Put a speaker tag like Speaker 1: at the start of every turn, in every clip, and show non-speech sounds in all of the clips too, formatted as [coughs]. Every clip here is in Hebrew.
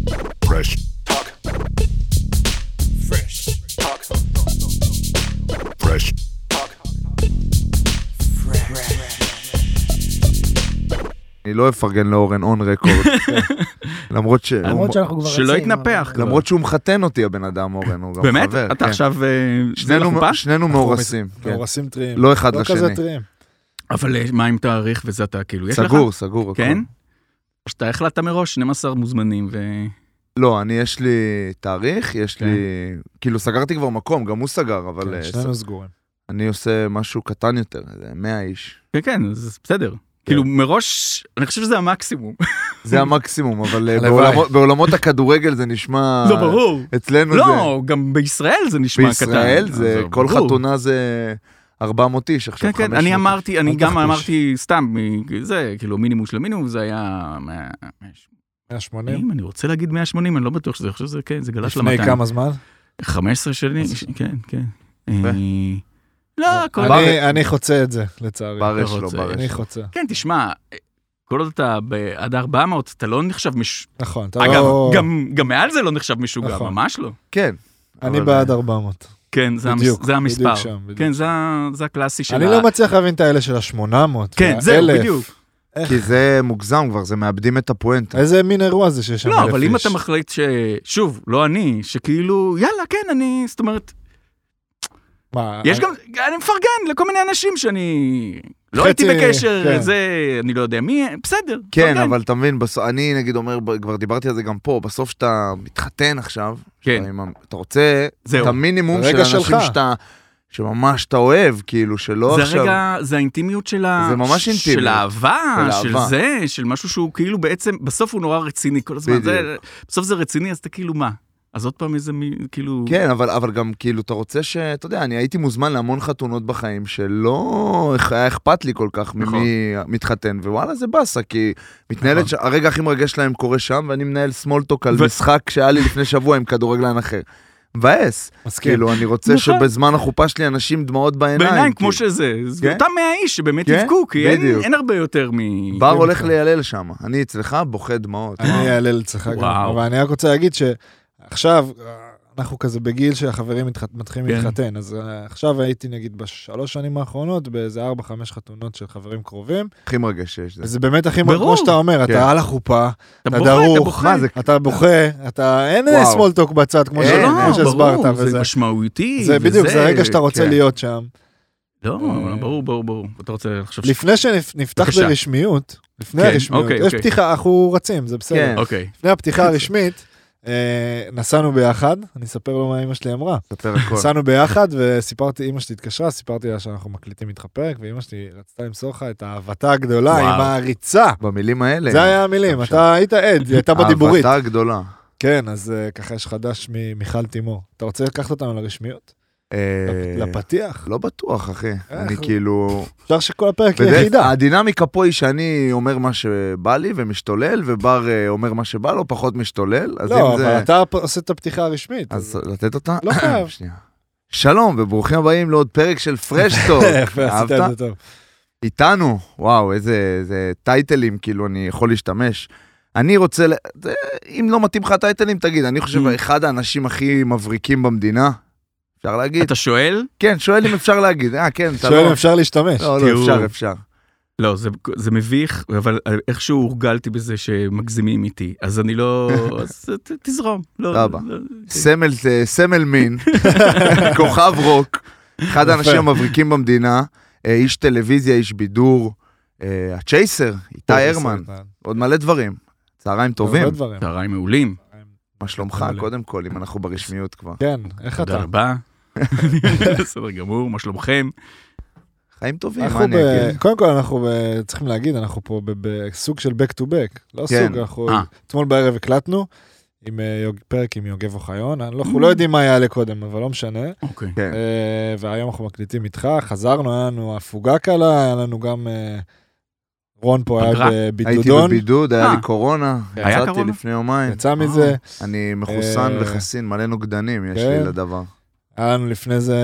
Speaker 1: Fresh talk. Fresh talk. Fresh talk.
Speaker 2: אני לא אפרגן לאורן און רקורד.
Speaker 3: [laughs]
Speaker 2: למרות ש...
Speaker 4: למרות שאנחנו כבר
Speaker 3: שלא
Speaker 4: רצים,
Speaker 3: יתנפח.
Speaker 4: אבל-
Speaker 2: למרות שהוא מחתן אותי הבן אדם אורן, הוא גם חבר.
Speaker 3: באמת? אתה
Speaker 2: כן.
Speaker 3: עכשיו... אה, זה
Speaker 2: שנינו-
Speaker 3: לחופה?
Speaker 2: שנינו מאורסים. כן.
Speaker 4: מאורסים טריים.
Speaker 2: לא אחד
Speaker 4: לא כזה
Speaker 2: לשני.
Speaker 4: טריים.
Speaker 3: אבל אה, מה עם תאריך וזה אתה כאילו, יש לך?
Speaker 2: סגור, סגור. הכל.
Speaker 3: כן? או שאתה החלטת מראש 12 מוזמנים ו...
Speaker 2: לא, אני יש לי תאריך, יש
Speaker 3: כן.
Speaker 2: לי... כאילו, סגרתי כבר מקום, גם הוא סגר, אבל אה,
Speaker 4: כן,
Speaker 2: ס-
Speaker 4: שנינו סגורים.
Speaker 2: אני עושה משהו קטן יותר, איזה 100 איש.
Speaker 3: כן, כן, אז בסדר. כאילו מראש, אני חושב שזה המקסימום.
Speaker 2: זה המקסימום, אבל אה,
Speaker 4: הלוואי.
Speaker 2: בעולמות- בעולמות הכדורגל זה נשמע...
Speaker 3: לא, ברור.
Speaker 2: אצלנו זה...
Speaker 3: לא, גם בישראל זה נשמע קטן.
Speaker 2: בישראל זה,
Speaker 3: אז
Speaker 2: כל
Speaker 3: ברור.
Speaker 2: חתונה זה 400 איש, עכשיו
Speaker 3: כן,
Speaker 2: 500.
Speaker 3: כן, אני אמרתי, אני
Speaker 4: אל
Speaker 3: גם
Speaker 4: תכפיש.
Speaker 3: אמרתי סתם, מ- זה, כאילו מינימום של המינימום, זה היה... מה-
Speaker 4: 180.
Speaker 3: 180, אני רוצה להגיד 180, אני לא בטוח שזה, אני חושב שזה, כן, זה גלש ל-200.
Speaker 4: לפני כמה זמן?
Speaker 3: 15 שנים, ש- כן, כן.
Speaker 2: ו?
Speaker 3: אה,
Speaker 4: אה,
Speaker 3: לא, כל...
Speaker 4: אני- אני חוצה את זה, לצערי.
Speaker 2: ברש
Speaker 3: אתה
Speaker 2: לא,
Speaker 3: רוצה,
Speaker 2: ברש.
Speaker 4: אני חוצה.
Speaker 3: כן, תשמע, כל עוד אתה ב- עד 400, אתה לא נחשב מש...
Speaker 4: נכון. אתה
Speaker 3: אגב,
Speaker 4: לא-
Speaker 3: גם- גם מעל זה לא נחשב משוגע,
Speaker 4: נכון.
Speaker 3: ממש לא.
Speaker 2: כן.
Speaker 4: אני
Speaker 2: אבל-
Speaker 4: בעד 400.
Speaker 3: כן, זה המס-
Speaker 4: בדיוק,
Speaker 3: זה המספר.
Speaker 4: בדיוק שם, בדיוק.
Speaker 3: כן, זה ה- זה הקלאסי של
Speaker 4: אני
Speaker 3: ה...
Speaker 4: לא מצליח להבין את האלה של אה, ה-800.
Speaker 3: כן, זהו, בדיוק.
Speaker 2: כי זה מוגזם כבר, זה מאבדים את הפואנטה.
Speaker 3: אה,
Speaker 4: איזה מין אירוע זה שיש שם
Speaker 3: לא,
Speaker 4: אלף
Speaker 3: אבל אם
Speaker 4: איש?
Speaker 3: אתה מחליט ש... שוב, לא אני, שכאילו, יאללה, כן, אני... זאת אומרת,
Speaker 4: מה, אה,
Speaker 3: יש
Speaker 4: אני-
Speaker 3: גם... אני מפרגן לכל מיני אנשים שאני... לא הייתי
Speaker 4: חצי-
Speaker 3: בקשר,
Speaker 4: כן.
Speaker 3: זה, אני לא יודע מי, בסדר.
Speaker 2: כן,
Speaker 3: מפרגן.
Speaker 2: אבל אתה מבין, בסוף, אני נגיד אומר, ב- כבר דיברתי על זה גם פה, בסוף שאתה מתחתן עכשיו,
Speaker 3: כן.
Speaker 2: שאתה עם ה- אתה רוצה
Speaker 3: זהו.
Speaker 2: את המינימום
Speaker 4: זה
Speaker 2: של
Speaker 4: הרגע
Speaker 2: אנשים
Speaker 4: שלך.
Speaker 2: שאתה, שממש אתה אוהב, כאילו, שלא
Speaker 3: זה
Speaker 2: עכשיו...
Speaker 3: הרגע, זה האינטימיות של ה...
Speaker 2: זה ממש אינטימיות.
Speaker 3: של האהבה,
Speaker 2: של
Speaker 3: של,
Speaker 2: אהבה.
Speaker 3: זה, של משהו שהוא כאילו בעצם, בסוף הוא נורא רציני כל הזמן. זה, בסוף זה רציני, אז אתה כאילו מה? אז עוד פעם איזה מי, כאילו...
Speaker 2: כן, אבל, אבל גם כאילו, אתה רוצה ש... אתה יודע, אני הייתי מוזמן להמון חתונות בחיים שלא היה אכפת לי כל כך
Speaker 3: נכון.
Speaker 2: ממי מתחתן, ווואלה, זה באסה, כי מתנהלת...
Speaker 3: נכון.
Speaker 2: ש... הרגע הכי מרגש שלהם קורה שם, ואני מנהל סמולטוק על
Speaker 3: ו-
Speaker 2: משחק שהיה לי לפני שבוע עם כדורגלן אחר. מבאס.
Speaker 4: מסכים.
Speaker 2: כאילו, אני רוצה
Speaker 3: נכון.
Speaker 2: שבזמן החופה שלי אנשים דמעות בעיניים.
Speaker 3: בעיניים
Speaker 2: כאילו.
Speaker 3: כמו שזה, זה
Speaker 2: כן.
Speaker 3: אותם 100 איש שבאמת
Speaker 2: כן,
Speaker 3: יבכו, כי אין,
Speaker 2: בדיוק.
Speaker 3: אין הרבה יותר מ...
Speaker 2: בר הולך לילל שם, אני אצלך בוכה דמעות.
Speaker 4: אני אעלה אצלך גם.
Speaker 3: אה. וואו.
Speaker 4: אבל אני רק רוצה להגיד שעכשיו, אה, אנחנו כזה בגיל שהחברים מתח- מתחילים
Speaker 3: כן.
Speaker 4: להתחתן, אז אה, עכשיו הייתי נגיד בשלוש שנים האחרונות באיזה ארבע, חמש חתונות של חברים קרובים,
Speaker 2: הכי מרגש שיש. זה.
Speaker 4: וזה באמת הכי,
Speaker 3: ברור.
Speaker 4: כמו שאתה אומר,
Speaker 2: כן.
Speaker 4: אתה על החופה,
Speaker 3: אתה
Speaker 4: אתה
Speaker 3: בוכה, אתה
Speaker 4: דרוך,
Speaker 3: בוכה.
Speaker 2: מה זה?
Speaker 4: אתה בוכה, אתה, אין
Speaker 2: וואו.
Speaker 4: סמולטוק בצד, כמו
Speaker 2: אין,
Speaker 4: ש-
Speaker 2: אין,
Speaker 4: כמו
Speaker 3: לא,
Speaker 4: שהסברת,
Speaker 3: ברור,
Speaker 4: וזה...
Speaker 3: זה משמעותי.
Speaker 4: זה בדיוק,
Speaker 3: וזה-
Speaker 4: זה הרגע שאתה רוצה
Speaker 2: כן.
Speaker 4: להיות שם.
Speaker 3: לא, ברור, ברור, ברור. אתה רוצה לחשוב... ש-
Speaker 4: לפני שנפתח
Speaker 3: בבקשה.
Speaker 4: ברשמיות, לפני
Speaker 3: כן,
Speaker 4: הרשמיות,
Speaker 3: אוקיי,
Speaker 4: יש
Speaker 3: אוקיי.
Speaker 4: פתיחה, אנחנו רצים, זה בסדר.
Speaker 2: כן.
Speaker 3: אוקיי.
Speaker 4: לפני הפתיחה הרשמית, אה, נסענו ביחד, אני אספר לו מה אמא שלי אמרה.
Speaker 2: ספר הכל.
Speaker 4: נסענו ביחד וסיפרתי, אמא שלי התקשרה, סיפרתי לה שאנחנו מקליטים איתך פרק, ואמא שלי רצתה למסור לך את אהבתה הגדולה
Speaker 3: וואו.
Speaker 4: עם העריצה.
Speaker 2: במילים האלה.
Speaker 4: זה היה המילים,
Speaker 2: כן. עכשיו.
Speaker 4: אתה היית עד, היא הייתה בדיבורית.
Speaker 2: אהבתה הגדולה.
Speaker 4: כן, אז אה, ככה יש חדש ממיכל תימור. אתה רוצה לקחת אותנו לרשמיות?
Speaker 2: אה,
Speaker 4: לפתיח?
Speaker 2: לא בטוח, אחי. אני
Speaker 4: הוא- [laughs]
Speaker 2: כאילו...
Speaker 4: אפשר שכל הפרק יהיה
Speaker 2: בדרך-
Speaker 4: אה, יחידה.
Speaker 2: הדינמיקה פה היא שאני אומר מה שבא לי ומשתולל, ובר אה, אומר מה שבא לו, פחות משתולל. אז
Speaker 4: לא,
Speaker 2: אם
Speaker 4: אבל
Speaker 2: זה...
Speaker 4: אתה פה עושה את הפתיחה הרשמית.
Speaker 2: אז לתת אותה? אה, [coughs]
Speaker 4: לא חייב.
Speaker 2: שנייה. שלום וברוכים הבאים לעוד פרק של פרשטוק.
Speaker 4: [laughs] יפה, עשית את זה טוב.
Speaker 2: איתנו, וואו, איזה, איזה טייטלים, כאילו, אני יכול להשתמש. אני רוצה, ל- זה- אם לא מתאים לך הטייטלים, תגיד, אני חושב,
Speaker 3: Mm.
Speaker 2: אחד האנשים הכי מבריקים במדינה, אפשר להגיד?
Speaker 3: אתה שואל?
Speaker 2: כן, שואל אם אפשר להגיד, אה, כן, אתה
Speaker 4: שואל
Speaker 2: לא...
Speaker 4: אם אפשר להשתמש.
Speaker 2: לא, לא,
Speaker 3: תראו.
Speaker 2: אפשר, אפשר.
Speaker 3: לא, זה, זה מביך, אבל איכשהו הורגלתי בזה שמגזימים איתי, אז אני לא... אז ת, תזרום. לא,
Speaker 2: סבבה.
Speaker 3: לא,
Speaker 2: סמל, אה, סמל
Speaker 4: [laughs]
Speaker 2: מין, כוכב רוק, אחד
Speaker 4: יפה.
Speaker 2: האנשים המבריקים במדינה, אה, איש טלוויזיה, איש בידור, אה, הצ'ייסר, איתי הרמן, עוד מלא דברים. צהריים טובים,
Speaker 4: הרבה דברים.
Speaker 3: צהריים מעולים.
Speaker 2: מה שלומך
Speaker 4: מעולה.
Speaker 2: קודם כל, אם אנחנו ברשמיות כבר.
Speaker 4: כן, איך
Speaker 3: תודה
Speaker 4: אתה?
Speaker 3: רבה. בסדר גמור, מה שלומכם?
Speaker 2: חיים טובים, מה
Speaker 4: אנחנו
Speaker 2: אני
Speaker 4: ב...
Speaker 2: אגיד?
Speaker 4: קודם כל אנחנו ב... צריכים להגיד, אנחנו פה ב- בסוג של back to back. לא
Speaker 2: כן.
Speaker 4: סוג, אנחנו...
Speaker 3: אה.
Speaker 4: אתמול בערב הקלטנו. עם אה, יוג- פרק עם יוגב אוחיון, אני לא- אנחנו לא יודעים מה יעלה קודם, אבל לא משנה.
Speaker 3: אוקיי.
Speaker 2: Mm. כן.
Speaker 4: אה, והיום אנחנו מקליטים איתך, חזרנו, היה לנו הפוגה קלה, היה לנו גם... אה, רון פה היה
Speaker 3: פגרה.
Speaker 2: הייתי
Speaker 4: בבידודון,
Speaker 2: בבידוד, היה
Speaker 3: אה.
Speaker 2: לי קורונה,
Speaker 3: היה
Speaker 2: יצאתי
Speaker 3: קורונה?
Speaker 2: לפני יומיים.
Speaker 4: יצא מזה.
Speaker 2: אני מחוסן
Speaker 4: אה.
Speaker 2: וחסין, מלא נוגדנים יש
Speaker 4: כן.
Speaker 2: לי לדבר.
Speaker 4: היה לנו לפני זה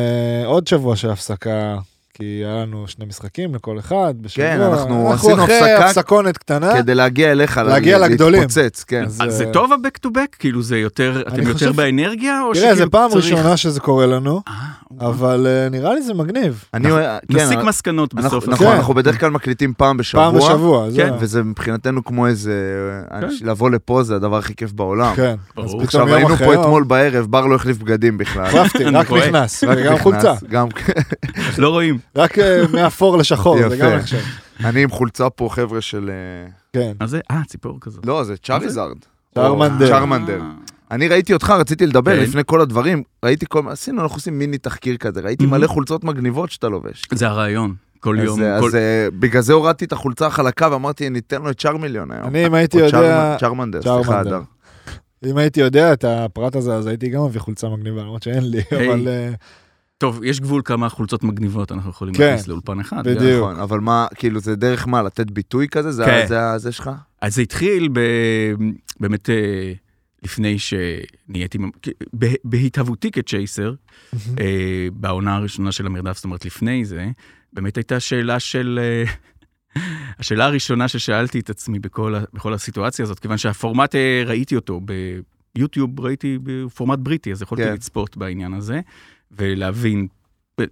Speaker 4: עוד שבוע של הפסקה, כי היה לנו שני משחקים לכל אחד בשבוע.
Speaker 2: כן, אנחנו עשינו
Speaker 4: אחרי
Speaker 2: הפסקה
Speaker 4: הפסקונת קטנה.
Speaker 2: כדי להגיע אליך,
Speaker 4: אה. להגיע
Speaker 2: לה-
Speaker 4: לגדולים.
Speaker 2: להתפוצץ, כן.
Speaker 4: אז,
Speaker 3: אז זה
Speaker 4: אה,
Speaker 3: טוב ה-back to back? כאילו זה יותר, אתם
Speaker 4: אני
Speaker 3: יותר
Speaker 4: חושב-
Speaker 3: באנרגיה? או
Speaker 4: תראה, זו
Speaker 3: שכאילו
Speaker 4: פעם
Speaker 3: צריך-
Speaker 4: ראשונה שזה קורה לנו,
Speaker 3: אה,
Speaker 4: אבל אה, נראה לי זה מגניב.
Speaker 2: אני, כן,
Speaker 3: נסיק מסקנות
Speaker 2: אנחנו-
Speaker 3: בסוף.
Speaker 2: נכון,
Speaker 4: כן.
Speaker 2: אנחנו בדרך כלל מקליטים פעם בשבוע.
Speaker 4: פעם בשבוע, אה, זה...
Speaker 3: כן,
Speaker 2: וזה מבחינתנו כמו איזה... אנש- לבוא לפה זה הדבר הכי כיף בעולם.
Speaker 4: כן.
Speaker 3: ברור.
Speaker 4: אז
Speaker 2: עכשיו
Speaker 4: פתאום יום
Speaker 2: היינו
Speaker 4: אחרי
Speaker 2: פה אתמול
Speaker 4: יום,
Speaker 2: בערב, בר לא החליף בגדים בכלל.
Speaker 4: החלפתי,
Speaker 3: אני
Speaker 4: רק
Speaker 3: רואה.
Speaker 2: [laughs]
Speaker 4: נכנס,
Speaker 2: רק
Speaker 4: וגם
Speaker 2: נכנס,
Speaker 4: חולצה,
Speaker 2: גם [laughs]
Speaker 3: לא רואים.
Speaker 4: רק אה, מאפור לשחור, זה גם
Speaker 2: יפה.
Speaker 4: נחשב.
Speaker 2: אני עם חולצה פה, חבר'ה של... אה,
Speaker 4: כן,
Speaker 3: מה זה? אה, ציפור כזאת.
Speaker 2: לא, זה צ'אריזארד. לא,
Speaker 4: צ'רמנדר.
Speaker 2: צ'רמנדר.
Speaker 3: אה.
Speaker 2: אני ראיתי אותך, רציתי לדבר
Speaker 3: כן.
Speaker 2: לפני כל הדברים. ראיתי כל... עשינו, אנחנו עושים מיני תחקיר כזה. ראיתי
Speaker 3: Mhm.
Speaker 2: מלא חולצות מגניבות שאתה לובש.
Speaker 3: זה הרעיון. כל יום.
Speaker 2: אז, אה,
Speaker 3: כל-
Speaker 2: אז אה, בגלל זה הורדתי את החולצה החלקה ואמרתי, ניתן לו את צ'רמיליון היום.
Speaker 4: אני אם הייתי
Speaker 2: או
Speaker 4: יודע,
Speaker 2: צ'רמ- צ'רמנדר, סליחה,
Speaker 4: צ'רמנדר.
Speaker 2: אדר.
Speaker 4: אם הייתי יודע את הפרט הזה, אז הייתי גם מביא חולצה מגניבה, למרות שאין לי,
Speaker 3: היי.
Speaker 4: אבל אה,
Speaker 3: טוב, יש גבול כמה חולצות מגניבות אנחנו יכולים
Speaker 4: כן.
Speaker 3: להכניס לאולפן אחד.
Speaker 4: בדיוק.
Speaker 3: גם.
Speaker 2: נכון, אבל מה, כאילו, זה דרך מה, לתת ביטוי כזה? זה
Speaker 3: כן.
Speaker 2: ה- זה ה- זה שלך?
Speaker 3: אז זה התחיל ב... באמת אה, לפני שנהייתי, ממ- כ- בה- בהתהוותי כצ'ייסר, אה, בעונה הראשונה של המרדף, זאת אומרת לפני זה, באמת הייתה שאלה של... אה, השאלה הראשונה ששאלתי את עצמי בכל, ה- בכל הסיטואציה הזאת, כיוון שהפורמט, אה, ראיתי אותו ביוטיוב, ראיתי בפורמט בריטי, אז יכולתי
Speaker 2: כן.
Speaker 3: לצפות בעניין הזה, ולהבין אה,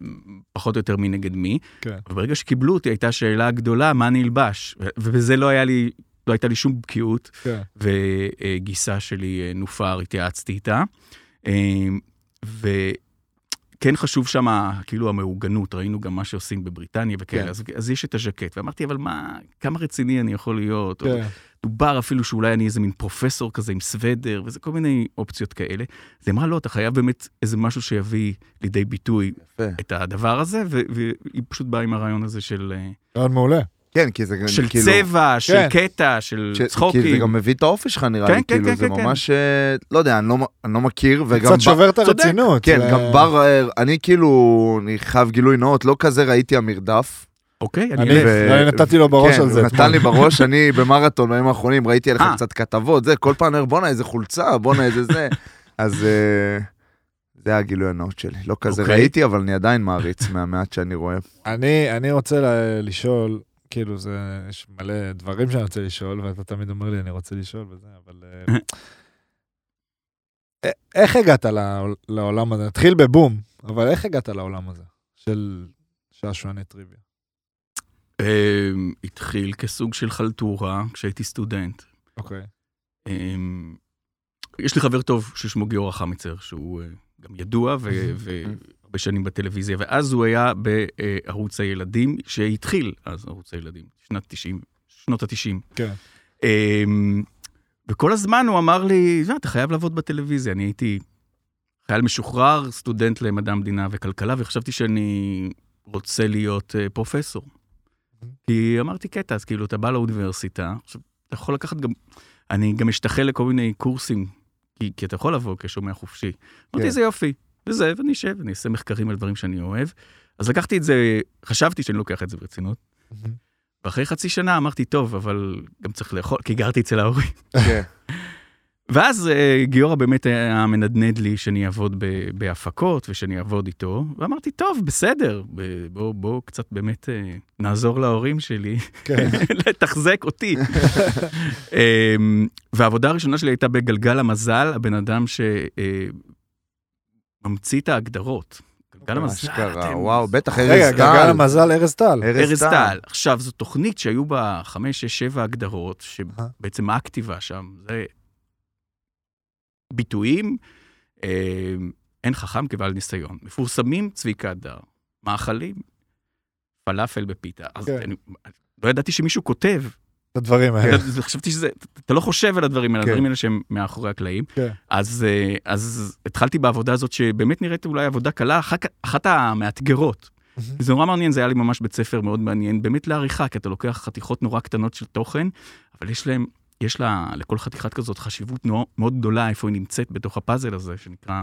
Speaker 3: פחות או יותר מי נגד מי.
Speaker 4: כן.
Speaker 3: וברגע שקיבלו אותי, הייתה שאלה גדולה, מה אני אלבש? ו- ובזה לא היה לי, לא הייתה לי שום בקיאות,
Speaker 4: כן.
Speaker 3: וגיסה שלי, אה, נופר, התייעצתי איתה. אה, וכן חשוב שם, כאילו, המעוגנות, ראינו גם מה שעושים בבריטניה וכאלה,
Speaker 2: כן.
Speaker 3: אז, אז יש את הז'קט. ואמרתי, אבל מה, כמה רציני אני יכול להיות? או
Speaker 4: כן,
Speaker 3: דובר אפילו שאולי אני איזה מין פרופסור כזה עם סוודר, וזה כל מיני אופציות כאלה. אז היא אמרה, לא, אתה חייב באמת איזה משהו שיביא לידי ביטוי
Speaker 2: יפה.
Speaker 3: את הדבר הזה, ו- והיא פשוט באה עם הרעיון הזה של, אה,
Speaker 4: רעיון מעולה.
Speaker 2: כן, כי זה גם,
Speaker 3: של
Speaker 2: כאילו...
Speaker 3: צבע, של
Speaker 4: כן.
Speaker 3: קטע, של
Speaker 2: ש- כי זה
Speaker 3: צחוקים.
Speaker 2: גם מביא את האופי שלך, נראה
Speaker 3: כן,
Speaker 2: לי.
Speaker 3: כן, כן,
Speaker 2: כאילו, זה
Speaker 3: כן, כן.
Speaker 2: ממש... אה, לא יודע, אני לא מ- אני לא מכיר, וגם...
Speaker 4: קצת
Speaker 2: ב-
Speaker 4: שובר את
Speaker 3: צודק.
Speaker 4: הרצינות.
Speaker 2: כן,
Speaker 4: ו-
Speaker 2: גם בר, אה, אני כאילו, אני חייב גילוי נאות, לא כזה ראיתי המרדף.
Speaker 3: אוקיי, אני
Speaker 4: אני
Speaker 3: אלך.
Speaker 2: ו-
Speaker 4: אני נתתי לו בראש
Speaker 2: כן,
Speaker 4: על זה.
Speaker 2: הוא
Speaker 4: אתמול.
Speaker 2: נתן לי בראש, אני במרתון בימים האחרונים, ראיתי עליך
Speaker 3: אה.
Speaker 2: קצת כתבות, זה, כל פעם אני אומר, בואנה, איזה חולצה, בואנה, איזה זה. [laughs] אז אה, זה הגילוי הנאות שלי. לא כזה
Speaker 3: אוקיי.
Speaker 2: ראיתי, אבל אני עדיין מעריץ מהמעט שאני רואה.
Speaker 4: אני, אני רוצה ל- לשאול, כאילו זה, יש מלא דברים שאני רוצה לשאול, ואתה תמיד אומר לי, אני רוצה לשאול וזה, אבל... אה, א- איך הגעת לעול- לעולם הזה? נתחיל בבום, אבל איך הגעת לעולם הזה של שעשועני טריוויה?
Speaker 3: אמ, התחיל כסוג של חלטורה כשהייתי סטודנט.
Speaker 2: [laughs]
Speaker 4: אוקיי.
Speaker 3: אמ, יש לי חבר טוב ששמו גיורא חמיצר, שהוא אה, גם ידוע, והרבה שנים בטלוויזיה, ואז הוא היה בערוץ הילדים, שהתחיל אז ערוץ הילדים, שנת 90, שנות ה-90.
Speaker 4: כן.
Speaker 3: וכל הזמן הוא אמר לי, "זה, אתה חייב לעבוד בטלוויזיה. אני הייתי חייל משוחרר, סטודנט למדע המדינה וכלכלה, וחשבתי שאני רוצה להיות אה, פרופסור. כי אמרתי קטע, אז כאילו, אתה בא לאוניברסיטה, עכשיו, אתה יכול לקחת גם, אני גם אשתחל לכל מיני קורסים, כי, כי אתה יכול לבוא כשומע חופשי. אמרתי,
Speaker 2: כן.
Speaker 3: זה יופי, וזה, ואני אשב, אני אעשה מחקרים על דברים שאני אוהב. אז לקחתי את זה, חשבתי שאני לוקח את זה ברצינות, ואחרי חצי שנה אמרתי, טוב, אבל גם צריך לאכול, כי גרתי אצל ההורים. [laughs]
Speaker 2: כן.
Speaker 3: ואז אה, גיורא באמת היה מנדנד לי שאני אעבוד ב- בהפקות ושאני אעבוד איתו, ואמרתי, טוב, בסדר, ב- בוא, בוא קצת באמת אה, נעזור להורים שלי.
Speaker 4: כן.
Speaker 3: [laughs] לתחזק אותי. אמ, והעבודה הראשונה שלי הייתה בגלגל המזל, הבן אדם שממציא את ההגדרות. גלגל המזל,
Speaker 2: אשכרה,
Speaker 3: אתם-
Speaker 2: וואו, בטח
Speaker 4: [laughs] רגע,
Speaker 2: ארז
Speaker 4: גלגל
Speaker 2: טל.
Speaker 4: המזל, ארז טל.
Speaker 3: ארז טל. עכשיו, זו תוכנית שהיו בה חמש, שש, שבע הגדרות, שבעצם מה הכתיבה שם? זה ביטויים, אמ, אין חכם כבעל ניסיון. מפורסמים, צביקה הדר. מאכלים, פלאפל בפיתה. אז
Speaker 4: כן.
Speaker 3: אני לא ידעתי שמישהו כותב.
Speaker 4: את הדברים האלה.
Speaker 3: אתה- חשבתי שזה, אתה לא חושב על הדברים האלה,
Speaker 2: כן.
Speaker 3: הדברים האלה שהם מאחורי הקלעים.
Speaker 4: כן.
Speaker 3: אז, אה, אז התחלתי בעבודה הזאת, שבאמת נראית אולי עבודה קלה, אחת- אחת המאתגרות.
Speaker 4: מהמם.
Speaker 3: זה נורא מעניין, זה היה לי ממש בית ספר מאוד מעניין, באמת לעריכה, כי אתה לוקח חתיכות נורא קטנות של תוכן, אבל יש להם, יש לה, לכל חתיכת כזאת חשיבות נורא, מאוד גדולה איפה היא נמצאת בתוך הפאזל הזה, שנקרא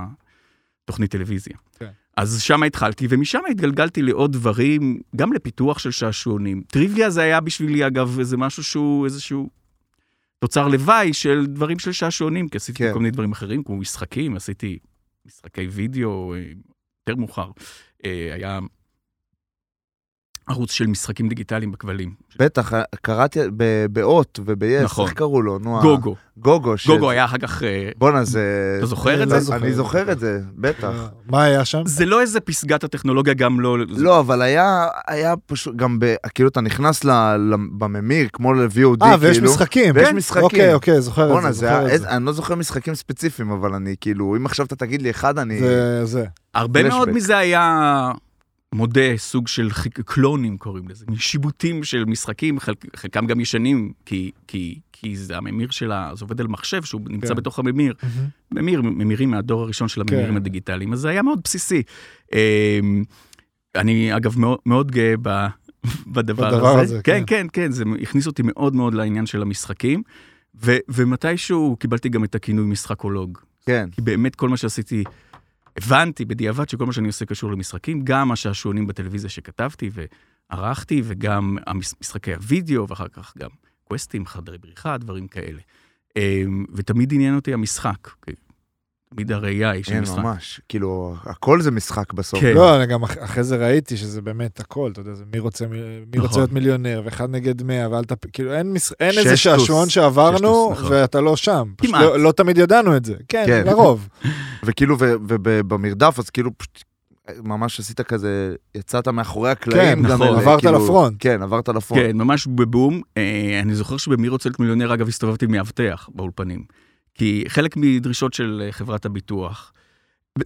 Speaker 3: תוכנית טלוויזיה.
Speaker 4: כן.
Speaker 3: אז שם התחלתי, ומשם התגלגלתי לעוד דברים, גם לפיתוח של שעשועונים. טריוויה זה היה בשבילי, אגב, איזה משהו שהוא איזשהו תוצר לוואי של דברים של שעשועונים, כי עשיתי
Speaker 2: כן.
Speaker 3: כל מיני דברים אחרים, כמו משחקים, עשיתי משחקי וידאו, אה, יותר מאוחר. אה, היה ערוץ של משחקים דיגיטליים בכבלים.
Speaker 2: בטח, קראתי ב- באות וביס,
Speaker 3: נכון.
Speaker 2: איך קראו לו? נו, ה-
Speaker 3: גוגו.
Speaker 2: גוגו. ש-
Speaker 3: גוגו היה אחר כך... אה,
Speaker 2: בואנה, זה...
Speaker 3: אתה זוכר את
Speaker 2: אני-
Speaker 4: זה?
Speaker 2: אני זוכר את זה, בטח.
Speaker 4: [laughs] מה היה שם?
Speaker 3: זה לא איזה פסגת הטכנולוגיה, גם לא... זה-
Speaker 2: לא, אבל היה, היה פשוט, גם ב... כאילו אתה נכנס ל... ל- בממיר, כמו ל-VOD, כאילו.
Speaker 4: אה, ויש משחקים.
Speaker 2: ויש
Speaker 4: כן.
Speaker 2: משחקים.
Speaker 4: אוקיי, אוקיי, זוכר את זה.
Speaker 2: בואנה, זה
Speaker 4: זוכר
Speaker 2: היה...
Speaker 4: את
Speaker 2: איזה- אני לא זוכר משחקים ספציפיים, אבל אני כאילו, אם עכשיו אתה תגיד לי אחד, אני...
Speaker 4: זה זה.
Speaker 3: הרבה
Speaker 2: פלשבק.
Speaker 3: מאוד מזה היה, מודה, סוג של חיק- קלונים קוראים לזה, שיבוטים של משחקים, חלק- חלקם גם ישנים, כי, כי, כי זה הממיר שלה, זה עובד על מחשב שהוא נמצא
Speaker 4: כן.
Speaker 3: בתוך הממיר. ממיר, ממירים מהדור הראשון של
Speaker 4: כן.
Speaker 3: הממירים הדיגיטליים, אז זה היה מאוד בסיסי. אמ, אני אגב מאוד, מאוד גאה ב, [laughs] בדבר,
Speaker 4: בדבר הזה,
Speaker 3: כן,
Speaker 4: כן.
Speaker 3: כן, כן, זה הכניס אותי מאוד מאוד לעניין של המשחקים, ו, ומתישהו קיבלתי גם את הכינוי משחקולוג.
Speaker 2: כן.
Speaker 3: כי באמת כל מה שעשיתי, הבנתי בדיעבד שכל מה שאני עושה קשור למשחקים, גם השעשועונים בטלוויזיה שכתבתי וערכתי, וגם המש- משחקי הוידאו, ואחר כך גם קווסטים, חדרי בריחה, דברים כאלה. אמ, ותמיד עניין אותי המשחק. כי תמיד הראייה היא של
Speaker 2: כן,
Speaker 3: משחק.
Speaker 2: ממש. כאילו, הכל זה משחק בסוף.
Speaker 3: כן.
Speaker 4: לא, אני גם אח- אחרי זה ראיתי שזה באמת הכל, אתה יודע, זה מי רוצה מי- מי רוצה
Speaker 3: נכון.
Speaker 4: להיות מיליונר, ואחד נגד מאה, ואל תפ... כאילו, אין מס- אין
Speaker 2: שש
Speaker 4: איזה
Speaker 2: טוס.
Speaker 4: שעשועון שעברנו,
Speaker 3: שש טוס, נכון.
Speaker 4: ואתה לא שם. פשוט
Speaker 3: כמעט.
Speaker 4: לא- לא תמיד ידענו את זה. כן,
Speaker 2: כן.
Speaker 3: [laughs]
Speaker 4: לרוב.
Speaker 2: וכאילו, ובמרדף, אז כאילו, פשוט, ממש עשית כזה, יצאת מאחורי הקלעים.
Speaker 4: כן,
Speaker 2: גם
Speaker 3: נכון.
Speaker 2: אלה,
Speaker 4: עברת
Speaker 2: כאילו-
Speaker 4: לפרונט.
Speaker 2: כן, עברת לפרונט.
Speaker 3: כן, ממש בבום. אה, אני זוכר שבמי רוצה להיות מיליונר, אגב, הסתובבתי עם מאבטח באולפנים. כי חלק מדרישות של אה, חברת הביטוח, ב-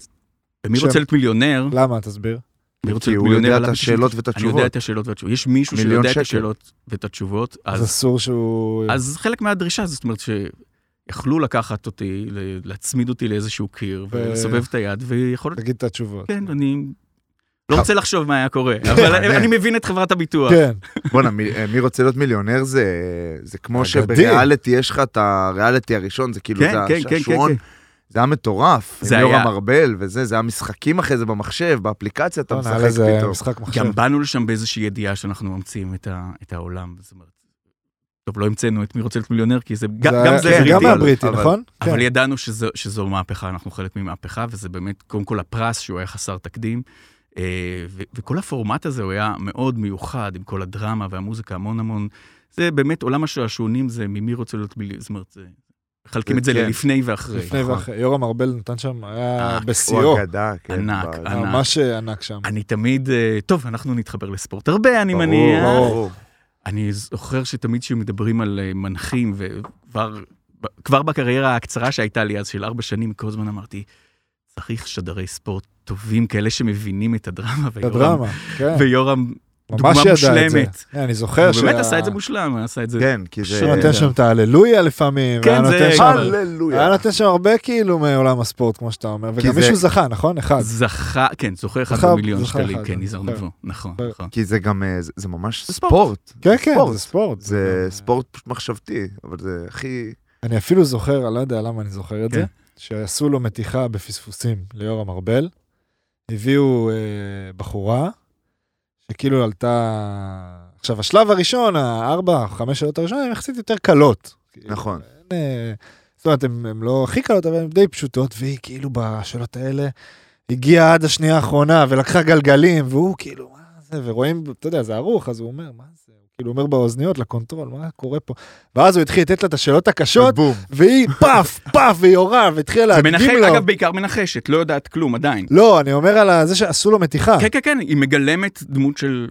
Speaker 3: במי
Speaker 4: שם.
Speaker 3: רוצה להיות מיליונר,
Speaker 4: למה? תסביר.
Speaker 3: מי רוצה
Speaker 2: כי
Speaker 3: להיות
Speaker 2: הוא יודע
Speaker 3: מיליונר,
Speaker 2: את
Speaker 3: למה
Speaker 2: השאלות ואת
Speaker 3: אני יודע
Speaker 2: התשובות.
Speaker 3: את השאלות והתשובות. יש מישהו
Speaker 2: מיליון
Speaker 3: שיודע את
Speaker 2: שקל.
Speaker 3: השאלות ואת התשובות,
Speaker 4: אז
Speaker 3: אז,
Speaker 4: אסור שהוא...
Speaker 3: אז חלק מהדרישה, זאת אומרת שיכלו לקחת אותי, ל- להצמיד אותי לאיזשהו קיר,
Speaker 4: ו-
Speaker 3: ולסובב את היד, ויכול להיות,
Speaker 4: תגיד את התשובות.
Speaker 3: כן, אני לא רוצה לחשוב מה היה קורה, אבל
Speaker 2: מעניין.
Speaker 3: אני מבין את חברת הביטוח.
Speaker 4: כן.
Speaker 2: בואנה, מי, מי רוצה להיות מיליונר זה, זה כמו
Speaker 4: אגדי.
Speaker 2: שבריאליטי יש לך את הריאליטי הראשון, זה כאילו,
Speaker 3: כן,
Speaker 2: זה
Speaker 3: כן, כן, כן,
Speaker 2: השעשועון,
Speaker 3: כן.
Speaker 2: זה היה מטורף.
Speaker 3: זה
Speaker 2: עם
Speaker 3: היה.
Speaker 2: יורם ארבל וזה, זה היה משחקים אחרי זה במחשב, באפליקציה אתה
Speaker 4: בואנה,
Speaker 2: משחק
Speaker 4: הלאה, זה
Speaker 2: פתאום.
Speaker 4: משחק מחשב.
Speaker 3: גם באנו לשם באיזושהי ידיעה שאנחנו ממציאים את ה- את העולם, זאת אומרת, טוב, לא המצאנו את מי רוצה להיות מיליונר, כי זה גם גם זה
Speaker 2: זה
Speaker 3: בריטי.
Speaker 4: כן, גם
Speaker 2: אבל-
Speaker 4: מהבריטי,
Speaker 2: אבל-
Speaker 4: נכון?
Speaker 3: אבל
Speaker 4: כן.
Speaker 3: ידענו שזו, שזו מהפכה, אנחנו חלק ממהפכה, וזה באמת, קודם כל הפרס שהוא היה חסר תקדים. אה, ו- וכל הפורמט הזה הוא היה מאוד מיוחד, עם כל הדרמה והמוזיקה, המון המון. זה באמת, עולם השעשועונים זה ממי רוצה להיות מילי... זאת אומרת, זה- מחלקים
Speaker 2: זה
Speaker 3: את זה
Speaker 2: כן.
Speaker 3: ללפני ואחרי.
Speaker 4: לפני
Speaker 2: נכון.
Speaker 4: ואחרי. יורם ארבל נתן שם, היה
Speaker 3: אה,
Speaker 4: בשיאו.
Speaker 2: הוא אגדה, כן.
Speaker 3: ענק,
Speaker 2: ב-
Speaker 3: ענק.
Speaker 4: ממש אה, ענק שם.
Speaker 3: אני תמיד, אה, טוב, אנחנו נתחבר לספורט הרבה, אני מניח.
Speaker 2: ברור, ברור.
Speaker 3: אני זוכר שתמיד כשמדברים על אה, מנחים, וכבר כבר בקריירה הקצרה שהייתה לי אז, של ארבע שנים, כל הזמן אמרתי, צריך שדרי ספורט טובים, כאלה שמבינים את הדרמה. [laughs]
Speaker 4: את הדרמה, כן.
Speaker 3: ויורם דוגמה
Speaker 4: ממש ידע את זה.
Speaker 3: מושלמת.
Speaker 4: כן, אני
Speaker 3: הוא
Speaker 4: זוכר שה-
Speaker 3: באמת עשה את זה מושלם, הוא עשה את זה.
Speaker 2: כן, כי
Speaker 3: פשוט
Speaker 2: זה...
Speaker 4: הוא נותן שם את ההללויה לפעמים.
Speaker 3: כן,
Speaker 4: והיה
Speaker 3: זה-
Speaker 4: נותן שם- היה
Speaker 2: הללויה.
Speaker 4: נותן שם הרבה כאילו מעולם הספורט, כמו שאתה אומר. וגם
Speaker 2: זה-
Speaker 4: מישהו זכה, נכון? אחד.
Speaker 3: זכה, כן, זוכה אחד
Speaker 4: זכה-
Speaker 3: במיליון
Speaker 4: זוכה
Speaker 3: שקלים,
Speaker 4: אחד, כן.
Speaker 3: כן,
Speaker 4: אני
Speaker 3: יזהר
Speaker 4: זוכר.
Speaker 3: נבו, נכון,
Speaker 4: זוכר.
Speaker 3: נכון.
Speaker 2: כי זה גם, אה, זה- זה ממש
Speaker 3: זה ספורט. אה.
Speaker 2: ספורט.
Speaker 4: כן, כן,
Speaker 2: ספורט.
Speaker 4: זה ספורט.
Speaker 2: זה ספורט פשוט מחשבתי, אבל זה הכי...
Speaker 4: אני אפילו זוכר, אני לא יודע למה אני זוכר את
Speaker 3: כן.
Speaker 4: זה, שעשו לו מתיחה בפספוסים ליורם ארבל. הביאו אה, בחורה, שכאילו עלתה... עכשיו, השלב הראשון, הארבע, חמש שאלות הראשונות, הן יחסית יותר קלות.
Speaker 2: נכון.
Speaker 4: אין, אה, זאת אומרת, הן לא הכי קלות, אבל הן די פשוטות, והיא כאילו בשאלות האלה הגיעה עד השנייה האחרונה ולקחה גלגלים, והוא כאילו, מה זה, ורואים, אתה יודע, זה ערוך, אז הוא אומר, מה זה, הוא כאילו אומר באוזניות לקונטרול, מה קורה פה? ואז הוא התחיל לתת לה את
Speaker 3: [laughs]
Speaker 4: השאלות הקשות,
Speaker 2: בום.
Speaker 4: והיא פאף, פאף, והיא יורה, והתחילה
Speaker 3: ומנחש,
Speaker 4: להדגים לו.
Speaker 3: אגב, בעיקר מנחשת, לא יודעת כלום עדיין.
Speaker 4: לא, אני אומר על ה- זה שעשו לו מתיחה.
Speaker 3: כן, כן, כן, היא מגלמת דמות של...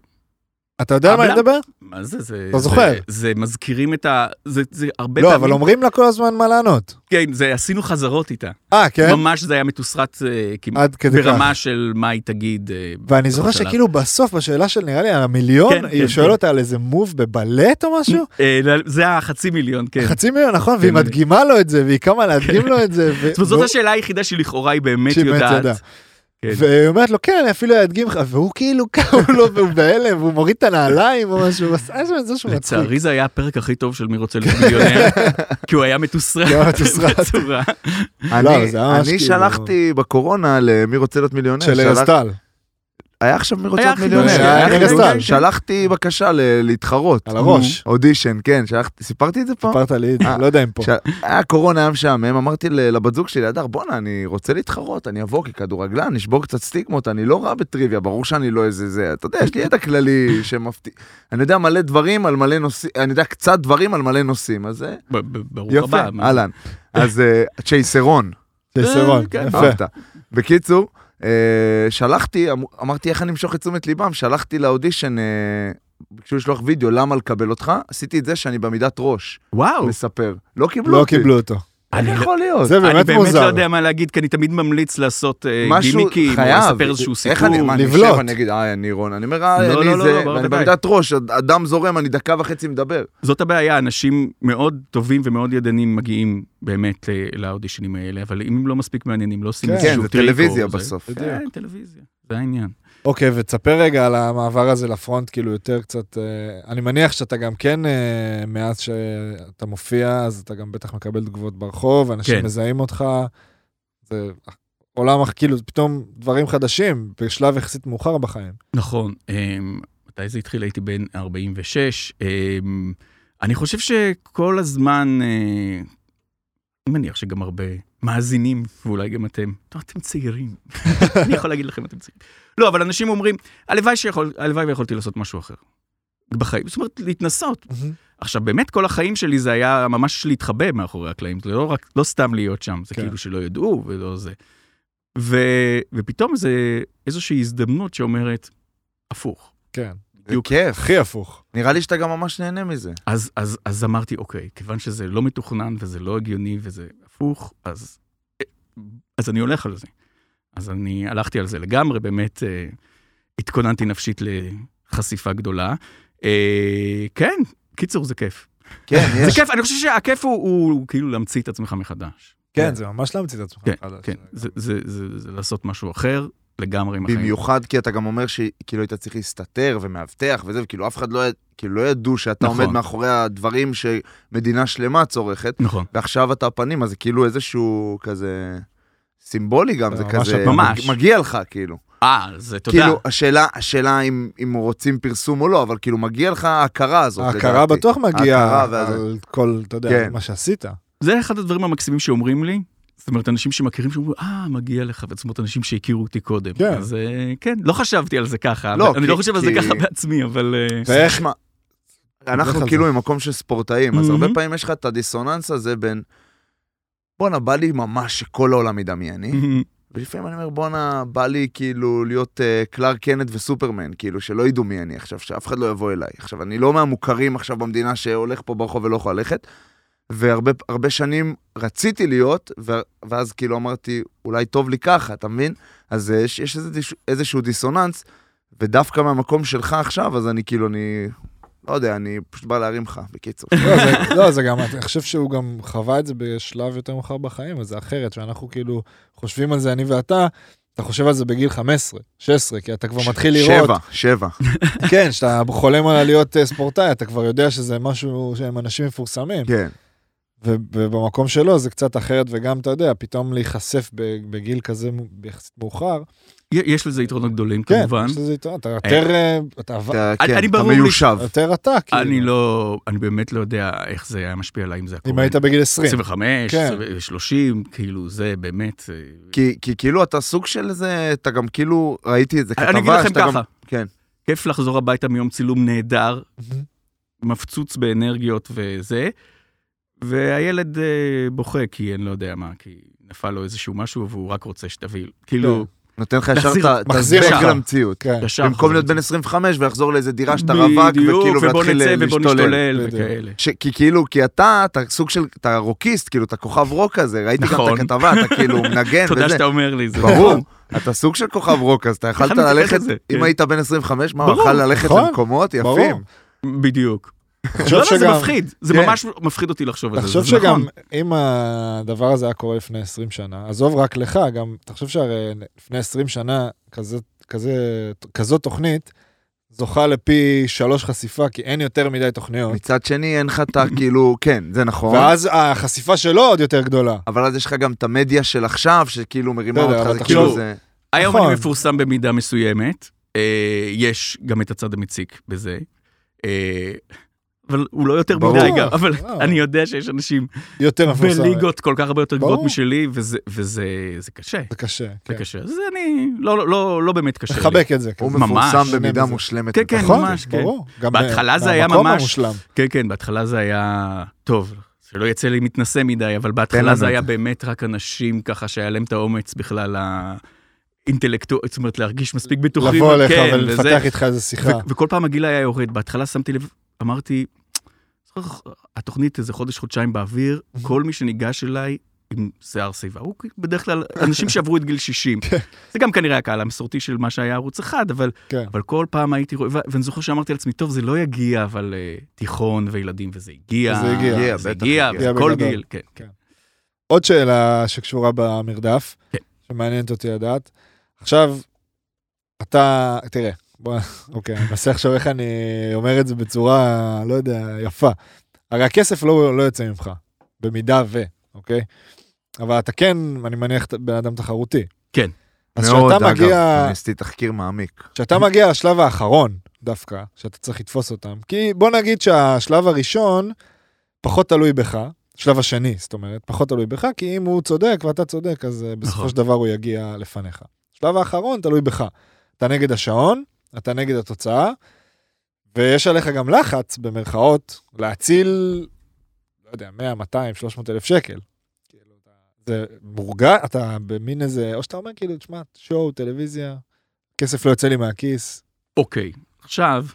Speaker 4: אתה יודע על מה אני
Speaker 3: אבלה?
Speaker 4: מדבר?
Speaker 3: מה זה, זה...
Speaker 4: אתה זוכר.
Speaker 3: זה- זה מזכירים את ה... זה זה הרבה
Speaker 4: לא, אבל
Speaker 3: פעמים...
Speaker 4: אומרים לה כל הזמן מה לענות.
Speaker 3: כן, זה עשינו חזרות איתה.
Speaker 4: אה, כן?
Speaker 3: ממש זה היה מתוסרט אה, כמעט
Speaker 4: עד כדי כך.
Speaker 3: ברמה של מה היא תגיד. אה,
Speaker 4: ואני זוכר
Speaker 3: בשלב.
Speaker 4: שכאילו בסוף, בשאלה של נראה לי על המיליון,
Speaker 3: כן,
Speaker 4: היא
Speaker 3: כן,
Speaker 4: שואלת
Speaker 3: כן.
Speaker 4: אותה על איזה מוב בבלט או משהו?
Speaker 3: אה, זה החצי מיליון, כן.
Speaker 4: חצי מיליון, נכון, והיא
Speaker 3: כן.
Speaker 4: מדגימה לו את זה, והיא קמה להדגים לו את זה. ו-
Speaker 3: זאת אומרת, זאת השאלה היחידה שלכאורה היא באמת
Speaker 4: שהיא באמת
Speaker 3: יודעת.
Speaker 4: יודעת.
Speaker 3: כן.
Speaker 4: והיא אומרת לו, כן, אני אפילו אדגים לך, והוא כאילו [laughs] קם לו והוא בהלם, והוא מוריד את הנעליים או משהו, הוא עשה שם איזה שהוא מצחיק.
Speaker 3: לצערי זה היה הפרק הכי טוב של מי רוצה להיות
Speaker 4: [laughs]
Speaker 3: מיליונר, כי הוא היה מתוסרט.
Speaker 4: כן. הוא היה
Speaker 3: [laughs]
Speaker 4: מתוסרט.
Speaker 3: בצורה.
Speaker 4: לא, זה
Speaker 2: אני
Speaker 4: ממש
Speaker 2: אני
Speaker 4: כאילו-
Speaker 3: כן,
Speaker 2: שלחתי בקורונה למי רוצה להיות מיליונר.
Speaker 4: של
Speaker 2: שלח-
Speaker 4: ארז טל.
Speaker 2: היה עכשיו מרוצות
Speaker 3: היה
Speaker 2: מיליונר.
Speaker 3: חידוש,
Speaker 2: היה
Speaker 4: היה
Speaker 2: חידוש.
Speaker 4: חידוש.
Speaker 2: שלחתי בקשה ל- להתחרות.
Speaker 3: Mm-hmm.
Speaker 4: על הראש.
Speaker 2: אודישן, כן, שלחתי, סיפרתי את זה פעם?
Speaker 4: סיפרת לי,
Speaker 2: אה.
Speaker 4: לא יודע אם פה.
Speaker 2: ש- היה קורונה, היה משעמם, אמרתי ל- לבת זוג שלי, הדר, בואנה, אני רוצה להתחרות, אני אבוא ככדורגלן, נשבור קצת סטיגמות, אני לא רע בטריוויה, ברור שאני לא איזה זה, אתה יודע, יש לי ידע כללי
Speaker 4: [laughs]
Speaker 2: שמפתיע, אני יודע מלא דברים על מלא נושאים, אני יודע קצת דברים על מלא נושאים, אז זה
Speaker 3: ב- ב- ברוך
Speaker 2: יפה,
Speaker 3: הבא. מה-
Speaker 2: אהלן. אז אה, צ'ייסרון,
Speaker 4: תסרון,
Speaker 3: כן,
Speaker 4: [laughs] יפה.
Speaker 2: אהבת. בקיצור, אה, שלחתי, אמ- אמרתי איך אני אמשוך את תשומת ליבם, שלחתי לאודישן, אה, ביקשו לשלוח וידאו, למה לקבל אותך? עשיתי את זה שאני במידת ראש,
Speaker 3: וואו,
Speaker 2: מספר. לא קיבלו
Speaker 4: לא
Speaker 2: אותי.
Speaker 4: קיבלו אותו.
Speaker 2: איך
Speaker 3: אני לא-
Speaker 2: יכול להיות?
Speaker 4: זה
Speaker 3: אוקיי. אני
Speaker 4: באמת
Speaker 3: באמת לא
Speaker 4: מוזר.
Speaker 3: יודע מה להגיד, כי אני תמיד ממליץ לעשות אה,
Speaker 2: משהו
Speaker 3: גימיקים, או
Speaker 2: חייב.
Speaker 3: לספר איזשהו סיפור.
Speaker 2: איך אני, מה, אני
Speaker 4: לבלוט.
Speaker 2: אשב, אני אגיד, אה, אני רון, אני אומר, אה,
Speaker 3: לא,
Speaker 2: אני
Speaker 3: לא, לא,
Speaker 2: זה,
Speaker 3: לא,
Speaker 2: ואני
Speaker 3: בוודאי.
Speaker 2: במידת ראש, הד- הדם זורם, אני דקה וחצי מדבר.
Speaker 3: זאת הבעיה, אנשים מאוד טובים ומאוד ידענים מגיעים באמת אה, לאודישנים האלה, אבל אם הם לא מספיק מעניינים, לא עושים
Speaker 4: כן,
Speaker 3: איזשהו
Speaker 2: כן,
Speaker 3: טריק.
Speaker 2: זה טלוויזיה
Speaker 3: או זה.
Speaker 2: בסוף.
Speaker 3: כן, טלוויזיה, זה העניין.
Speaker 4: אוקיי, ותספר רגע על המעבר הזה לפרונט, כאילו יותר קצת... אה, אני מניח שאתה גם כן, אה, מאז שאתה מופיע, אז אתה גם בטח מקבל תגובות ברחוב, אנשים
Speaker 3: כן.
Speaker 4: מזהים אותך. זה עולם, אח- כאילו, פתאום דברים חדשים, בשלב יחסית מאוחר בחיים.
Speaker 3: נכון, אמ, מתי זה התחיל? הייתי בן 46. אמ, אני חושב שכל הזמן, אה, אני מניח שגם הרבה מאזינים, ואולי גם אתם, טוב, אתם צעירים. אני יכול להגיד לכם, אתם צעירים. לא, אבל אנשים אומרים, הלוואי שיכול, הלוואי ויכולתי לעשות משהו אחר. בחיים, זאת אומרת, להתנסות. עכשיו, באמת כל החיים שלי זה היה ממש להתחבא מאחורי הקלעים, זה לא רק, לא סתם להיות שם, זה כן.
Speaker 4: כן.
Speaker 3: כאילו שלא ידעו ולא זה. ו, ופתאום זה איזושהי הזדמנות שאומרת, הפוך.
Speaker 4: כן,
Speaker 2: זה כיף.
Speaker 4: הכי הפוך.
Speaker 2: נראה לי שאתה גם ממש נהנה מזה.
Speaker 3: אז, אז, אז אמרתי, אוקיי, כיוון שזה לא מתוכנן וזה לא הגיוני וזה הפוך, אז, אז אני הולך על זה. אז אני הלכתי על זה לגמרי, באמת אה, התכוננתי נפשית לחשיפה גדולה. אה, כן, קיצור, זה כיף.
Speaker 2: כן,
Speaker 3: זה
Speaker 2: יש.
Speaker 3: כיף, אני חושב שהכיף הוא, הוא, הוא כאילו להמציא את עצמך מחדש.
Speaker 4: כן, זה ממש להמציא את עצמך מחדש.
Speaker 3: כן, זה, זה, זה, זה, זה לעשות משהו אחר לגמרי עם החיים.
Speaker 2: במיוחד כי אתה גם אומר שכאילו היית צריך להסתתר ומאבטח וזה, וכאילו אף אחד לא, יד- כאילו לא ידעו שאתה
Speaker 3: נכון.
Speaker 2: עומד מאחורי הדברים שמדינה שלמה צורכת,
Speaker 3: נכון.
Speaker 2: ועכשיו אתה הפנים, אז זה כאילו איזשהו כזה סימבולי גם,
Speaker 4: אתה
Speaker 2: זה
Speaker 4: ממש-
Speaker 2: כזה,
Speaker 3: ממש.
Speaker 2: מגיע לך כאילו.
Speaker 3: אה, זה תודה.
Speaker 2: כאילו, השאלה, השאלה אם, אם רוצים פרסום או לא, אבל כאילו מגיע לך ההכרה הזאת.
Speaker 4: ההכרה
Speaker 2: לדעתי.
Speaker 4: בטוח מגיעה
Speaker 2: ההכרה והזה.
Speaker 4: על כל, אתה יודע,
Speaker 2: כן.
Speaker 4: מה שעשית.
Speaker 3: זה אחד הדברים המקסימים שאומרים לי. זאת אומרת, אנשים שמכירים שאומרים, אה, מגיע לך, וזאת אומרת, אנשים שהכירו אותי קודם.
Speaker 4: כן.
Speaker 3: אז אה, כן, לא חשבתי על זה ככה.
Speaker 2: לא,
Speaker 3: אני
Speaker 2: כי-
Speaker 3: לא חושב על זה
Speaker 2: כי-
Speaker 3: ככה בעצמי, אבל...
Speaker 4: [laughs]
Speaker 3: אה,
Speaker 4: ואיך,
Speaker 2: תשמע,
Speaker 4: לך
Speaker 2: אנחנו
Speaker 4: על
Speaker 2: כאילו
Speaker 4: זה. Mm-hmm.
Speaker 2: ממקום של ספורטאים, אז הרבה
Speaker 3: מהמם.
Speaker 2: פעמים יש לך את הדיסוננס הזה בין, בואנה, בא לי ממש שכל העולם ידמיין
Speaker 4: Mm-hmm.
Speaker 2: לי, ולפעמים אני אומר, בואנה, בא לי כאילו להיות uh, קלאר קנט וסופרמן, כאילו, שלא ידעו מי אני עכשיו, שאף אחד לא יבוא אליי. עכשיו, אני לא מהמוכרים עכשיו במדינה שהולך פה ברחוב ולא יכול ללכת, והרבה הרבה שנים רציתי להיות, ו- ואז כאילו אמרתי, אולי טוב לי ככה, אתה מבין? אז אה, יש, יש איזשהו, איזשהו דיסוננס, ודווקא מהמקום שלך עכשיו, אז אני כאילו, אני... לא יודע, אני פשוט בא להרים לך,
Speaker 3: [laughs]
Speaker 2: בקיצור.
Speaker 4: לא, זה- לא, זה גם, אני חושב שהוא גם חווה את זה בשלב יותר מאוחר בחיים, אז זה אחרת, שאנחנו כאילו חושבים על זה, אני ואתה, אתה חושב על זה בגיל 15, 16, כי אתה כבר מתחיל לראות,
Speaker 2: שבע,
Speaker 3: [laughs]
Speaker 2: שבע.
Speaker 4: [laughs] כן, שאתה חולם על להיות אה, ספורטאי, אתה כבר יודע שזה משהו שהם אנשים מפורסמים,
Speaker 2: כן.
Speaker 4: ו- ובמקום שלו זה קצת אחרת, וגם, אתה יודע, פתאום להיחשף ב- בגיל כזה מ- יחסית מאוחר,
Speaker 3: יש לזה יתרונות גדולים,
Speaker 4: כן,
Speaker 3: כמובן.
Speaker 4: יש לזה יתרון, אתה יותר, אה, אתה עבר-
Speaker 2: אתה-
Speaker 3: אני-
Speaker 2: כן,
Speaker 3: אני
Speaker 2: אתה
Speaker 3: ברור לי-
Speaker 2: מיושב.
Speaker 4: יותר אתה, כאילו.
Speaker 3: אני לא, אני באמת לא יודע איך זה היה משפיע עליי, אם זה
Speaker 4: אם
Speaker 3: הקורונה.
Speaker 4: היית בגיל 20.
Speaker 3: 25,
Speaker 4: כן.
Speaker 3: 30, כאילו, זה באמת... אה,
Speaker 2: כי, כי כאילו אתה סוג של איזה, אתה גם כאילו, ראיתי איזה כתבה,
Speaker 3: אני אגיד לכם
Speaker 2: שאתה
Speaker 3: ככה,
Speaker 2: כן.
Speaker 3: כיף לחזור הביתה מיום צילום נהדר,
Speaker 4: מהמם.
Speaker 3: מפצוץ באנרגיות וזה, והילד אה, בוכה כי אני לא יודע מה, כי נפל לו איזשהו משהו והוא רק רוצה שתביא, כאילו,
Speaker 2: נותן לך ישר
Speaker 3: מחזיר-
Speaker 2: את
Speaker 4: מחזיר
Speaker 2: הזבק
Speaker 3: אותך.
Speaker 2: למציאות.
Speaker 4: כן.
Speaker 3: ישר.
Speaker 2: במקום להיות
Speaker 3: חוזר.
Speaker 2: בן 25 ולחזור לאיזה דירה שאתה רווק,
Speaker 3: בדיוק,
Speaker 2: וכאילו,
Speaker 3: ובוא
Speaker 2: ולהתחיל
Speaker 3: נצא ובוא
Speaker 2: להשתולל.
Speaker 3: נשתולל
Speaker 4: בדיוק.
Speaker 3: וכאלה.
Speaker 2: ש- כי כאילו, כי אתה, אתה סוג של, אתה רוקיסט, כאילו, אתה כוכב רוק כזה, ראיתי גם
Speaker 3: נכון.
Speaker 2: את הכתבה, אתה
Speaker 3: [laughs]
Speaker 2: כאילו מנגן
Speaker 3: תודה
Speaker 2: וזה.
Speaker 3: שאתה אומר לי, זה
Speaker 2: ברור, אתה סוג של כוכב רוק, אז אתה יכלת
Speaker 3: מתייחס
Speaker 2: ללכת,
Speaker 3: לזה, כן.
Speaker 2: אם היית בן 25, מה, הוא
Speaker 3: ברור,
Speaker 2: יכל ללכת
Speaker 4: נכון.
Speaker 2: למקומות
Speaker 3: [laughs]
Speaker 4: ברור.
Speaker 2: יפים.
Speaker 3: [laughs] בדיוק.
Speaker 4: תחשוב
Speaker 3: לא, לא, זה
Speaker 4: שגם-
Speaker 3: מפחיד, זה
Speaker 2: כן.
Speaker 3: ממש מפחיד אותי לחשוב על זה,
Speaker 4: תחשוב
Speaker 3: זה
Speaker 4: שגם
Speaker 3: נכון.
Speaker 4: אם הדבר הזה היה קורה לפני 20 שנה, עזוב רק לך, גם תחשוב שהרי לפני 20 שנה כזה, כזה, כזאת תוכנית זוכה לפי שלוש חשיפה, כי אין יותר מדי תוכניות,
Speaker 2: מצד שני, אין לך את
Speaker 4: [laughs]
Speaker 2: ה... כאילו, כן, זה נכון.
Speaker 4: ואז החשיפה שלו עוד יותר גדולה.
Speaker 2: אבל אז יש לך גם את המדיה של עכשיו, שכאילו מרימה
Speaker 4: בסדר,
Speaker 2: אותך,
Speaker 4: אבל לא-
Speaker 2: זה כאילו
Speaker 4: תחשוב-
Speaker 2: זה...
Speaker 3: היום
Speaker 4: נכון.
Speaker 3: אני מפורסם במידה מסוימת, אה, יש גם את הצד המציק בזה. אה, אבל הוא לא יותר
Speaker 2: ברור.
Speaker 3: מדי גם, אבל
Speaker 4: וואו.
Speaker 3: אני יודע שיש
Speaker 4: [laughs]
Speaker 3: אנשים
Speaker 4: יותר מפורסם.
Speaker 3: בליגות כל כך הרבה יותר גבוהות
Speaker 4: ברור.
Speaker 3: משלי, וזה- וזה זה קשה.
Speaker 4: זה קשה.
Speaker 3: זה
Speaker 4: כן.
Speaker 3: קשה. אז אני, לא- לא- לא לא באמת קשה לי.
Speaker 4: לחבק את זה. כן.
Speaker 2: הוא
Speaker 3: ממש.
Speaker 2: מפורסם
Speaker 4: שונה
Speaker 2: במידה
Speaker 4: מזה.
Speaker 2: מושלמת.
Speaker 3: כן, כן,
Speaker 2: נכון?
Speaker 3: ממש, כן.
Speaker 4: ברור. גם
Speaker 3: בהתחלה זה היה
Speaker 4: מהמקום
Speaker 3: ממש-
Speaker 4: המושלם.
Speaker 3: כן, כן, בהתחלה זה היה... טוב, שלא יצא לי מתנשא מדי, אבל בהתחלה
Speaker 2: לנו
Speaker 3: זה
Speaker 2: את
Speaker 3: היה
Speaker 2: זה.
Speaker 3: באמת רק אנשים ככה שהיה להם את האומץ בכלל האינטלקטואל, זאת אומרת, להרגיש מספיק בטוחים.
Speaker 4: לבוא אליך
Speaker 3: כן, וזה.
Speaker 4: ולפתח איתך איזה שיחה.
Speaker 3: ו- וכל פעם הגיל היה יורד. בהתחלה שמתי לב, אמרתי, "זוכר, התוכנית איזה חודש-חודשיים באוויר, כל מי שניגש אליי עם שיער שיבה. הוא כאילו בדרך כלל אנשים שעברו את גיל 60.
Speaker 4: כן.
Speaker 3: זה גם כנראה הקהל המסורתי של מה שהיה ערוץ אחד, אבל,
Speaker 4: כן.
Speaker 3: אבל כל פעם הייתי רואה, ו- ואני זוכר שאמרתי לעצמי, טוב, זה לא יגיע, אבל אה, תיכון וילדים, וזה הגיע.
Speaker 4: וזה הגיע.
Speaker 2: הגיע,
Speaker 3: זה
Speaker 2: בטח
Speaker 3: הגיע,
Speaker 2: הגיע.
Speaker 3: בכל
Speaker 4: בגדול.
Speaker 3: גיל, כן. כן.
Speaker 4: עוד שאלה שקשורה במרדף,
Speaker 3: כן.
Speaker 4: שמעניינת אותי לדעת. עכשיו, אתה, תראה, בוא, אוקיי, אני מנסה עכשיו איך אני אומר את זה בצורה, לא יודע, יפה. הרי הכסף לא, לא יוצא ממך, במידה ו, אוקיי? אבל אתה כן, אני מניח, אתה בן אדם תחרותי.
Speaker 3: כן.
Speaker 4: אז
Speaker 2: מאוד,
Speaker 4: כשאתה מגיע,
Speaker 2: אני עשיתי תחקיר מעמיק.
Speaker 4: כשאתה מגיע לשלב האחרון, דווקא, שאתה צריך לתפוס אותם, כי בוא נגיד שהשלב הראשון פחות תלוי בך, השלב השני, זאת אומרת, פחות תלוי בך, כי אם הוא צודק ואתה צודק, אז אה, בסופו
Speaker 3: נכון.
Speaker 4: של דבר הוא יגיע לפניך. השלב האחרון תלוי בך. אתה נגד השעון, אתה נגד התוצאה, ויש עליך גם לחץ, במרכאות, להציל, לא יודע, 100, 200, 300 אלף שקל. כאילו, אתה- זה מורגע, אתה במין איזה, או שאתה אומר כאילו, תשמע, שואו, טלוויזיה, כסף לא יוצא לי מהכיס.
Speaker 3: אוקיי, עכשיו,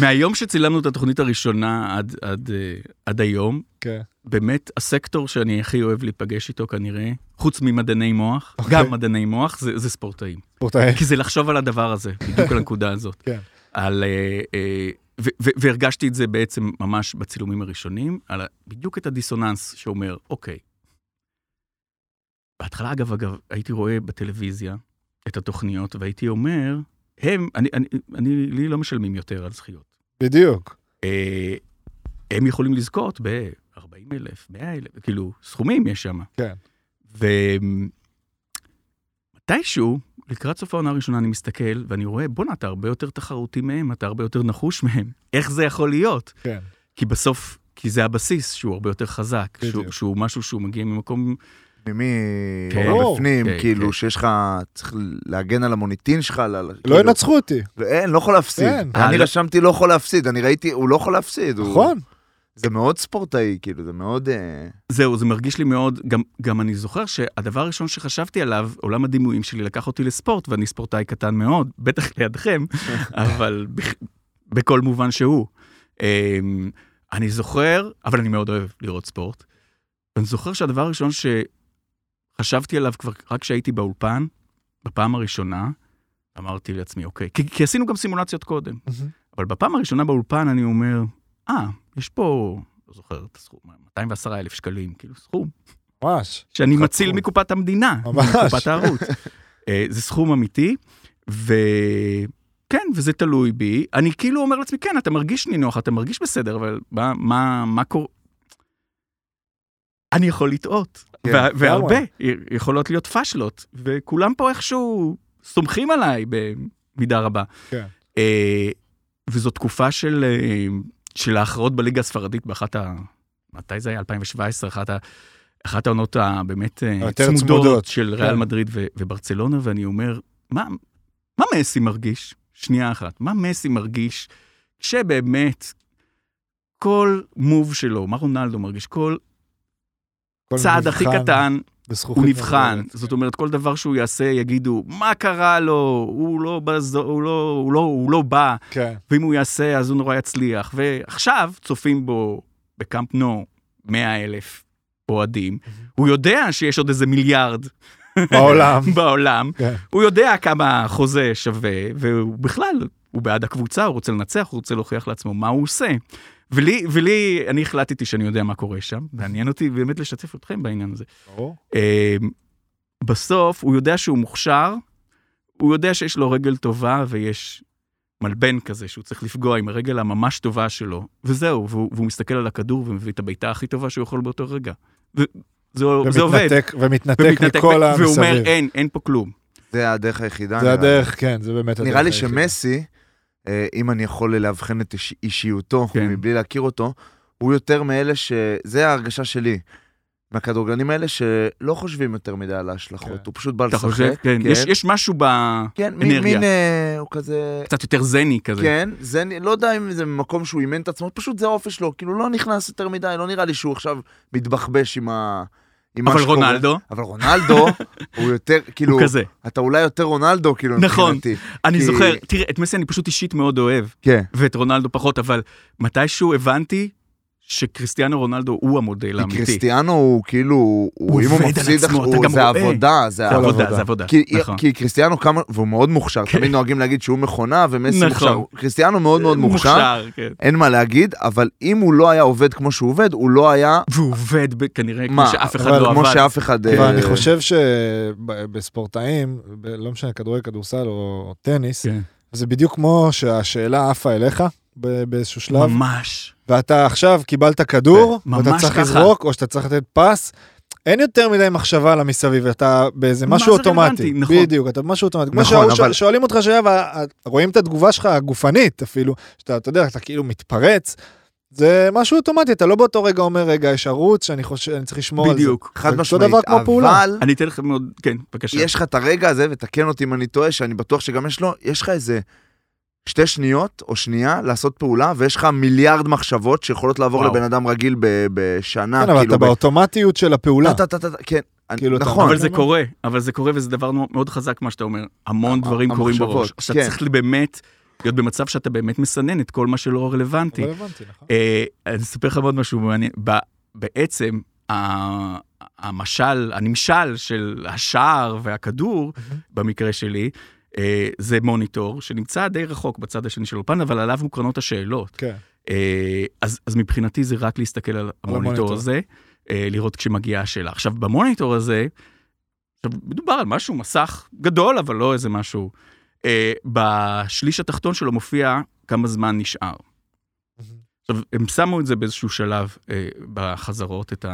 Speaker 3: מהיום שצילמנו את התוכנית הראשונה עד, עד, אה, עד היום,
Speaker 4: כן.
Speaker 3: באמת הסקטור שאני הכי אוהב להיפגש איתו כנראה, חוץ ממדעני מוח, okay.
Speaker 4: אוקיי.
Speaker 3: גם מדעני מוח, זה, זה
Speaker 4: [laughs]
Speaker 3: ספורטאים.
Speaker 4: ספורטאי.
Speaker 3: כי זה לחשוב על הדבר הזה, בדיוק על הנקודה הזאת.
Speaker 4: כן.
Speaker 3: על, אה, אה, ו- ו- והרגשתי את זה בעצם ממש בצילומים הראשונים, על ה- בדיוק את הדיסוננס שאומר, אוקיי. בהתחלה, אגב, אגב, הייתי רואה בטלוויזיה את התוכניות, והייתי אומר, הם, אני, אני, אני, לי לא משלמים יותר על זכיות.
Speaker 4: בדיוק.
Speaker 3: אה, הם יכולים לזכות ב-40 אלף, 100 אלף, כאילו, סכומים יש שם.
Speaker 4: כן.
Speaker 3: ומתישהו, לקראת סוף העונה הראשונה, אני מסתכל ואני רואה, בואנה, אתה הרבה יותר תחרותי מהם, אתה הרבה יותר נחוש מהם. איך זה יכול להיות?
Speaker 4: כן.
Speaker 3: כי בסוף, כי זה הבסיס שהוא הרבה יותר חזק,
Speaker 4: בדיוק.
Speaker 3: שהוא, שהוא משהו שהוא מגיע ממקום...
Speaker 2: פנימי,
Speaker 3: כן.
Speaker 2: נורא לא בפנים,
Speaker 3: כן, כן.
Speaker 2: כאילו שיש לך, צריך להגן על המוניטין שלך. ל-
Speaker 4: לא
Speaker 2: כאילו,
Speaker 4: ינצחו אותי,
Speaker 2: אין, לא יכול
Speaker 4: אין.
Speaker 2: להפסיד.
Speaker 3: אה,
Speaker 2: אני
Speaker 3: לא-
Speaker 2: רשמתי לא יכול להפסיד, אני ראיתי, הוא לא יכול להפסיד. הוא-
Speaker 4: נכון?
Speaker 2: זה מאוד ספורטאי, כאילו, זה מאוד... אה,
Speaker 3: זהו, זה מרגיש לי מאוד, גם, גם אני זוכר שהדבר הראשון שחשבתי עליו, עולם הדימויים שלי לקח אותי לספורט, ואני ספורטאי קטן מאוד, בטח לידכם, אבל בכ- בכל מובן שהוא. אמ, אני זוכר, אבל אני מאוד אוהב לראות ספורט, אני זוכר שהדבר הראשון שחשבתי עליו כבר רק כשהייתי באולפן, בפעם הראשונה, אמרתי לעצמי, אוקיי, כי, כי עשינו גם סימולציות קודם. אבל בפעם הראשונה באולפן אני אומר, אה, יש פה, לא זוכר את הסכום, 210 אלף שקלים, כאילו סכום,
Speaker 4: ממש.
Speaker 3: שאני
Speaker 4: חתכו.
Speaker 3: מציל מקופת המדינה,
Speaker 4: ממש.
Speaker 3: מקופת
Speaker 4: [laughs]
Speaker 3: הערוץ. אה, זה סכום אמיתי, וכן, וזה תלוי בי. אני כאילו אומר לעצמי, כן, אתה מרגיש נינוח, אתה מרגיש בסדר, אבל מה, מה, מה קורה? אני יכול לטעות,
Speaker 2: כן,
Speaker 3: וה- והרבה,
Speaker 4: לגמרי.
Speaker 3: י- יכולות להיות פאשלות, וכולם פה איכשהו סומכים עליי במידה רבה.
Speaker 4: כן.
Speaker 3: אה, וזו תקופה של, אה, של ההכרעות בליגה הספרדית באחת ה... מתי זה היה? 2017, אחת, ה... אחת העונות הבאמת אה,
Speaker 4: היותר
Speaker 3: צמודות,
Speaker 4: צמודות,
Speaker 3: של
Speaker 4: כן.
Speaker 3: ריאל מדריד ו- וברצלונה, ואני אומר, מה, מה מסי מרגיש? שנייה אחת, מה מסי מרגיש כשבאמת כל מוב שלו, מה רונלדו מרגיש? כל
Speaker 4: כל
Speaker 3: צעד הכי
Speaker 4: מבחן
Speaker 3: קטן
Speaker 4: בזכוכית
Speaker 3: הוא נבחן.
Speaker 4: מגדלת.
Speaker 3: זאת אומרת, כל דבר שהוא יעשה, יגידו, מה קרה לו? הוא לא, בזו, הוא לא, הוא לא, הוא לא בא.
Speaker 4: כן,
Speaker 3: ואם הוא יעשה, אז הוא נורא יצליח. ועכשיו צופים בו בקאמפ נו 100 אלף אוהדים. הוא יודע שיש עוד איזה מיליארד [laughs]
Speaker 4: בעולם.
Speaker 3: בעולם.
Speaker 4: כן.
Speaker 3: הוא יודע כמה החוזה שווה, והוא בכלל, הוא בעד הקבוצה, הוא רוצה לנצח, הוא רוצה להוכיח לעצמו מה הוא עושה. ולי, ולי, אני החלטתי שאני יודע מה קורה שם, מעניין אותי באמת לשתף אתכם בעניין הזה.
Speaker 4: ברור.
Speaker 3: אה, בסוף הוא יודע שהוא מוכשר, הוא יודע שיש לו רגל טובה ויש מלבן כזה שהוא צריך לפגוע עם הרגל הממש טובה שלו, וזהו, והוא, והוא מסתכל על הכדור ומביא את הבעיטה הכי טובה שהוא יכול באותו רגע. ו- זה, זה עובד.
Speaker 4: ומתנתק, ומתנתק
Speaker 3: ומתנתק,
Speaker 4: מכל
Speaker 3: והוא אומר, "אה,
Speaker 4: המסביב.
Speaker 3: אין, אין פה כלום.
Speaker 2: זה הדרך היחידה.
Speaker 4: זה
Speaker 2: נראה לי.
Speaker 4: הדרך, כן, זה באמת הדרך.
Speaker 2: נראה לי
Speaker 4: היחידה.
Speaker 2: שמסי, אה, אם אני יכול לאבחן את איש- אישיותו
Speaker 3: כן.
Speaker 2: מבלי להכיר אותו, הוא יותר מאלה ש... זה ההרגשה שלי. מהכדורגלנים האלה שלא חושבים יותר מדי על ההשלכות,
Speaker 4: כן.
Speaker 2: הוא פשוט בא
Speaker 3: אתה
Speaker 2: לשחק.
Speaker 3: חושב? כן. יש- יש משהו ב...
Speaker 2: כן, מין,
Speaker 3: אנרגיה.
Speaker 2: מין אה, הוא כזה...
Speaker 3: קצת יותר זני כזה.
Speaker 2: כן, זה, אני- לא יודע אם זה ממקום שהוא אימן את עצמו, פשוט זה האופי שלו, כאילו לא נכנס יותר מדי, לא נראה לי שהוא עכשיו מתבחבש עם, ה, עם
Speaker 3: אבל
Speaker 2: מה שקורה.
Speaker 3: רונלדו?
Speaker 2: אבל רונלדו, הוא יותר, כאילו,
Speaker 3: הוא כזה.
Speaker 2: אתה אולי יותר רונלדו, כאילו,
Speaker 3: נכון.
Speaker 2: מבחינתי.
Speaker 3: אני
Speaker 2: כי-
Speaker 3: זוכר, תראה, את מסי אני פשוט אישית מאוד אוהב,
Speaker 2: כן.
Speaker 3: ואת רונלדו פחות, אבל מתישהו הבנתי שקריסטיאנו רונלדו הוא המודל
Speaker 2: כי
Speaker 3: האמיתי.
Speaker 2: קריסטיאנו הוא כאילו, הוא, אם הוא
Speaker 3: עובד על
Speaker 2: מפסיד,
Speaker 3: עצמו,
Speaker 2: הוא-
Speaker 3: אתה גם
Speaker 2: זה
Speaker 3: רואה.
Speaker 2: עבודה, לא, זה
Speaker 3: זה
Speaker 2: עבודה.
Speaker 3: עבודה, זה כן. עבודה.
Speaker 2: כי,
Speaker 3: נכון.
Speaker 2: כי קריסטיאנו כמה, והוא מאוד מוכשר,
Speaker 3: כן.
Speaker 2: תמיד נוהגים להגיד שהוא מכונה ומסי
Speaker 3: נכון.
Speaker 2: מוכשר. קריסטיאנו מאוד מאוד מוכשר,
Speaker 3: מוכשר, כן.
Speaker 2: אין מה להגיד, אבל אם הוא לא היה עובד כמו שהוא עובד, הוא לא היה
Speaker 3: והוא עובד ב- כנראה כמו
Speaker 2: מה,
Speaker 3: שאף אחד
Speaker 4: אבל
Speaker 3: לא
Speaker 2: כמו
Speaker 3: עבד.
Speaker 2: שאף אחד...
Speaker 4: אבל
Speaker 2: אה,
Speaker 4: כן, אני חושב שבספורטאים, ב- לא משנה, כדורגל, כדורסל או טניס,
Speaker 3: כן.
Speaker 4: זה בדיוק כמו שהשאלה עפה אליך ב- באיזשהו שלב,
Speaker 3: ממש.
Speaker 4: ואתה עכשיו קיבלת כדור,
Speaker 3: כן,
Speaker 4: ואתה
Speaker 3: ממש
Speaker 4: צריך
Speaker 3: ככה.
Speaker 4: לזרוק, או שאתה צריך לתת פס. אין יותר מדי מחשבה על המסביב, אתה באיזה
Speaker 3: מה
Speaker 4: משהו
Speaker 3: זה
Speaker 4: אוטומטי.
Speaker 3: רלוונטי? נכון.
Speaker 4: בדיוק, אתה משהו אוטומטי. כמו
Speaker 2: נכון,
Speaker 4: שההוא ש-
Speaker 2: אבל-
Speaker 4: שואלים אותך שאלה, ורואים את התגובה שלך הגופנית אפילו, שאתה, אתה יודע, אתה כאילו מתפרץ. זה משהו אוטומטי, אתה לא באותו רגע אומר, רגע, יש ערוץ שאני חושב, אני צריך לשמור על זה.
Speaker 3: בדיוק.
Speaker 2: חד
Speaker 4: אותו
Speaker 2: משמעית,
Speaker 4: דבר כמו פעולה.
Speaker 2: אבל
Speaker 3: אני אתן לכם עוד, כן, בבקשה.
Speaker 2: יש לך את הרגע הזה, ותקן אותי אם אני טועה, שאני בטוח שגם יש לו, יש לך איזה שתי שניות או שנייה לעשות פעולה, ויש לך מיליארד מחשבות שיכולות לעבור
Speaker 3: וואו.
Speaker 2: לבן אדם רגיל ב- בשנה.
Speaker 3: אה,
Speaker 4: כן, אבל
Speaker 2: כאילו,
Speaker 4: אתה
Speaker 2: ב-
Speaker 4: באוטומטיות של הפעולה.
Speaker 2: טה, טה, טה, טה, כן, אני-
Speaker 4: כאילו, אתה-
Speaker 2: נכון.
Speaker 3: אבל זה
Speaker 4: אני
Speaker 3: קורה, אבל זה קורה וזה דבר נו- מאוד חזק מה שאתה אומר. המון
Speaker 2: המ-
Speaker 3: דברים קורים
Speaker 2: אה, המחשבות,
Speaker 3: בראש. אז אתה
Speaker 2: כן.
Speaker 3: צריך באמת להיות במצב שאתה באמת מסנן את כל מה שלא רלוונטי.
Speaker 4: אבל הבנתי, נכון.
Speaker 3: אה, אני אספר לך עוד משהו מעניין. ב- בעצם, ה- המשל, הנמשל של השער והכדור, במקרה שלי, אה, זה מוניטור שנמצא די רחוק בצד השני של האולפן, אבל עליו מוקרנות השאלות.
Speaker 4: כן.
Speaker 3: אה, אז, אז מבחינתי זה רק להסתכל על
Speaker 4: המוניטור.
Speaker 3: המוניטור הזה, אה, לראות כשמגיעה השאלה. עכשיו, במוניטור הזה, עכשיו, מדובר על משהו, מסך גדול, אבל לא איזה משהו. אה, בשליש התחתון שלו מופיע כמה זמן נשאר. עכשיו, הם שמו את זה באיזשהו שלב אה, בחזרות, את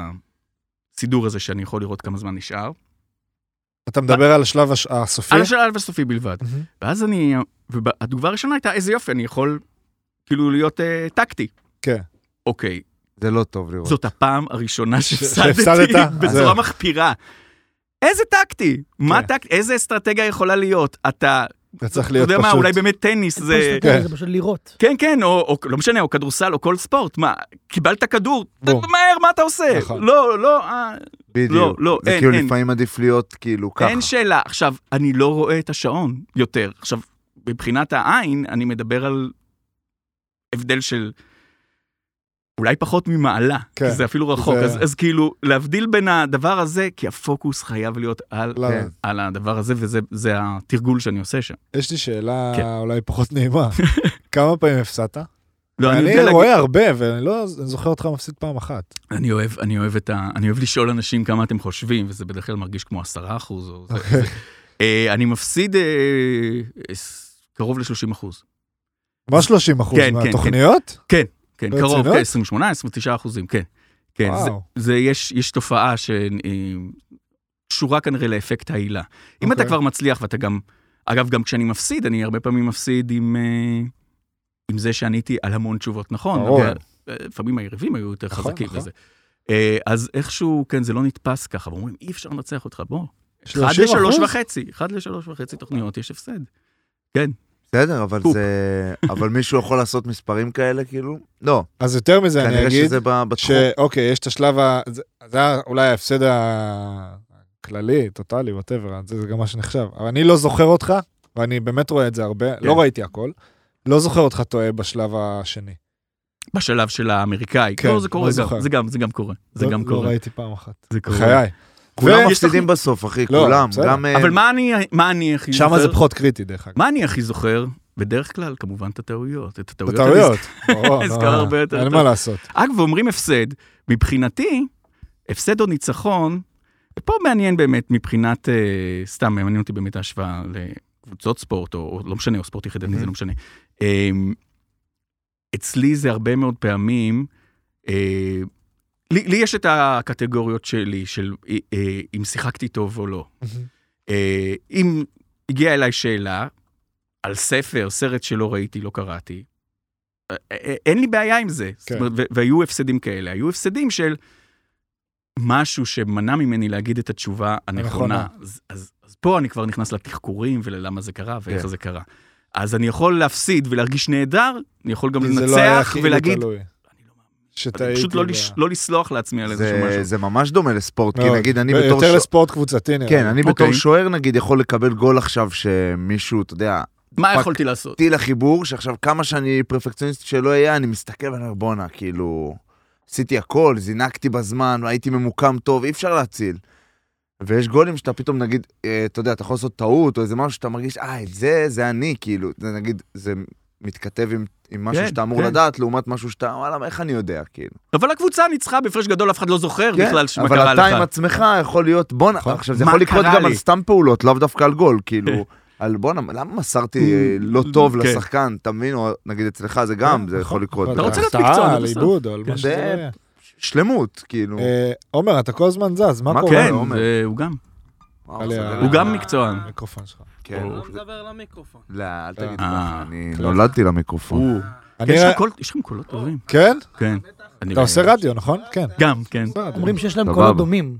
Speaker 3: הסידור הזה שאני יכול לראות כמה זמן נשאר.
Speaker 4: אתה מדבר על השלב הש- הסופי?
Speaker 3: על השלב הסופי בלבד.
Speaker 4: מהמם.
Speaker 3: ואז אני, והתגובה הראשונה הייתה, איזה יופי, אני יכול כאילו להיות אה, טקטי.
Speaker 4: כן.
Speaker 3: אוקיי,
Speaker 2: זה לא טוב לראות.
Speaker 3: זאת הפעם הראשונה שהפסדתי
Speaker 4: נכון. שהפסדת?
Speaker 3: [laughs] בצורה
Speaker 4: זהו. כן.
Speaker 3: מחפירה. איזה טקטי? מה טקט? איזה אסטרטגיה יכולה להיות? אתה,
Speaker 4: אתה צריך
Speaker 3: אתה
Speaker 4: להיות
Speaker 3: יודע מה, אולי
Speaker 4: פשוט.
Speaker 3: באמת טניס זה...
Speaker 4: כן.
Speaker 1: זה פשוט לראות.
Speaker 3: כן, כן, או, או לא משנה, או כדורסל, או כל ספורט. מה, קיבלת כדור,
Speaker 4: בום.
Speaker 3: מהר, מה אתה עושה?
Speaker 4: נכון.
Speaker 3: לא, לא, אה, לא,
Speaker 2: בדיוק.
Speaker 3: לא,
Speaker 2: זה
Speaker 3: אין,
Speaker 2: כאילו
Speaker 3: אין.
Speaker 2: לפעמים עדיף להיות כאילו ככה.
Speaker 3: אין שאלה. עכשיו, אני לא רואה את השעון יותר. עכשיו, מבחינת העין, אני מדבר על הבדל של אולי פחות ממעלה,
Speaker 4: כן.
Speaker 3: כי זה אפילו רחוק.
Speaker 4: זה-
Speaker 3: אז, אז כאילו, להבדיל בין הדבר הזה, כי הפוקוס חייב להיות על,
Speaker 4: לא,
Speaker 2: כן.
Speaker 3: על הדבר הזה, וזה זה התרגול שאני עושה שם.
Speaker 4: יש לי שאלה
Speaker 3: כן.
Speaker 4: אולי
Speaker 3: [laughs]
Speaker 4: פחות נעימה. כמה פעמים הפסדת?
Speaker 3: לא, אני, יודע
Speaker 4: אני
Speaker 3: להגיד-
Speaker 4: רואה הרבה, ואני לא אני זוכר אותך מפסיד פעם אחת.
Speaker 3: אני אוהב, אני אוהב את ה... אני אוהב לשאול אנשים כמה אתם חושבים, וזה בדרך כלל מרגיש כמו עשרה אחוז או זה.
Speaker 4: אוקיי.
Speaker 3: זה. אה, אני מפסיד אה, אה, ס- קרוב ל-30 אחוז.
Speaker 4: מה 30 אחוז
Speaker 3: כן, כן,
Speaker 4: מהתוכניות?
Speaker 3: כן,
Speaker 4: ברצינות?
Speaker 3: קרוב, כן, 28, 29 אחוזים, כן. כן, זה,
Speaker 4: לא? וואו.
Speaker 3: זה יש, יש תופעה שקשורה כנראה לאפקט ההילה. אם אתה
Speaker 4: אוקיי.
Speaker 3: כבר מצליח ואתה גם, אגב, גם כשאני מפסיד, אני הרבה פעמים מפסיד עם, אה, עם זה שעניתי על המון תשובות נכון.
Speaker 4: ברור.
Speaker 3: אבל, אה, לפעמים היריבים היו יותר
Speaker 4: נכון,
Speaker 3: חזקים
Speaker 4: נכון.
Speaker 3: וזה. אה, אז איכשהו, כן, זה לא נתפס ככה, ואומרים, אי אפשר לנצח אותך, בוא. אחד
Speaker 4: 30
Speaker 3: לשלוש
Speaker 4: אחוז?
Speaker 3: וחצי, אחד לשלוש וחצי תוכניות, יש הפסד. כן,
Speaker 2: בסדר, אבל
Speaker 3: קוק.
Speaker 2: זה... אבל מישהו יכול לעשות מספרים כאלה, כאילו? לא,
Speaker 4: אז יותר מזה אני
Speaker 2: כנראה
Speaker 4: אגיד,
Speaker 2: שזה ב- בתחום.
Speaker 4: שאוקיי, יש את השלב ה... זה- זה היה אולי ההפסד ה- הכללי, טוטאלי, ווטאבר, זה זה גם מה שנחשב. אבל אני לא זוכר אותך, ואני באמת רואה את זה הרבה,
Speaker 3: כן.
Speaker 4: לא ראיתי הכל. לא זוכר אותך טועה בשלב השני.
Speaker 3: בשלב של האמריקאי.
Speaker 4: כן,
Speaker 3: לא, זה
Speaker 4: לא
Speaker 3: קורה
Speaker 4: זוכר.
Speaker 3: גם, זה גם, זה גם קורה. זה
Speaker 4: לא-
Speaker 3: גם
Speaker 4: לא
Speaker 3: קורה.
Speaker 4: ראיתי פעם אחת.
Speaker 3: זה קורה.
Speaker 4: בחיי.
Speaker 2: כולם
Speaker 3: יש
Speaker 2: מפסידים
Speaker 3: לך-
Speaker 2: בסוף, אחי,
Speaker 4: לא,
Speaker 2: כולם.
Speaker 4: בסדר.
Speaker 2: גם... אה,
Speaker 3: אבל מה אני, מה אני הכי זוכר?
Speaker 4: שם זה פחות קריטי, דרך אגב.
Speaker 3: מה אני הכי זוכר? בדרך כלל, כמובן, את הטעויות. את הטעויות. אני
Speaker 4: בטעויות.
Speaker 3: [laughs]
Speaker 4: ברור,
Speaker 3: נזכר
Speaker 4: לא,
Speaker 3: הרבה יותר
Speaker 4: אין
Speaker 3: טוב.
Speaker 4: מה לעשות.
Speaker 3: זוכר. אגב, אומרים הפסד. מבחינתי, הפסד או ניצחון, פה מעניין באמת מבחינת, אה, סתם, מעניין אותי באמת ההשוואה לקבוצות ספורט, או, או לא משנה, או ספורט יחידני,
Speaker 2: Mhm.
Speaker 3: זה לא משנה. אה, אצלי זה הרבה מאוד פעמים, אה, לי, לי יש את הקטגוריות שלי, של אה, אה, אם שיחקתי טוב או לא. אה, אם הגיעה אליי שאלה על ספר, סרט שלא ראיתי, לא קראתי. א- א- אין לי בעיה עם זה. זאת
Speaker 4: כן.
Speaker 3: אומרת, ו- והיו הפסדים כאלה. היו הפסדים של משהו שמנע ממני להגיד את התשובה הנכונה.
Speaker 4: הנכונה.
Speaker 3: אז, אז, אז פה אני כבר נכנס לתחקורים וללמה זה קרה ואיך
Speaker 2: כן.
Speaker 3: זה קרה. אז אני יכול להפסיד ולהרגיש נהדר, אני יכול גם
Speaker 4: זה לא היה
Speaker 3: לנצח
Speaker 4: כאילו
Speaker 3: ולהגיד,
Speaker 4: תלוי.
Speaker 3: אני לא מאמין.
Speaker 4: שטעיתי
Speaker 3: פשוט לא
Speaker 4: ב-
Speaker 3: לש- לא לסלוח לעצמי על איזשהו
Speaker 2: זה, לא,
Speaker 3: משהו.
Speaker 2: זה ממש דומה לספורט, כי
Speaker 4: מאוד.
Speaker 2: נגיד אני
Speaker 4: ו-
Speaker 2: בתור
Speaker 4: יותר
Speaker 2: שוער,
Speaker 4: לספורט קבוצתי נראה.
Speaker 2: כן,
Speaker 4: לי.
Speaker 2: אני בתור
Speaker 3: אוקיי.
Speaker 2: שוער נגיד יכול לקבל גול עכשיו שמישהו, אתה יודע,
Speaker 3: מה
Speaker 2: פאק.
Speaker 3: יכולתי לעשות?
Speaker 2: טיל החיבור, שעכשיו כמה שאני פרפקציוניסט שלא אהיה, אני מסתכל ואני אומר, בואנה, כאילו, עשיתי הכל, זינקתי בזמן, הייתי ממוקם טוב, אי אפשר להציל. ויש גולים שאתה פתאום, נגיד, אה, אתה יודע, אתה יכול לעשות טעות או איזה משהו שאתה מרגיש, אה, את זה, זה אני, כאילו, זה נגיד, זה מתכתב עם, עם משהו
Speaker 3: כן,
Speaker 2: שאתה אמור
Speaker 3: כן.
Speaker 2: לדעת, לעומת משהו שאתה, וואלה, איך אני יודע, כאילו.
Speaker 3: אבל הקבוצה ניצחה בהפרש גדול, אף אחד לא זוכר
Speaker 2: כן,
Speaker 3: בכלל מה
Speaker 2: אבל
Speaker 3: קרה לך.
Speaker 2: אתה עם עצמך יכול להיות, בואנה,
Speaker 4: נכון.
Speaker 2: עכשיו זה
Speaker 3: מה
Speaker 2: יכול לקרות
Speaker 3: קרה
Speaker 2: גם
Speaker 3: לי?
Speaker 2: על סתם פעולות, לאו דווקא על גול,
Speaker 3: [laughs]
Speaker 2: כאילו, על בואנה, למה מסרתי אה, לא טוב
Speaker 3: כן.
Speaker 2: לשחקן, אתה מבין, או נגיד אצלך זה גם, זה
Speaker 4: נכון,
Speaker 2: יכול לקרות.
Speaker 4: נכון.
Speaker 3: אתה לא רוצה להיות
Speaker 4: הפתעה,
Speaker 3: מקצוען,
Speaker 4: על
Speaker 3: בסדר.
Speaker 4: עיבוד או על
Speaker 3: כן.
Speaker 4: מה שזה לא
Speaker 2: זה-
Speaker 4: יהיה.
Speaker 2: שלמות, כאילו.
Speaker 4: אה, עומר, אתה כל הזמן זז, מה
Speaker 2: מה
Speaker 4: קורה?
Speaker 3: כן,
Speaker 2: קורה, עומר?
Speaker 3: זה- הוא גם.
Speaker 2: וואו,
Speaker 4: עליה.
Speaker 2: סבבה.
Speaker 3: הוא גם מקצוען.
Speaker 4: המיקרופון שלך.
Speaker 2: כן.
Speaker 3: הוא-
Speaker 1: לא מדבר למיקרופון.
Speaker 2: לא, אל תגיד
Speaker 3: אה.
Speaker 2: ככה, אני לא
Speaker 4: קלאס.
Speaker 2: נולדתי למיקרופון.
Speaker 3: הוא-
Speaker 4: אני
Speaker 3: יש
Speaker 4: ר-
Speaker 3: לך קול- יש לכם קולות טובים.
Speaker 4: כן?
Speaker 3: כן. אני-
Speaker 4: אתה עושה רדיו, נכון? כן.
Speaker 3: גם, כן.
Speaker 5: אומרים שיש להם
Speaker 2: סבבה.
Speaker 5: קולות דומים.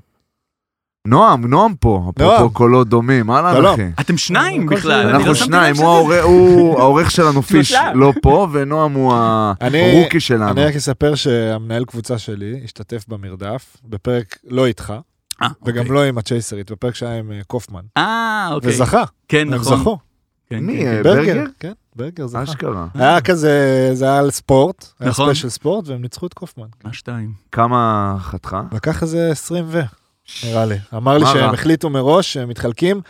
Speaker 2: נועם, נועם פה, אפרופו
Speaker 4: נועם.
Speaker 2: קולות דומים, אהלן
Speaker 4: שלום.
Speaker 2: אחי.
Speaker 3: אתם שניים
Speaker 5: כל
Speaker 3: בכלל.
Speaker 5: שני-
Speaker 3: אני
Speaker 2: אנחנו
Speaker 3: לא שמתי
Speaker 2: שניים,
Speaker 3: לב
Speaker 2: הוא
Speaker 3: שזה-
Speaker 2: העורך-
Speaker 3: [laughs]
Speaker 2: הוא- העורך שלנו פיש
Speaker 3: שלושה.
Speaker 2: לא פה, ונועם הוא
Speaker 4: אני-
Speaker 2: הרוקי שלנו.
Speaker 4: אני רק אספר שהמנהל קבוצה שלי השתתף במרדף, בפרק לא איתך,
Speaker 3: אה,
Speaker 4: וגם
Speaker 3: אוקיי.
Speaker 4: לא עם הצ'ייסרית, בפרק שהיה עם אה, קופמן.
Speaker 3: אה, אוקיי.
Speaker 4: וזכה,
Speaker 3: כן,
Speaker 4: הם
Speaker 3: נכון.
Speaker 4: זכו.
Speaker 3: כן,
Speaker 2: מי,
Speaker 3: כן,
Speaker 2: אה,
Speaker 3: כן.
Speaker 2: ברגר?
Speaker 4: כן, ברגר זכה.
Speaker 2: אשכרה.
Speaker 4: היה כזה, זה היה על ספורט, היה
Speaker 3: אה. נכון.
Speaker 4: ספיישל ספורט, והם ניצחו את קופמן.
Speaker 3: כן. מה שתיים?
Speaker 2: כמה חתך?
Speaker 4: לקח איזה 20 ו... נראה לי. אמר לי
Speaker 2: מה
Speaker 4: שהם
Speaker 2: רע?
Speaker 4: החליטו מראש שהם מתחלקים,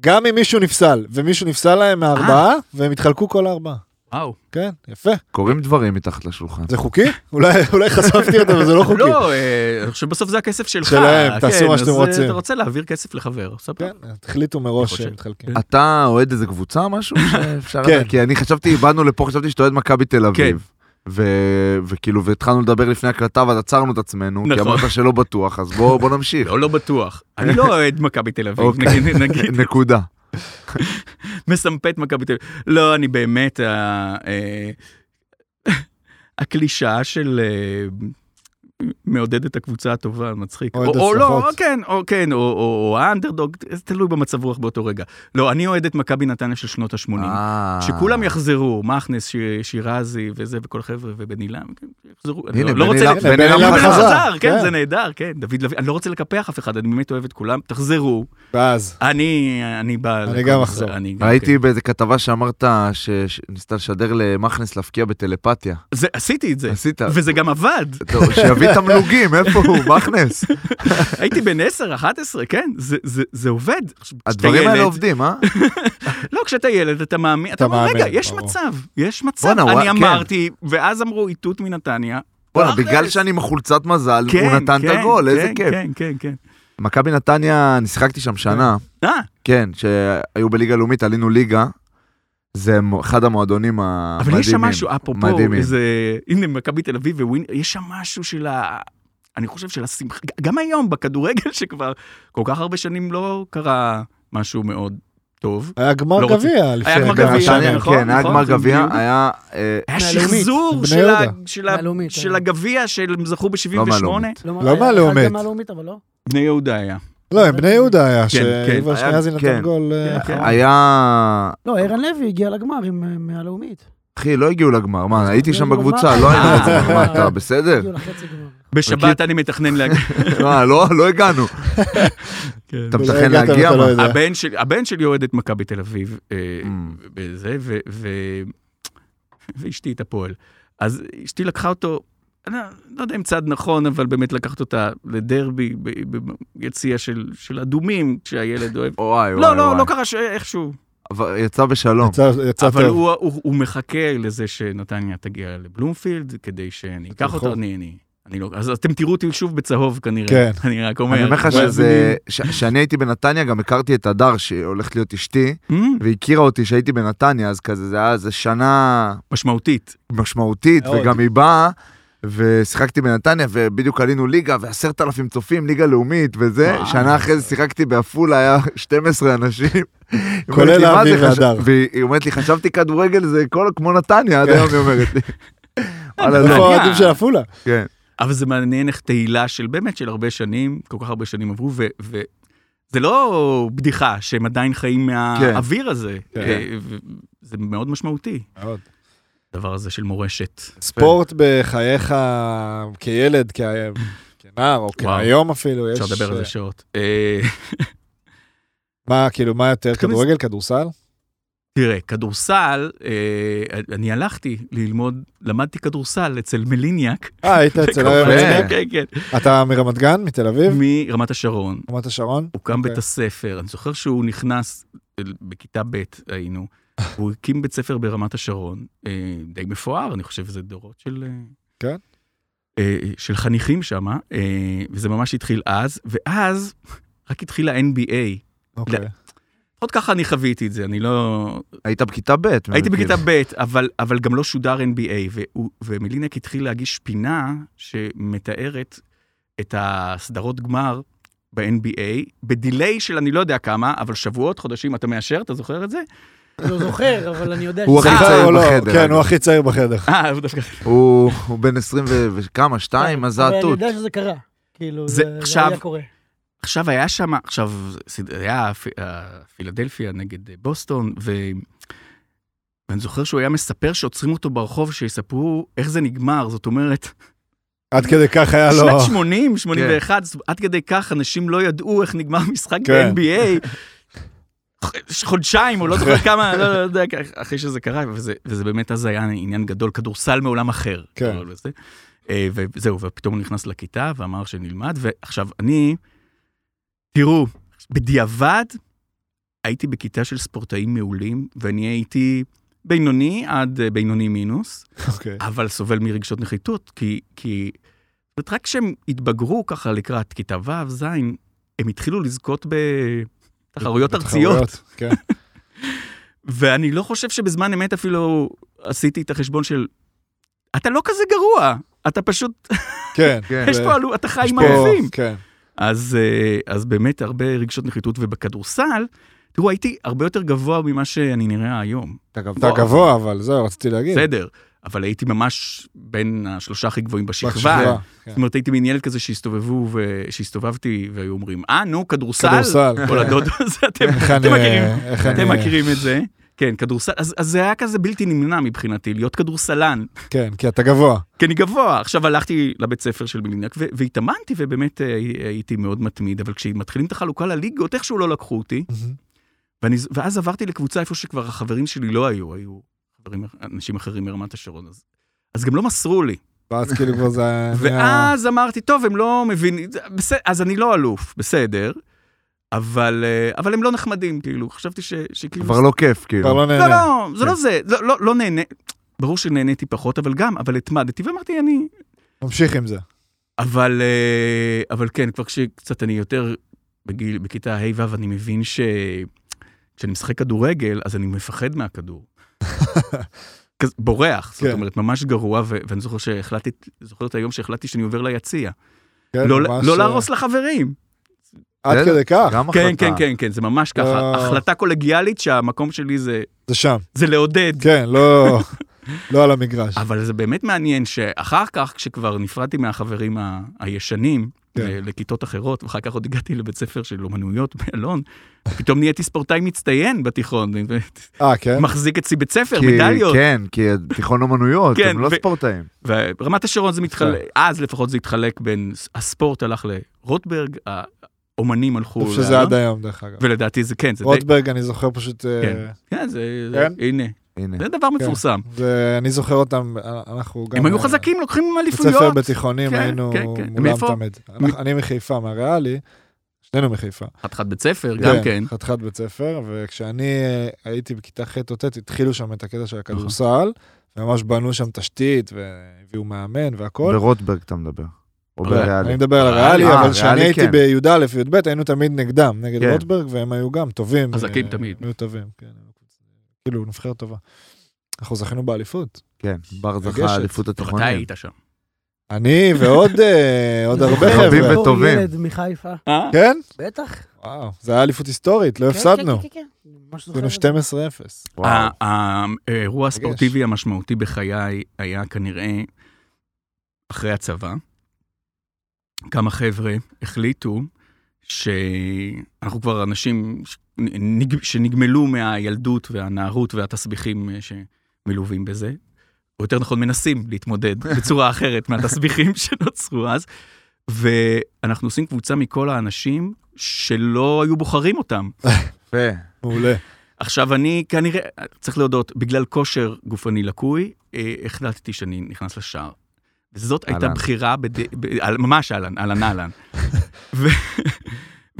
Speaker 4: גם אם מישהו נפסל, ומישהו נפסל להם מהארבעה,
Speaker 3: אה.
Speaker 4: והם התחלקו כל הארבעה.
Speaker 3: וואו.
Speaker 4: כן, יפה.
Speaker 2: קורים דברים מתחת לשולחן.
Speaker 4: זה חוקי? אולי אולי חשפתי אותו, אבל
Speaker 3: [laughs]
Speaker 4: זה לא חוקי.
Speaker 3: לא, אה, אני חושב שבסוף זה הכסף שלך.
Speaker 4: שלהם,
Speaker 3: כן,
Speaker 4: תעשו מה
Speaker 3: אז,
Speaker 4: שאתם
Speaker 3: אה,
Speaker 4: רוצים.
Speaker 3: אתה רוצה להעביר כסף לחבר, סבבה.
Speaker 4: כן, החליטו מראש
Speaker 3: חושב.
Speaker 4: שהם מתחלקים.
Speaker 2: אתה אוהד איזה קבוצה
Speaker 3: [laughs]
Speaker 2: משהו? שאפשר
Speaker 4: כן.
Speaker 2: לדעת? כי אני חשבתי, באנו לפה, חשבתי שאתה אוהד מכבי תל
Speaker 3: כן.
Speaker 2: אביב. ו- וכאילו, והתחלנו לדבר לפני הקלטה, ואז עצרנו את עצמנו, כי
Speaker 3: נכון.
Speaker 2: אמרת שלא בטוח, אז בוא בוא
Speaker 3: [laughs]
Speaker 2: נמשיך.
Speaker 3: לא, לא בטוח. אני לא אוהד מכבי תל אביב,
Speaker 2: אוקיי.
Speaker 3: נגיד- נגיד.
Speaker 2: נקודה.
Speaker 3: מסמפת מכבי תל אביב. לא, אני באמת, ה- אה, הקלישאה של אה, מעודד את הקבוצה הטובה, מצחיק.
Speaker 4: או
Speaker 3: או,
Speaker 4: את
Speaker 3: או לא,
Speaker 4: הצלחות.
Speaker 3: או כן, או כן, או, או, או האנדרדוג, זה תלוי במצב רוח באותו רגע. לא, אני אוהד את מכבי נתניה של שנות ה-80.
Speaker 2: אה.
Speaker 3: שכולם יחזרו, מכנס, ש- שירזי וזה, וכל החבר'ה, ובן אילם, כן, יחזרו. אני
Speaker 2: הנה,
Speaker 3: לא-
Speaker 2: בן
Speaker 3: לא רוצה...
Speaker 2: אילם-
Speaker 3: לק-
Speaker 2: בן
Speaker 3: בן
Speaker 2: אילם
Speaker 3: אילם
Speaker 2: חזר.
Speaker 3: חזר, כן,
Speaker 4: כן.
Speaker 3: זה נהדר, כן, דוד לוי, אני לא רוצה לקפח אף אחד, אני באמת אוהב את כולם, תחזרו.
Speaker 4: ואז,
Speaker 3: אני, אני בא...
Speaker 4: אני
Speaker 3: לכל
Speaker 4: גם
Speaker 3: זה,
Speaker 4: אחזור.
Speaker 3: אני גם, כן.
Speaker 2: ראיתי באיזה כתבה שאמרת שניסית לשדר למכנס להפקיע בטלפתיה.
Speaker 3: זה, עשיתי את זה,
Speaker 2: עשית.
Speaker 3: וזה גם עבד.
Speaker 2: טוב, שיביא
Speaker 3: [laughs]
Speaker 2: תמלוגים, איפה הוא? מכנס.
Speaker 3: הייתי בן 10, 11, כן, זה, זה, זה עובד. עכשיו, כשאתה
Speaker 2: הדברים האלה
Speaker 3: ילד-
Speaker 2: עובדים, אה?
Speaker 3: לא, כשאתה ילד, אתה מאמין, אתה אומר,
Speaker 4: מאמין,
Speaker 3: רגע, יש
Speaker 4: ברור.
Speaker 3: מצב, יש מצב.
Speaker 2: בואנה, וואי,
Speaker 3: אני
Speaker 2: כן.
Speaker 3: אמרתי, ואז אמרו איתות מנתניה.
Speaker 2: בואנה,
Speaker 3: תכלס.
Speaker 2: בגלל שאני עם החולצת מזל,
Speaker 3: כן,
Speaker 2: הוא נתן את
Speaker 3: כן,
Speaker 2: הגול, איזה
Speaker 3: כן,
Speaker 2: כיף.
Speaker 3: כן, כן, כן.
Speaker 2: מכבי נתניה, אני שיחקתי שם שנה.
Speaker 3: אה,
Speaker 2: כן, שהיו בליגה לאומית, עלינו ליגה. זה מ- אחד המועדונים המדהימים.
Speaker 3: אבל יש שם משהו, אפרופו,
Speaker 2: מדהימים.
Speaker 3: איזה, הנה מכבי תל אביב וווין, יש שם משהו של ה... אני חושב של השמחה, גם היום בכדורגל שכבר כל כך הרבה שנים לא קרה משהו מאוד טוב.
Speaker 4: היה גמר
Speaker 3: לא רוצה.
Speaker 4: גביע לפני
Speaker 3: היה גמר
Speaker 4: כמה
Speaker 3: גביע,
Speaker 4: שנים.
Speaker 2: בנתניה,
Speaker 3: נכון,
Speaker 2: כן, היה
Speaker 3: נכון,
Speaker 2: גמר
Speaker 3: זה
Speaker 2: גביע,
Speaker 3: בדיוק.
Speaker 2: היה... אה,
Speaker 3: היה
Speaker 5: מהלאומית,
Speaker 3: שחזור
Speaker 4: בני
Speaker 3: של ה-
Speaker 4: יהודה.
Speaker 3: של ה-
Speaker 5: מהלאומית,
Speaker 3: של
Speaker 5: אה.
Speaker 3: הגביע שהם זכו ב-78.
Speaker 2: מהלאומית.
Speaker 4: לא
Speaker 5: היה-
Speaker 4: מהלאומית.
Speaker 5: היה גם מהלאומית, אבל לא.
Speaker 3: בני יהודה היה.
Speaker 4: לא, עם בני יהודה היה,
Speaker 3: כן,
Speaker 4: שיובל
Speaker 2: היה-
Speaker 4: שנייה זה נתן
Speaker 2: כן.
Speaker 4: גול. אה,
Speaker 3: כן.
Speaker 2: היה...
Speaker 5: לא, ערן לוי הגיע לגמר עם אה, מהלאומית.
Speaker 4: כן.
Speaker 2: אחי, לא הגיעו לגמר, מה, הייתי שם
Speaker 5: הגיעו
Speaker 2: בקבוצה,
Speaker 5: לגמר.
Speaker 2: לא היינו
Speaker 3: [laughs]
Speaker 2: בגמר, מה,
Speaker 5: אה.
Speaker 2: אתה בסדר?
Speaker 5: הגיעו לחצי גמר.
Speaker 3: בשבת אני מתכנן
Speaker 4: [laughs]
Speaker 3: להגיע. כן.
Speaker 2: מה, לא לא הגענו. אתה
Speaker 4: ולא
Speaker 2: מתכנן
Speaker 4: הגעת
Speaker 2: להגיע,
Speaker 4: ואתה לא
Speaker 2: מה?
Speaker 4: יודע.
Speaker 3: הבן שלי- הבן שלי אוהד את מכבי תל אביב, אה,
Speaker 2: Mm.
Speaker 3: בזה, ו- ו- ואשתי את הפועל. אז אשתי לקחה אותו, אני לא יודע אם צעד נכון, אבל באמת לקחת אותה לדרבי ב- ב- ביציע של של אדומים, כשהילד אוהב.
Speaker 2: וואי, וואי,
Speaker 3: לא, לא,
Speaker 2: וואי.
Speaker 3: לא קרה ש- איכשהו.
Speaker 2: אבל יצא בשלום.
Speaker 4: יצא- יצא
Speaker 3: אבל
Speaker 4: טוב.
Speaker 3: הוא, הוא, הוא מחכה לזה שנתניה תגיע לבלומפילד, כדי שאני אקח
Speaker 4: תלכו.
Speaker 3: אותו, אני, אני, אני לא, אז אתם תראו אותי שוב בצהוב כנראה,
Speaker 4: כן.
Speaker 3: [laughs] אני רק אומר.
Speaker 2: אני אומר לך
Speaker 3: אבל-
Speaker 2: שזה... כשאני הייתי בנתניה, גם הכרתי את הדר, שהולכת להיות אשתי,
Speaker 3: Mm,
Speaker 2: והכירה אותי שהייתי בנתניה, אז כזה, זה היה איזה שנה
Speaker 3: משמעותית.
Speaker 2: משמעותית,
Speaker 4: מאוד.
Speaker 2: וגם היא באה, ושיחקתי בנתניה, ובדיוק עלינו ליגה, ועשרת אלפים צופים, ליגה לאומית וזה.
Speaker 3: וואו.
Speaker 2: שנה אחרי זה שיחקתי בעפולה, היה 12 אנשים. היא אומרת
Speaker 4: כולל
Speaker 2: לי, "מה
Speaker 4: אביב
Speaker 2: זה חש-"
Speaker 4: והדר.
Speaker 2: והיא אומרת לי, חשבתי כדורגל זה כל כמו נתניה, עד
Speaker 4: כן.
Speaker 2: היום היא אומרת לי. וואלה,
Speaker 4: איפה
Speaker 2: לא.
Speaker 4: האוהדים [laughs] של עפולה?
Speaker 2: כן.
Speaker 3: אבל זה מעניין איך תהילה של באמת של הרבה שנים, כל כך הרבה שנים עברו, ו... ו... זה לא בדיחה שהם עדיין חיים מהאוויר הזה,
Speaker 4: כן.
Speaker 3: אה, ו- זה מאוד משמעותי, הדבר הזה של מורשת.
Speaker 4: ספורט בחייך כילד, כ- כנער, או
Speaker 3: וואו.
Speaker 4: כהיום אפילו, יש...
Speaker 3: אפשר לדבר על
Speaker 4: אה,
Speaker 3: זה שעות. אה,
Speaker 4: מה, כאילו, מה יותר, כדורגל, כדורסל?
Speaker 3: תראה, כדורסל, אה, אני הלכתי ללמוד, למדתי כדורסל אצל מליניאק. [laughs]
Speaker 4: אה, היית אצל...
Speaker 3: בכל-
Speaker 2: מליניאק.
Speaker 3: כן, כן.
Speaker 4: אתה מרמת גן? מתל אביב?
Speaker 3: מרמת השרון.
Speaker 4: רמת השרון?
Speaker 3: הוקם
Speaker 4: אוקיי.
Speaker 3: בית הספר, אני זוכר שהוא נכנס, אל- בכיתה ב'
Speaker 4: [laughs]
Speaker 3: היינו, הוא הקים בית ספר ברמת השרון, אה, די מפואר, אני חושב שזה דורות של... אה,
Speaker 4: כן.
Speaker 3: אה, של חניכים שם, וזה ממש התחיל אז, ואז רק התחיל ה-NBA.
Speaker 4: אוקיי.
Speaker 3: לפחות ככה אני חוויתי את זה, אני לא...
Speaker 2: היית בכיתה ב'. כאילו.
Speaker 3: הייתי
Speaker 2: מבין.
Speaker 3: בכיתה ב', אבל, אבל גם לא שודר NBA, והוא- ומלינק התחיל להגיש פינה שמתארת את הסדרות גמר ב-NBA, בדיליי של אני לא יודע כמה, אבל שבועות, חודשים, אתה מאשר? אתה זוכר את זה?
Speaker 5: לא זוכר, אבל אני יודע
Speaker 2: הוא
Speaker 5: שזה-
Speaker 2: הכי
Speaker 4: אה,
Speaker 2: צעיר
Speaker 4: או לא,
Speaker 2: בחדר,
Speaker 4: כן,
Speaker 2: אגב.
Speaker 4: הוא הכי צעיר בחדר.
Speaker 3: [laughs] אה, הוא דווקא...
Speaker 2: הוא הוא בן 20 ו- וכמה, שתיים, אז זה
Speaker 5: אבל אני
Speaker 2: התות.
Speaker 5: יודע שזה קרה. כאילו,
Speaker 3: זה
Speaker 5: זה זה
Speaker 3: עכשיו-
Speaker 5: היה קורה.
Speaker 3: עכשיו היה שם, עכשיו, סד- היה פ- אה, פילדלפיה נגד אה, בוסטון, ו... ואני זוכר שהוא היה מספר שעוצרים אותו ברחוב, שיספרו איך זה נגמר, זאת אומרת,
Speaker 4: עד כדי כך היה לו...
Speaker 3: שנת 80, 81, זאת- עד כדי כך אנשים לא ידעו איך נגמר משחק
Speaker 4: כן.
Speaker 3: ב-NBA. חודשיים, או לא זוכר כמה, לא לא יודע, כ- אחרי שזה קרה, וזה, וזה באמת אז היה עניין גדול, כדורסל מעולם אחר.
Speaker 4: כן.
Speaker 3: אבל זה- אה, וזהו, ופתאום הוא נכנס לכיתה ואמר שנלמד, ועכשיו אני, תראו, בדיעבד הייתי בכיתה של ספורטאים מעולים, ואני הייתי בינוני עד אה, בינוני מינוס,
Speaker 4: אוקיי.
Speaker 3: אבל סובל מרגשות נחיתות, כי... כי... זאת אומרת, רק כשהם התבגרו ככה לקראת כיתה ו', ז', הם התחילו לזכות בתחרויות ארציות,
Speaker 4: בתחרויות, כן.
Speaker 3: ואני לא חושב שבזמן אמת אפילו עשיתי את החשבון של, אתה לא כזה גרוע, אתה פשוט,
Speaker 4: כן.
Speaker 2: כן.
Speaker 3: [laughs] יש פה עלות, אתה חי
Speaker 4: יש
Speaker 3: עם
Speaker 4: פה-
Speaker 3: אלפים.
Speaker 4: כן.
Speaker 3: אז, אה, אז באמת הרבה רגשות נחיתות, ובכדורסל, תראו, הייתי הרבה יותר גבוה ממה שאני נראה היום.
Speaker 4: אתה גבוה, אבל זהו, רציתי להגיד.
Speaker 3: בסדר, אבל הייתי ממש בין השלושה הכי גבוהים בשכבה.
Speaker 4: בשכבה, כן.
Speaker 3: זאת אומרת, הייתי מין ילד כזה שהסתובבו, ו- שהסתובבתי והיו אומרים, אה, נו, כדורסל?
Speaker 4: כדורסל.
Speaker 3: כל הדוד הזה, [laughs] אתם
Speaker 4: איך
Speaker 3: אתם
Speaker 4: אני-
Speaker 3: מכירים,
Speaker 4: איך
Speaker 3: אתם
Speaker 4: אני-
Speaker 3: מכירים את זה. כן, כדורסל, אז אז זה היה כזה בלתי נמנע מבחינתי, להיות כדורסלן.
Speaker 4: כן, כי אתה גבוה.
Speaker 3: כי אני גבוה. עכשיו הלכתי לבית ספר של מליניאק ו- והתאמנתי, ובאמת אה, הייתי מאוד מתמיד, אבל כשמתחילים את החלוקה לליגות, איכשהו לא לקחו אותי. ואני, ז- ואז עברתי לקבוצה איפה שכבר החברים שלי לא היו, היו חברים, אנשים אחרים מרמת השרון, אז, אז גם לא מסרו לי.
Speaker 4: ואז כאילו כבר זה... היה-
Speaker 3: ואז אמרתי, טוב, הם לא מבינים, זה- בסדר, אז אני לא אלוף, בסדר, אבל, אה, אבל הם לא נחמדים, כאילו, חשבתי ש, שכאילו...
Speaker 2: כבר לא כיף,
Speaker 4: כבר
Speaker 2: כאילו.
Speaker 4: לא
Speaker 3: לא,
Speaker 4: נהנה.
Speaker 3: לא, זה לא זה, לא, לא, לא נהנה, ברור שנהניתי פחות, אבל גם, אבל התמדתי, ואמרתי, אני,
Speaker 4: ממשיך עם זה.
Speaker 3: אבל, אה, אבל כן, כבר כשקצת אני יותר בגיל, בכיתה ה'-ו', אני מבין ש... כשאני משחק כדורגל, אז אני מפחד מהכדור. כזה, בורח, זאת
Speaker 4: כן.
Speaker 3: אומרת, ממש גרוע, ו- ואני זוכר שהחלטתי, זוכר את היום שהחלטתי שאני עובר ליציע.
Speaker 4: כן,
Speaker 3: לא,
Speaker 4: ממש,
Speaker 3: לא
Speaker 4: אה,
Speaker 3: להרוס לחברים.
Speaker 4: עד
Speaker 2: בסדר,
Speaker 4: כדי כך,
Speaker 2: גם
Speaker 3: כן,
Speaker 2: החלטה.
Speaker 3: כן, כן, כן, זה ממש ככה.
Speaker 4: לא.
Speaker 3: החלטה קולגיאלית שהמקום שלי זה,
Speaker 4: זה שם.
Speaker 3: זה לעודד.
Speaker 4: כן, לא... לא על המגרש.
Speaker 3: אבל זה באמת מעניין שאחר כך, כשכבר נפרדתי מהחברים ה- הישנים,
Speaker 4: כן.
Speaker 3: ל- לכיתות אחרות, ואחר כך עוד הגעתי לבית ספר של אומנויות באלון, פתאום נהייתי ספורטאי מצטיין בתיכון, ו-
Speaker 4: אה, כן?
Speaker 3: מחזיק אצלי בית ספר,
Speaker 2: כי-
Speaker 3: מדליות.
Speaker 2: כן, כי תיכון אומנויות,
Speaker 3: כן,
Speaker 2: הם לא
Speaker 3: ו-
Speaker 2: ספורטאים.
Speaker 3: ורמת השרון זה
Speaker 4: כן.
Speaker 3: מתחלק, אז לפחות זה התחלק בין, הספורט הלך לרוטברג, האומנים הלכו
Speaker 4: אני חושב שזה
Speaker 3: לאלון,
Speaker 4: עד היום, דרך אגב.
Speaker 3: ולדעתי זה כן, לא? זה די...
Speaker 4: רוטברג, אני זוכר פשוט... אה,
Speaker 3: כן. כן, זה,
Speaker 4: כן?
Speaker 3: זה- הנה,
Speaker 2: הנה.
Speaker 3: זה דבר מפורסם.
Speaker 4: זה- אני זוכר אותם, אה, אנחנו כן. גם...
Speaker 3: הם היו
Speaker 4: אה,
Speaker 3: חזקים, לוקחים
Speaker 4: בית ספר
Speaker 3: אליפויות.
Speaker 4: בתיכונים
Speaker 3: כן,
Speaker 4: היינו
Speaker 3: כן, כן.
Speaker 4: מולם
Speaker 3: מאיפה?
Speaker 4: תמיד. אנחנו- אני מחיפה, מהריאלי, שנינו מחיפה.
Speaker 3: חתיכת בית ספר, גם כן.
Speaker 4: חתיכת בית ספר, וכשאני אה, הייתי בכיתה ח' או ט', התחילו שם את הקטע של
Speaker 2: נכון.
Speaker 4: הכדורסל, וממש בנו שם תשתית, והביאו מאמן והכל.
Speaker 2: ברוטברג אתה מדבר. או
Speaker 3: אבל-
Speaker 2: בריאלי.
Speaker 4: אני מדבר על
Speaker 3: ריאלי,
Speaker 4: הריאלי,
Speaker 2: אה,
Speaker 4: אבל
Speaker 2: ריאלי
Speaker 4: כשאני הייתי
Speaker 2: כן.
Speaker 4: בי"א, י"ב, היינו תמיד נגדם, נגד
Speaker 2: כן.
Speaker 4: רוטברג, והם היו גם טובים.
Speaker 3: חזקים
Speaker 4: אה,
Speaker 3: תמיד.
Speaker 4: הם היו טובים, כן. כאילו, נבחרת טובה. אנחנו זכינו באליפות.
Speaker 2: כן, בר זכה
Speaker 4: לגשת.
Speaker 2: אליפות
Speaker 3: אתה
Speaker 2: התיכונים.
Speaker 3: היית שם.
Speaker 4: אני
Speaker 2: [laughs]
Speaker 4: ועוד אה, עוד הרבה
Speaker 2: רבים
Speaker 4: חבר'ה.
Speaker 5: בתור
Speaker 2: וטובים.
Speaker 5: ילד מחיפה.
Speaker 3: אה?
Speaker 4: כן?
Speaker 5: בטח.
Speaker 4: וואו, זה היה אליפות היסטורית, לא
Speaker 5: כן,
Speaker 4: הפסדנו. כאילו,
Speaker 5: כן, כן, כן, כן. ממש זוכר.
Speaker 4: עשינו
Speaker 5: את זה.
Speaker 4: 12-0.
Speaker 2: וואו.
Speaker 3: ה- ה- האירוע הספורטיבי המשמעותי בחיי היה כנראה אחרי הצבא. כמה חבר'ה החליטו שאנחנו כבר אנשים שנג- שנגמלו מהילדות והנערות והתסביכים אה, שמלווים בזה, או יותר נכון מנסים להתמודד בצורה אחרת מהתסביכים [laughs] שנוצרו אז, ואנחנו עושים קבוצה מכל האנשים שלא היו בוחרים אותם.
Speaker 2: יפה.
Speaker 4: מעולה.
Speaker 3: עכשיו, אני כנראה, צריך להודות, בגלל כושר גופני לקוי, אה, החלטתי שאני נכנס לשער. זאת הייתה
Speaker 2: אהלן.
Speaker 3: בחירה, בד... ב... על- ממש אהלן,
Speaker 2: [laughs]
Speaker 3: אהלן אהלן. ו...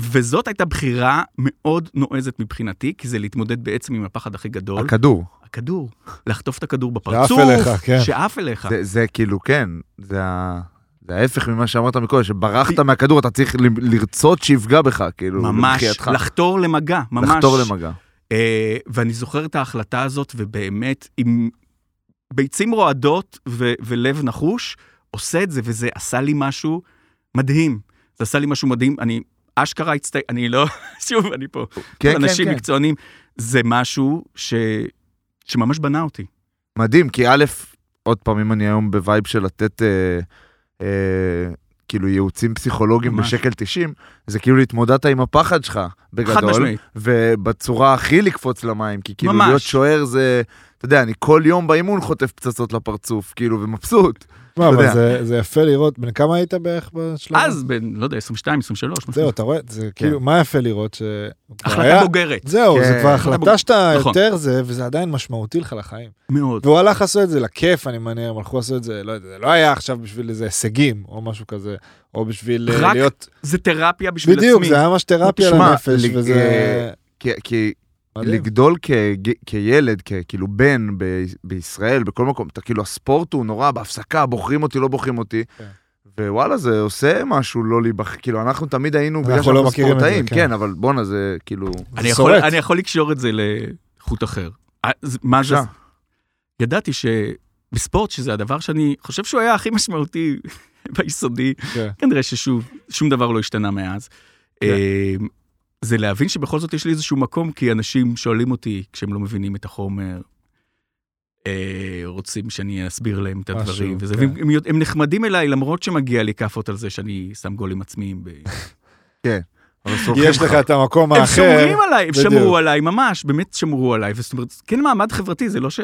Speaker 3: וזאת הייתה בחירה מאוד נועזת מבחינתי, כי זה להתמודד בעצם עם הפחד הכי גדול,
Speaker 2: הכדור.
Speaker 3: הכדור. לחטוף את הכדור בפרצוף,
Speaker 4: אליך, כן.
Speaker 3: שאף אליך.
Speaker 2: זה, זה כאילו, כן, זה, ה... זה ההפך ממה שאמרת מקודם, שברחת מהכדור, אתה צריך ל- לרצות שיפגע בך, כאילו,
Speaker 3: ממש,
Speaker 2: לבחייתך.
Speaker 3: לחתור למגע, ממש.
Speaker 2: לחתור למגע.
Speaker 3: אה, ואני זוכר את ההחלטה הזאת, ובאמת, עם ביצים רועדות ו- ולב נחוש, עושה את זה, וזה עשה לי משהו מדהים. זה עשה לי משהו מדהים, אני אשכרה הצטי... אני לא... [laughs] שוב, אני פה.
Speaker 2: כן, כן,
Speaker 3: אנשים
Speaker 2: כן.
Speaker 3: מקצוענים. זה משהו ש... שממש בנה אותי.
Speaker 2: מדהים, כי א', עוד פעם, אם אני היום בווייב של לתת אה, אה, כאילו ייעוצים פסיכולוגיים
Speaker 3: ממש.
Speaker 2: בשקל 90, זה כאילו להתמודדת עם הפחד שלך,
Speaker 3: חד
Speaker 2: בגדול,
Speaker 3: משמעית.
Speaker 2: ובצורה הכי לקפוץ למים, כי כאילו
Speaker 3: ממש.
Speaker 2: להיות שוער זה, אתה יודע, אני כל יום באימון חוטף פצצות לפרצוף, כאילו, ומבסוט.
Speaker 4: מה,
Speaker 2: אתה
Speaker 4: לא אבל
Speaker 2: יודע.
Speaker 4: זה- זה יפה לראות, בן כמה היית בערך בשלב? הזה?
Speaker 3: אז, בין, לא יודע, 22, 23. משהו.
Speaker 4: זהו, אתה רואה, זה כאילו, מה יפה לראות ש...
Speaker 3: החלטה
Speaker 4: היה-
Speaker 3: בוגרת.
Speaker 4: זהו, זה
Speaker 2: כן.
Speaker 4: כבר החלטה שאתה
Speaker 3: נכון.
Speaker 4: יותר זה, וזה עדיין משמעותי לך לחיים.
Speaker 3: מאוד.
Speaker 4: והוא הלך לעשות את זה לכיף, אני מניח, הם הלכו לעשות את זה, לא יודע, זה לא היה עכשיו בשביל איזה הישגים, או משהו כזה, או בשביל אה,
Speaker 3: רק
Speaker 4: להיות...
Speaker 3: זה תרפיה בשביל
Speaker 4: בדיוק,
Speaker 3: עצמי.
Speaker 4: זה היה ממש תרפיה
Speaker 2: תשמע,
Speaker 4: לנפש,
Speaker 2: ל-
Speaker 4: וזה...
Speaker 2: אה, כי, כי
Speaker 4: מדהים.
Speaker 2: לגדול כ, כילד, כ, כאילו בן ב, בישראל, בכל מקום, אתה כאילו, הספורט הוא נורא, בהפסקה, בוחרים אותי, לא בוחרים אותי.
Speaker 4: כן.
Speaker 2: ווואלה, זה עושה משהו לא להיבחר, כאילו, אנחנו תמיד היינו, בגלל
Speaker 4: אנחנו לא
Speaker 2: שאנחנו
Speaker 4: מכירים את זה,
Speaker 2: ספורטאים,
Speaker 4: כן.
Speaker 2: כן, אבל בואנה, זה כאילו...
Speaker 3: אני יכול,
Speaker 4: שורט.
Speaker 3: אני יכול לקשור את זה לחוט אחר. אז מה זה?
Speaker 2: בבקשה.
Speaker 3: ידעתי שבספורט, שזה הדבר שאני חושב שהוא היה הכי משמעותי [laughs] ביסודי,
Speaker 4: כן.
Speaker 3: כנראה ששוב, שום דבר לא השתנה מאז. אה, זה להבין שבכל זאת יש לי איזשהו מקום, כי אנשים שואלים אותי כשהם לא מבינים את החומר, אה, רוצים שאני אסביר להם את
Speaker 4: משהו,
Speaker 3: הדברים, וזה,
Speaker 4: כן.
Speaker 3: והם הם, הם נחמדים אליי, למרות שמגיע לי כאפות על זה שאני שם גולים עצמיים. ב...
Speaker 2: אבל
Speaker 4: כי
Speaker 2: סומכים
Speaker 4: יש לך את המקום
Speaker 3: הם
Speaker 4: האחר.
Speaker 3: שומרים עליי, הם
Speaker 4: בדיוק.
Speaker 3: שמרו עליי, ממש, באמת שמרו עליי. וזאת אומרת, כן מעמד חברתי, זה לא ש...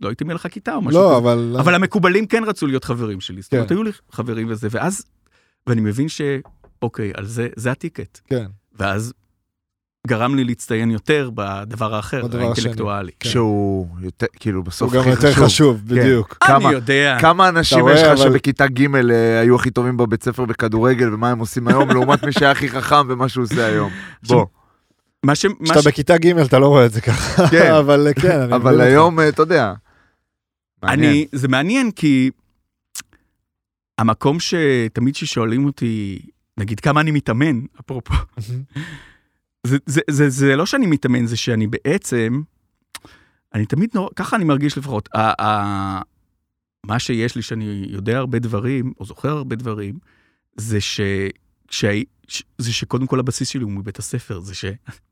Speaker 3: לא הייתי מלך הכיתה או משהו
Speaker 4: לא,
Speaker 3: כזה.
Speaker 4: אבל...
Speaker 3: אבל המקובלים כן רצו להיות חברים שלי. זאת
Speaker 4: כן.
Speaker 3: אומרת, היו לי חברים וזה, ואז... ואני מבין ש... אוקיי, על זה, זה הטיקט.
Speaker 4: כן.
Speaker 3: ואז גרם לי להצטיין יותר בדבר האחר,
Speaker 4: בדבר
Speaker 3: האינטלקטואלי.
Speaker 4: כן.
Speaker 2: שהוא יותר, כאילו, בסוף כן.
Speaker 4: הוא גם יותר
Speaker 3: כן.
Speaker 4: חשוב, בדיוק.
Speaker 2: כמה-
Speaker 3: אני יודע.
Speaker 2: כמה אנשים
Speaker 4: רואה,
Speaker 2: יש לך
Speaker 4: אבל-
Speaker 2: שבכיתה ג' אה, היו הכי טובים בבית ספר בכדורגל, ומה הם עושים היום, [laughs] לעומת מי שהיה הכי חכם ומה שהוא עושה
Speaker 4: [laughs]
Speaker 2: היום. בוא.
Speaker 3: מה ש... מה ש...
Speaker 4: כשאתה בכיתה ג' אתה לא רואה את זה
Speaker 3: [laughs]
Speaker 4: ככה,
Speaker 2: כן.
Speaker 4: אבל אה, כן, אני
Speaker 2: אבל
Speaker 4: מבין
Speaker 2: היום, אה, אתה יודע. מעניין.
Speaker 3: אני, זה מעניין כי המקום שתמיד ששואלים אותי, נגיד כמה אני מתאמן, אפרופו,
Speaker 4: אותך. [laughs]
Speaker 3: זה, זה, זה, זה לא שאני מתאמן, זה שאני בעצם, אני תמיד נורא, ככה אני מרגיש לפחות. ה, ה, מה שיש לי, שאני יודע הרבה דברים, או זוכר הרבה דברים, זה, ש, כשהי, ש, זה שקודם כל הבסיס שלי הוא מבית הספר, זה ש...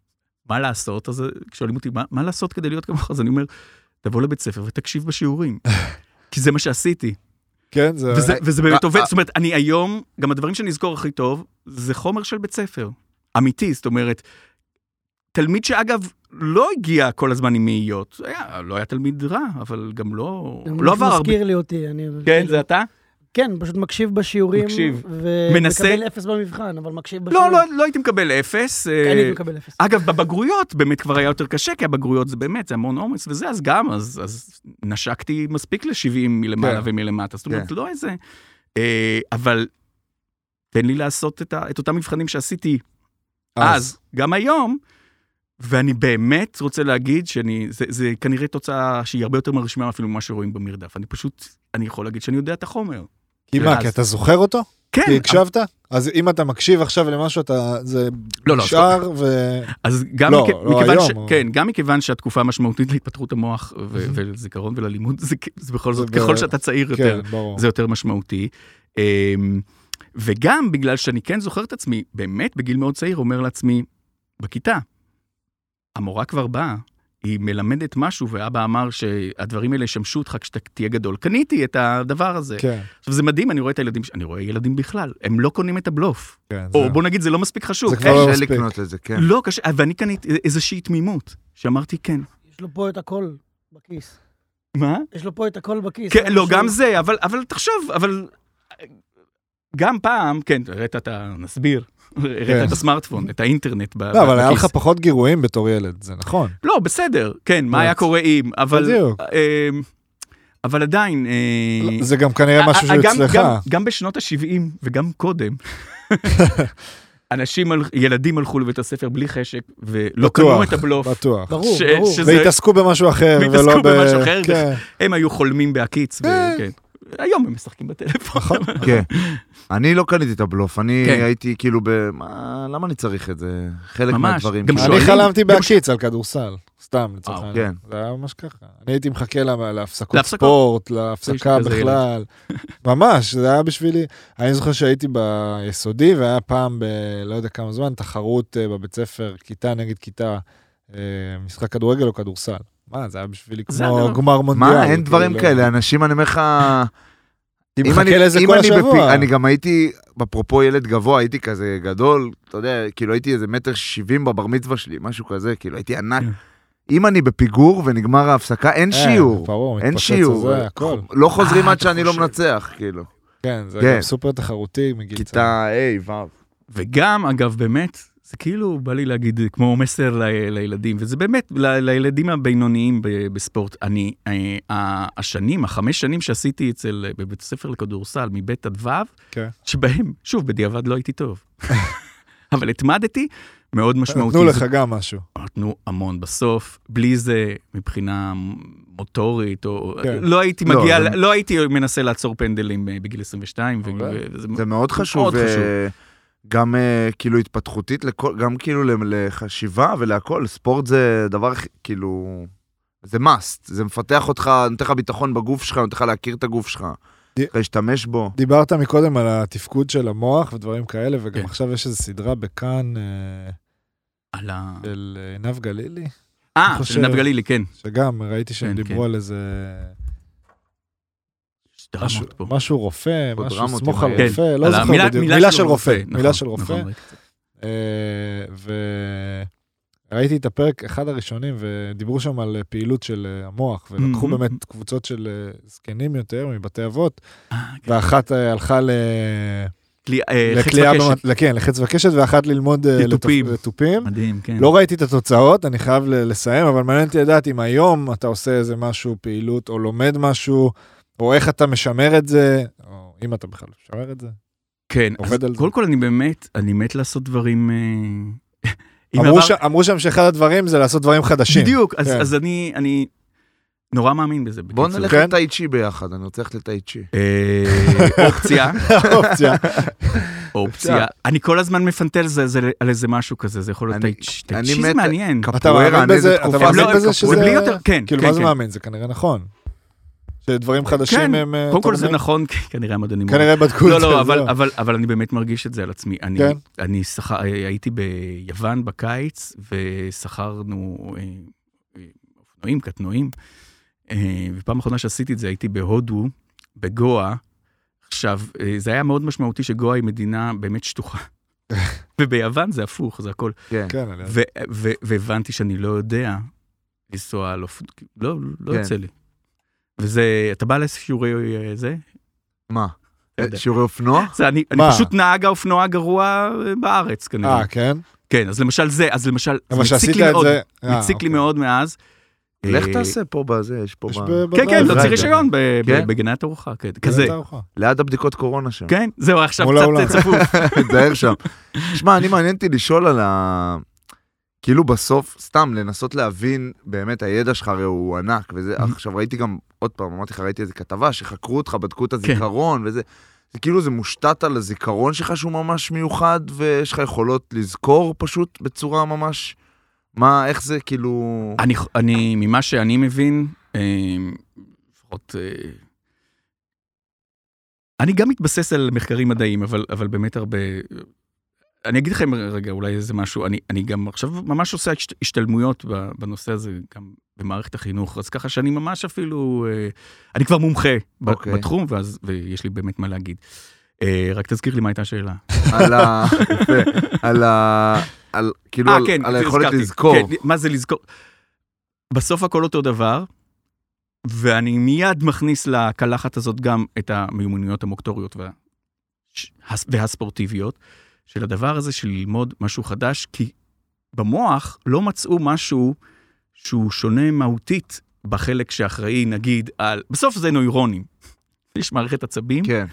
Speaker 3: [laughs] מה לעשות? אז כשואלים אותי, מה, מה לעשות כדי להיות כמוך? אז אני אומר, תבוא לבית ספר ותקשיב בשיעורים. כי זה מה שעשיתי.
Speaker 4: כן, זה...
Speaker 3: וזה, וזה באמת
Speaker 2: אה,
Speaker 3: עובד,
Speaker 2: אה.
Speaker 3: זאת אומרת, אני היום, גם הדברים שאני אזכור הכי טוב, זה חומר של בית ספר. אמיתי, זאת אומרת, תלמיד שאגב, לא הגיע כל הזמן עם מאיות, היה, לא היה תלמיד רע, אבל גם לא,
Speaker 5: זה
Speaker 3: לא
Speaker 5: ממש
Speaker 3: עבר הרבה.
Speaker 5: מזכיר לי אותי. אני-
Speaker 3: כן, זה אתה?
Speaker 5: כן, פשוט מקשיב בשיעורים.
Speaker 3: מקשיב. מנסה.
Speaker 5: ומקבל אפס במבחן, אבל מקשיב בשיעור.
Speaker 3: לא, לא, לא הייתי מקבל אפס. אה,
Speaker 5: כן, אני מקבל אפס.
Speaker 3: אגב, בבגרויות באמת כבר היה יותר קשה, כי הבגרויות זה באמת, זה המון עומס וזה, אז גם, אז, אז נשקתי מספיק ל-70 מלמעלה
Speaker 4: כן.
Speaker 3: ומלמטה, זאת אומרת, לא איזה... אה, אבל תן לי לעשות את, ה, את אותם מבחנים שעשיתי
Speaker 4: אה,
Speaker 3: אז, גם היום, ואני באמת רוצה להגיד שאני, זה, זה כנראה תוצאה שהיא הרבה יותר מרשימה אפילו ממה שרואים במרדף. אני פשוט, אני יכול להגיד שאני יודע את החומר.
Speaker 4: כי מה,
Speaker 3: אז.
Speaker 4: כי אתה זוכר אותו?
Speaker 3: כן,
Speaker 4: כי הקשבת? אז אם אתה מקשיב עכשיו למשהו, אתה... זה
Speaker 3: לא, לא,
Speaker 4: נשאר ו...
Speaker 3: אז גם,
Speaker 4: לא,
Speaker 3: מכ...
Speaker 4: לא
Speaker 3: מכיוון
Speaker 4: היום,
Speaker 3: ש...
Speaker 4: אבל-
Speaker 3: כן, גם מכיוון שהתקופה המשמעותית להתפתחות המוח ו... ולזיכרון וללימוד, זה, כ- זה בכל
Speaker 4: זה
Speaker 3: זאת,
Speaker 4: ב-
Speaker 3: ככל שאתה צעיר יותר,
Speaker 4: כן, ברור.
Speaker 3: זה יותר משמעותי. אמ, וגם בגלל שאני כן זוכר את עצמי, באמת בגיל מאוד צעיר, אומר לעצמי, בכיתה, המורה כבר באה, היא מלמדת משהו, ואבא אמר שהדברים האלה ישמשו אותך כשאתה תהיה גדול. קניתי את הדבר הזה.
Speaker 4: כן,
Speaker 3: עכשיו, זה מדהים, אני רואה את הילדים, ש- אני רואה ילדים בכלל, הם לא קונים את הבלוף.
Speaker 4: כן.
Speaker 3: או
Speaker 4: זהו.
Speaker 3: בוא נגיד, זה לא מספיק חשוב.
Speaker 4: זה כבר לא
Speaker 2: קשה
Speaker 4: מספיק.
Speaker 2: לקנות לזה, כן.
Speaker 3: לא, קשה, ואני קניתי איזושהי תמימות, שאמרתי כן.
Speaker 5: יש לו פה את הכל בכיס.
Speaker 3: מה?
Speaker 5: יש לו פה את הכל בכיס.
Speaker 3: כן, לא,
Speaker 5: משהו-
Speaker 3: גם זה, אבל, אבל תחשוב, אבל... גם פעם, כן, הראית את ה... נסביר.
Speaker 4: כן.
Speaker 3: הראית את הסמארטפון, את האינטרנט ב-
Speaker 4: לא, אבל היה
Speaker 3: בכיס.
Speaker 4: לך פחות גירויים בתור ילד, זה נכון.
Speaker 3: לא, בסדר, כן, מה
Speaker 4: כן.
Speaker 3: היה קורה אם, אבל...
Speaker 4: בדיוק. לא,
Speaker 3: אה, אבל עדיין... אה,
Speaker 4: זה גם כנראה משהו
Speaker 3: אה, אה, גם-
Speaker 4: שאצלך.
Speaker 3: גם- גם בשנות ה-70 וגם
Speaker 4: [laughs]
Speaker 3: קודם, אנשים, הל- ילדים הלכו לבית הספר בלי חשק, ולא
Speaker 4: בטוח,
Speaker 3: קנו את הבלוף.
Speaker 4: בטוח.
Speaker 5: ברור,
Speaker 3: ש-
Speaker 5: ברור.
Speaker 3: שזה-
Speaker 4: והתעסקו במשהו אחר,
Speaker 3: והתעסקו
Speaker 4: ולא ב...
Speaker 3: במשהו אחר,
Speaker 4: כן,
Speaker 3: הם היו חולמים בהקיץ, ו-
Speaker 4: אה.
Speaker 3: כן. היום הם משחקים בטלפון.
Speaker 4: נכון.
Speaker 2: כן. אני לא קניתי את הבלוף, אני
Speaker 3: כן.
Speaker 2: הייתי כאילו ב... מה, למה אני צריך את זה? חלק
Speaker 3: ממש,
Speaker 2: מהדברים.
Speaker 3: גם
Speaker 2: כאילו.
Speaker 4: אני
Speaker 3: שואלים-
Speaker 4: חלמתי
Speaker 3: גם
Speaker 4: בהקיץ על כדורסל, סתם לצורך
Speaker 3: וואו,
Speaker 4: העניין.
Speaker 2: כן.
Speaker 4: זה היה ממש ככה. אני הייתי מחכה לה- להפסקות
Speaker 3: להפסקות.
Speaker 4: ספורט,
Speaker 3: יש
Speaker 4: להפסקה
Speaker 3: לי
Speaker 2: [laughs]
Speaker 3: כזה
Speaker 4: בכלל. ממש, זה היה בשבילי. אני זוכר שהייתי ביסודי, והיה פעם ב... לא יודע כמה זמן, תחרות אה, בבית ספר, כיתה נגד כיתה, אה, משחק כדורגל או כדורסל. מה, זה היה בשבילי
Speaker 3: זה
Speaker 4: כמו
Speaker 3: הדבר.
Speaker 4: גמר מונדיאל.
Speaker 2: לא- מה, אין דברים
Speaker 4: כאילו.
Speaker 2: כאלה, אנשים, אני אומר לך...
Speaker 4: הייתי
Speaker 2: אם
Speaker 4: מחכה
Speaker 2: אני-
Speaker 4: לזה
Speaker 2: אם
Speaker 4: כל
Speaker 2: אני בפי-
Speaker 4: השבוע.
Speaker 2: אני גם הייתי, אפרופו ילד גבוה, הייתי כזה גדול, אתה יודע, כאילו הייתי איזה מטר שבעים בבר מצווה שלי, משהו כזה, כאילו הייתי ענק.
Speaker 3: כן.
Speaker 2: אם אני בפיגור ונגמר ההפסקה, אין
Speaker 4: אה,
Speaker 2: שיעור.
Speaker 4: ברור,
Speaker 2: אין
Speaker 4: מתפוצץ
Speaker 2: שיעור.
Speaker 4: הזה, הכל.
Speaker 2: לא חוזרים
Speaker 3: אה,
Speaker 2: עד
Speaker 3: אתה
Speaker 2: שאני לא
Speaker 3: חושב.
Speaker 2: מנצח, כאילו.
Speaker 4: כן, זה
Speaker 2: כן.
Speaker 4: גם סופר תחרותי מגיל צעיר.
Speaker 2: כיתה A, ו'.
Speaker 3: וגם, אגב, באמת, זה כאילו בא לי להגיד כמו מסר ל- לילדים, וזה באמת ל- לילדים הבינוניים ב- בספורט. אני, אה, ה- השנים, החמש שנים שעשיתי אצל, אה, בבית הספר לכדורסל, מבית עד ו',
Speaker 4: כן.
Speaker 3: שבהם, שוב, בדיעבד לא הייתי טוב. [laughs] אבל התמדתי, מאוד משמעותי.
Speaker 4: נתנו
Speaker 3: זה-
Speaker 4: לך גם משהו.
Speaker 3: נתנו המון בסוף, בלי זה מבחינה מוטורית, או...
Speaker 4: כן.
Speaker 3: לא הייתי
Speaker 2: לא,
Speaker 3: מגיע,
Speaker 2: אבל-
Speaker 3: ל- לא הייתי מנסה לעצור פנדלים אה, בגיל 22, ו-
Speaker 2: אבל-
Speaker 3: וזה
Speaker 2: זה מאוד חשוב.
Speaker 3: מאוד
Speaker 2: אה,
Speaker 3: חשוב.
Speaker 2: גם אה, כאילו התפתחותית, לכל- גם כאילו ל- לחשיבה ולהכל, ספורט זה דבר הכי- כאילו, זה must, זה מפתח אותך, נותן לך ביטחון בגוף שלך, נותן לך להכיר את הגוף שלך,
Speaker 4: די-
Speaker 2: אתה להשתמש בו.
Speaker 4: דיברת מקודם על התפקוד של המוח ודברים כאלה, וגם
Speaker 3: כן.
Speaker 4: עכשיו יש איזו סדרה בכאן אה,
Speaker 3: על ה...
Speaker 4: של אה, עינב גלילי,
Speaker 3: אה,
Speaker 4: חושב-
Speaker 3: של עינב גלילי, כן.
Speaker 4: שגם ראיתי שהם
Speaker 3: כן,
Speaker 4: דיברו
Speaker 3: כן.
Speaker 4: על איזה
Speaker 3: יש
Speaker 4: משהו-
Speaker 3: דרמות פה.
Speaker 4: משהו רופא,
Speaker 2: פה
Speaker 4: משהו
Speaker 2: דרמות
Speaker 4: סמוך
Speaker 2: עם
Speaker 4: על
Speaker 2: ה- כן,
Speaker 4: רופא, לא
Speaker 3: על
Speaker 4: זוכר
Speaker 3: המילה-
Speaker 4: בדיוק,
Speaker 3: מילה
Speaker 4: מילה
Speaker 3: של
Speaker 4: של רופא,
Speaker 3: רופא,
Speaker 4: מילה
Speaker 3: נכון,
Speaker 4: של רופא,
Speaker 3: נכון,
Speaker 4: וראיתי את הפרק, אחד הראשונים, ודיברו שם על פעילות של אה, המוח, ולקחו
Speaker 3: Mhm.
Speaker 4: באמת קבוצות של אה, זקנים יותר מבתי אבות,
Speaker 3: אה, כן.
Speaker 4: ואחת אה, הלכה ל...
Speaker 3: כלי- אה, חץ
Speaker 4: לקליעה
Speaker 3: וקשת.
Speaker 4: במט- כן, לחץ וקשת, ואחת ללמוד אה, לתופ-
Speaker 3: לתופים.
Speaker 4: לתופים.
Speaker 3: מדהים, כן.
Speaker 4: לא ראיתי את התוצאות, אני חייב ל- לסיים, אבל מעניין אותי לדעת אם היום אתה עושה איזה משהו, פעילות, או לומד משהו, או איך אתה משמר את זה, או אם אתה בכלל משמר את זה.
Speaker 3: כן, אז
Speaker 4: עובד על זה.
Speaker 3: קודם כל אני באמת, אני מת לעשות דברים... אה, אם
Speaker 4: אמרו,
Speaker 3: עבר-
Speaker 4: ש... אמרו שם שאחד הדברים זה לעשות דברים חדשים. [laughs]
Speaker 3: בדיוק, אז-
Speaker 4: כן.
Speaker 3: אז אני- אני נורא מאמין בזה.
Speaker 2: בוא
Speaker 3: בקיצור.
Speaker 2: נלך
Speaker 4: כן.
Speaker 2: לטאי צ'י ביחד, אני רוצה ללכת לטאי צ'י.
Speaker 3: אה,
Speaker 4: [laughs]
Speaker 3: אופציה. [laughs]
Speaker 4: האופציה.
Speaker 3: אופציה. אני כל הזמן מפנטל זה- זה- על איזה משהו כזה, זה יכול להיות
Speaker 2: אני-
Speaker 3: טייצ'י,
Speaker 2: אני
Speaker 3: זה
Speaker 2: מת-
Speaker 3: מעניין.
Speaker 4: אתה
Speaker 2: קפוארה,
Speaker 4: מאמין
Speaker 2: אני איזה
Speaker 4: בזה, אתה
Speaker 2: תקופה-
Speaker 3: הם
Speaker 4: מאמין
Speaker 3: לא-
Speaker 4: בזה
Speaker 3: הם
Speaker 4: שזה...
Speaker 3: בלי יותר, כן,
Speaker 4: כאילו,
Speaker 3: כן,
Speaker 4: מה זה
Speaker 3: כן.
Speaker 4: מאמין? זה כנראה נכון. שדברים חדשים
Speaker 3: כן,
Speaker 4: הם... אה,
Speaker 3: קודם כל זה
Speaker 4: תורמים?
Speaker 3: נכון, [laughs] כנראה המדענים.
Speaker 4: כנראה בדקו
Speaker 3: לא,
Speaker 4: את זה.
Speaker 3: לא, אבל-
Speaker 4: זהו.
Speaker 3: אבל- אבל אני באמת מרגיש את זה על עצמי. אני-
Speaker 4: כן.
Speaker 3: אני שכר- הייתי ביוון בקיץ, ושכרנו אה, אה, אופנועים, קטנועים, אה, ופעם אחרונה שעשיתי את זה הייתי בהודו, בגואה. עכשיו, אה, זה היה מאוד משמעותי שגואה היא מדינה באמת שטוחה. וביוון זה הפוך, זה הכל.
Speaker 2: כן.
Speaker 4: כן, אני-
Speaker 3: ו- ו- והבנתי שאני לא יודע לנסוע על אופ... לא, לא
Speaker 2: כן.
Speaker 3: יוצא לי. וזה, אתה בא לשיעורי אה, זה?
Speaker 2: מה?
Speaker 3: לא יודע.
Speaker 2: שיעורי אופנוע?
Speaker 3: זה אני, אני
Speaker 4: מה?
Speaker 3: פשוט נהג האופנוע הגרוע בארץ כנראה.
Speaker 4: אה, כן?
Speaker 3: כן, אז למשל זה, אז למשל, זה
Speaker 4: אבל
Speaker 3: מציק
Speaker 4: שעשית
Speaker 3: לי
Speaker 4: את
Speaker 3: מאוד,
Speaker 4: זה... אה,
Speaker 3: מציק לי
Speaker 4: אוקיי.
Speaker 3: מאוד מאז.
Speaker 2: לך
Speaker 3: אה,
Speaker 2: תעשה פה בזה, יש פה...
Speaker 4: יש
Speaker 2: ב-
Speaker 4: ב-
Speaker 3: כן, כן,
Speaker 4: בבית.
Speaker 3: לא צריך
Speaker 2: בדרייב.
Speaker 3: רישיון ב-
Speaker 2: כן?
Speaker 3: ב- בגנת ארוחה, כן, כזה.
Speaker 4: אין תערוכה.
Speaker 2: ליד הבדיקות קורונה שם.
Speaker 3: כן, זהו, עכשיו
Speaker 4: מול האולם.
Speaker 3: קצת צפוף.
Speaker 2: תיזהר שם. שמע, אני מעניין אותי לשאול על ה... כאילו בסוף, סתם לנסות להבין, באמת הידע שלך הרי הוא ענק, וזה, עכשיו ראיתי גם, עוד פעם, אמרתי לך, ראיתי איזה כתבה שחקרו אותך, בדקו את הזיכרון וזה. זה כאילו זה מושתת על הזיכרון שלך שהוא ממש מיוחד, ויש לך יכולות לזכור פשוט בצורה ממש... מה, איך זה
Speaker 3: [laughs]
Speaker 2: כאילו...
Speaker 3: אני, אני, ממה שאני מבין, אה, לפחות... אה, אני גם מתבסס על מחקרים מדעיים, אבל, אבל באמת הרבה... אני אגיד לכם רגע אולי איזה משהו, אני, אני גם עכשיו ממש עושה השת, השתלמויות ב- בנושא הזה, גם במערכת החינוך, אז ככה שאני ממש אפילו... אה, אני כבר מומחה ב-
Speaker 2: אוקיי.
Speaker 3: בתחום, ואז, ויש לי באמת מה להגיד. אה, רק תזכיר לי מה הייתה השאלה.
Speaker 2: על ה... יפה, על ה... על, כאילו,
Speaker 3: אה,
Speaker 2: על,
Speaker 3: כן,
Speaker 2: על היכולת
Speaker 3: הזכרתי.
Speaker 2: לזכור.
Speaker 3: כן, מה זה לזכור? בסוף הכל אותו דבר, ואני מיד מכניס לקלחת הזאת גם את המיומנויות המוקטוריות וה... הס- והספורטיביות של הדבר הזה של ללמוד משהו חדש, כי במוח לא מצאו משהו שהוא שונה מהותית בחלק שאחראי, נגיד, על... בסוף זה נוירונים. יש מערכת עצבים,
Speaker 2: כן.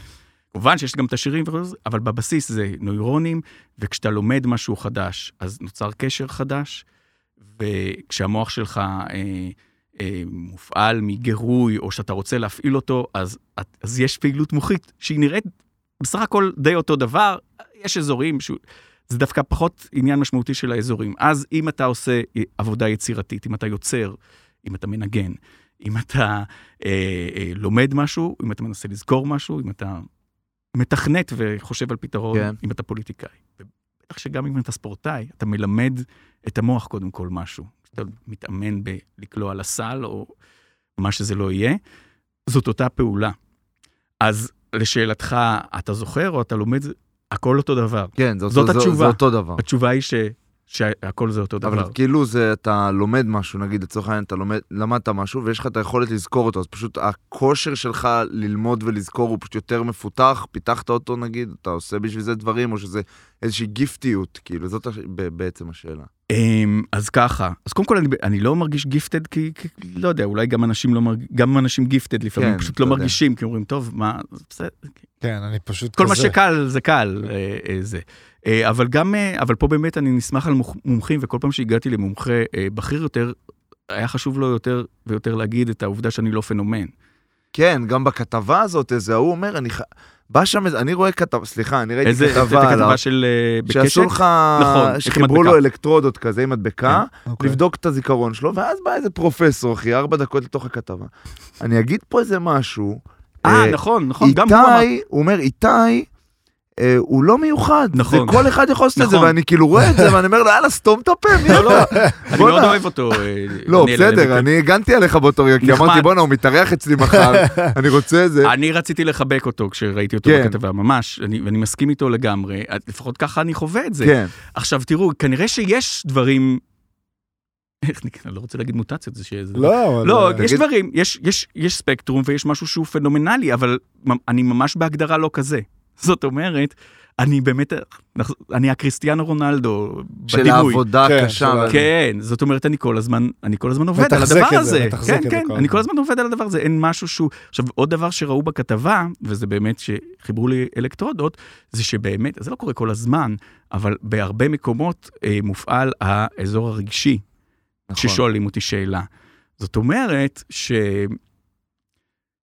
Speaker 3: כמובן שיש גם את השירים, וכל זה, אבל בבסיס זה נוירונים, וכשאתה לומד משהו חדש, אז נוצר קשר חדש, וכשהמוח שלך אה, אה, מופעל מגירוי, או שאתה רוצה להפעיל אותו, אז, את- אז יש פעילות מוחית שהיא נראית בסך הכל די אותו דבר, יש אזורים ש... זה דווקא פחות עניין משמעותי של האזורים. אז אם אתה עושה אה, עבודה יצירתית, אם אתה יוצר, אם אתה מנגן, אם אתה אה, אה, לומד משהו, אם אתה מנסה לזכור משהו, אם אתה מתכנת וחושב על פתרון,
Speaker 2: כן.
Speaker 3: כן. אם אתה פוליטיקאי. בטח שגם אם אתה ספורטאי, אתה מלמד את המוח קודם כל משהו. אתה מתאמן בלקלוע על הסל, או מה שזה לא יהיה, זאת אותה פעולה. אז לשאלתך, אתה זוכר או אתה לומד, הכל אותו דבר.
Speaker 2: כן, זה אותו,
Speaker 3: זאת
Speaker 2: זה, זה
Speaker 3: התשובה.
Speaker 2: אותו דבר.
Speaker 3: התשובה היא ש... שהכל זה אותו דבר.
Speaker 2: אבל כאילו זה, אתה לומד משהו, נגיד לצורך העניין, אתה לומד, למדת משהו ויש לך את היכולת לזכור אותו, אז פשוט הכושר שלך ללמוד ולזכור הוא פשוט יותר מפותח, פיתחת אותו נגיד, אתה עושה בשביל זה דברים, או שזה איזושהי גיפטיות, כאילו, זאת הש... ב- בעצם השאלה.
Speaker 3: אמ, אז ככה, אז קודם כל אני, אני לא מרגיש גיפטד, כי, כי לא יודע, אולי גם אנשים לא מרגישים, גם אנשים גיפטד לפעמים
Speaker 2: כן,
Speaker 3: כן, פשוט
Speaker 2: אתה
Speaker 3: לא
Speaker 2: יודע.
Speaker 3: מרגישים, כי אומרים, טוב, מה, זה בסדר,
Speaker 4: כן, אני פשוט
Speaker 3: כל
Speaker 4: כזה.
Speaker 3: מה שקל זה קל, אה, אה, זה. אה, אבל גם, אה, אבל פה באמת אני נסמך על מוכ- מומחים, וכל פעם שהגעתי למומחה אה, בכיר יותר, היה חשוב לו יותר ויותר להגיד את העובדה שאני לא פנומן.
Speaker 2: כן, גם בכתבה הזאת, איזה ההוא אומר, אני ח... בא שם, איזה- אני רואה כתבה, סליחה, אני ראיתי
Speaker 3: איזה, את
Speaker 2: כתבה עליו,
Speaker 3: הכתבה של אה, בקשת?
Speaker 2: שעשו לך,
Speaker 3: נכון, איך עם
Speaker 2: שחיברו
Speaker 3: מדבקה. כן.
Speaker 2: לו אלקטרודות כזה עם מדבקה,
Speaker 4: אוקיי.
Speaker 2: לבדוק את הזיכרון שלו, ואז בא איזה פרופסור, אחי, ארבע דקות לתוך הכתבה. אני אגיד פה איזה משהו.
Speaker 3: אה,
Speaker 2: אה,
Speaker 3: נכון, נכון, גם הוא אמר.
Speaker 2: איתי, הוא אומר, איתי, אה, הוא לא מיוחד.
Speaker 3: נכון.
Speaker 2: זה כל אחד יכול לעשות את זה,
Speaker 3: נכון.
Speaker 2: ואני כאילו רואה את זה, ואני אומר לו, יאללה, סתום את הפה, מי
Speaker 3: לא, לא,
Speaker 2: אתה?
Speaker 3: אני
Speaker 2: בוא'נה.
Speaker 3: מאוד אוהב אותו. אה,
Speaker 2: לא,
Speaker 3: דניאל
Speaker 2: בסדר,
Speaker 3: הלוי.
Speaker 2: אני הגנתי עליך באותו רגע, כי
Speaker 3: נחמד.
Speaker 2: אמרתי, בואנה, הוא מתארח אצלי
Speaker 3: [laughs]
Speaker 2: מחר, אני רוצה זה.
Speaker 3: אני רציתי לחבק אותו כשראיתי אותו
Speaker 2: כן.
Speaker 3: בכתבה, ממש, אני- ואני מסכים איתו לגמרי, אה, לפחות ככה אני חווה את זה.
Speaker 2: כן,
Speaker 3: עכשיו תראו, כנראה שיש דברים, איך נקרא, אני לא רוצה להגיד מוטציות, זה שזה...
Speaker 4: לא, אבל-
Speaker 3: לא,
Speaker 4: אה,
Speaker 3: יש
Speaker 2: תגיד-
Speaker 3: דברים, יש- יש- יש ספקטרום ויש משהו שהוא פנומנלי, אבל מ- אני ממש בהגדרה לא כזה. זאת אומרת, אני באמת, אני הקריסטיאנו רונלדו
Speaker 2: של
Speaker 3: בדימוי.
Speaker 2: העבודה
Speaker 4: כן,
Speaker 2: הקשה.
Speaker 4: של ה-
Speaker 2: אבל-
Speaker 3: כן, זאת אומרת, אני כל הזמן, אני כל הזמן עובד על
Speaker 4: מתחזק
Speaker 3: הדבר
Speaker 4: את זה,
Speaker 3: הזה.
Speaker 4: מתחזק
Speaker 3: כן,
Speaker 4: את זה
Speaker 3: כן, אני
Speaker 4: כל הזמן.
Speaker 3: כל הזמן עובד על הדבר הזה, אין משהו שהוא... עכשיו, עוד דבר שראו בכתבה, וזה באמת שחיברו לי אלקטרודות, זה שבאמת, זה לא קורה כל הזמן, אבל בהרבה מקומות אה, מופעל האזור הרגשי,
Speaker 2: נכון.
Speaker 3: כששואלים אותי שאלה. זאת אומרת ש...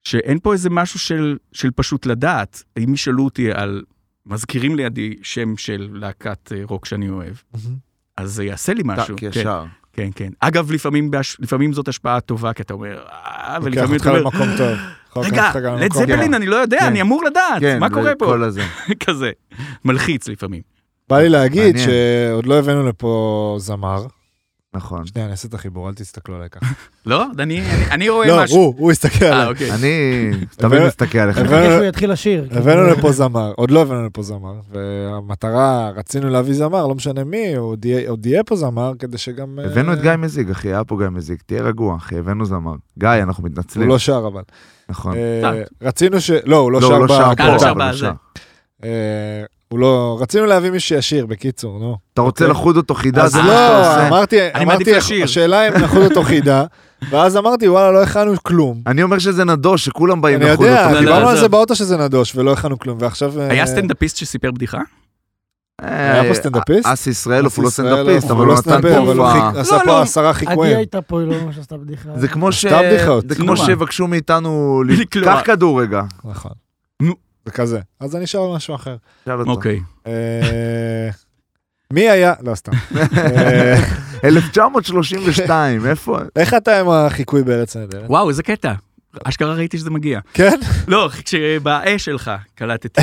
Speaker 3: שאין פה איזה משהו של, של פשוט לדעת. אם ישאלו אותי על, מזכירים לידי שם של להקת אה, רוק שאני אוהב,
Speaker 4: מהמם.
Speaker 3: אז זה יעשה לי משהו.
Speaker 2: טאק
Speaker 3: כן,
Speaker 2: ישר.
Speaker 3: כן, כן. אגב, לפעמים, בהש... לפעמים זאת השפעה טובה, כי אתה אומר, אה,
Speaker 4: לוקח
Speaker 3: ולפעמים
Speaker 4: אותך
Speaker 3: אתה אומר,
Speaker 4: למקום טוב. יכול לקחת
Speaker 3: רגע,
Speaker 4: אותך גם
Speaker 3: לד
Speaker 4: למקום
Speaker 3: זפלין,
Speaker 4: טוב.
Speaker 3: אני לא יודע,
Speaker 2: כן.
Speaker 3: אני אמור לדעת,
Speaker 2: כן,
Speaker 3: מה קורה פה?
Speaker 2: כל הזה.
Speaker 3: [laughs] כזה. מלחיץ לפעמים.
Speaker 4: בא לי להגיד
Speaker 2: מעניין.
Speaker 4: שעוד לא הבאנו לפה זמר.
Speaker 3: [laughs]
Speaker 2: נכון.
Speaker 4: שנייה, אני אעשה את החיבור, אל תסתכלו עליי ככה.
Speaker 3: לא? אני, אני, אני רואה
Speaker 4: לא,
Speaker 3: משהו.
Speaker 4: הוא, הוא הסתכל
Speaker 3: אה,
Speaker 4: עליי.
Speaker 3: אוקיי.
Speaker 2: אני תמיד מסתכל עליך.
Speaker 5: אני מבקש שהוא יתחיל לשיר. כי-
Speaker 4: הבאנו לפה זמר, עוד לא הבאנו לפה זמר, והמטרה, רצינו להביא זמר, לא משנה מי, עוד יהיה- עוד יהיה פה זמר, כדי שגם... אה,
Speaker 2: הבאנו את גיא מזיג, אחי, היה פה גיא מזיג, תהיה רגוע, אחי, הבאנו זמר. גיא, אנחנו
Speaker 4: הוא
Speaker 2: מתנצלים.
Speaker 4: לא שר אבל.
Speaker 2: נכון.
Speaker 4: אה,
Speaker 3: טוב.
Speaker 4: רצינו ש... לא, הוא לא
Speaker 2: לא, הוא
Speaker 4: שר
Speaker 2: לא שר
Speaker 3: אה, לא
Speaker 2: פה,
Speaker 3: שר
Speaker 2: אבל הוא
Speaker 3: בזה.
Speaker 2: שר.
Speaker 4: אה, הוא לא... רצינו להביא מישהו ישיר, בקיצור, נו.
Speaker 2: אתה רוצה
Speaker 4: אוקיי.
Speaker 2: לחוד אותו חידה,
Speaker 3: אז
Speaker 2: זה
Speaker 4: אז
Speaker 2: מה שאתה
Speaker 4: לא,
Speaker 2: עושה.
Speaker 4: אמרתי,
Speaker 3: מעדיף
Speaker 4: אמרתי,
Speaker 3: לשיר.
Speaker 4: השאלה אם נחוד אותו חידה, ואז אמרתי, וואלה, לא הכנו כלום.
Speaker 2: אני אומר שזה נדוש, שכולם באים
Speaker 4: אני
Speaker 2: לחוד
Speaker 4: יודע,
Speaker 2: אותו
Speaker 3: לא,
Speaker 2: חידה.
Speaker 4: דיברנו על
Speaker 3: עזוב.
Speaker 4: זה באוטו שזה נדוש, ולא הכנו כלום, ועכשיו... אה,
Speaker 3: היה סטנדאפיסט שסיפר בדיחה?
Speaker 2: אה,
Speaker 4: היה פה סטנדאפיסט?
Speaker 2: אס ישראלוף הוא לא
Speaker 4: אס ישראל,
Speaker 2: סטנדאפיסט, אבל הוא נתן
Speaker 4: סטנדאפיסט, אבל הוא חיק-
Speaker 2: תרופה.
Speaker 4: עשה
Speaker 3: לא,
Speaker 4: פה
Speaker 3: לא.
Speaker 4: עשרה
Speaker 5: עדי
Speaker 4: חיקויים.
Speaker 5: הייתה פה, היא לא ממש עשתה בדיחה.
Speaker 2: זה כמו ש...
Speaker 4: סתם בדיחות.
Speaker 2: זה כמו
Speaker 3: נו, מה? אוקיי.
Speaker 2: שיבקשו מאיתנו, ל-
Speaker 3: לקלוע.
Speaker 2: קח כדור רגע.
Speaker 4: נכון.
Speaker 3: נו,
Speaker 4: וכזה. אז אני אשאל על משהו אחר.
Speaker 2: שאל אותו.
Speaker 3: אוקיי.
Speaker 4: אה, מי היה, לא סתם. אה,
Speaker 2: 1932, איפה?
Speaker 4: איך אתה עם החיקוי בארץ נהדרת?
Speaker 3: וואו, איזה קטע. אשכרה ראיתי שזה מגיע.
Speaker 4: כן?
Speaker 3: לא, כשבאש שלך
Speaker 4: [laughs]
Speaker 3: קלטתי.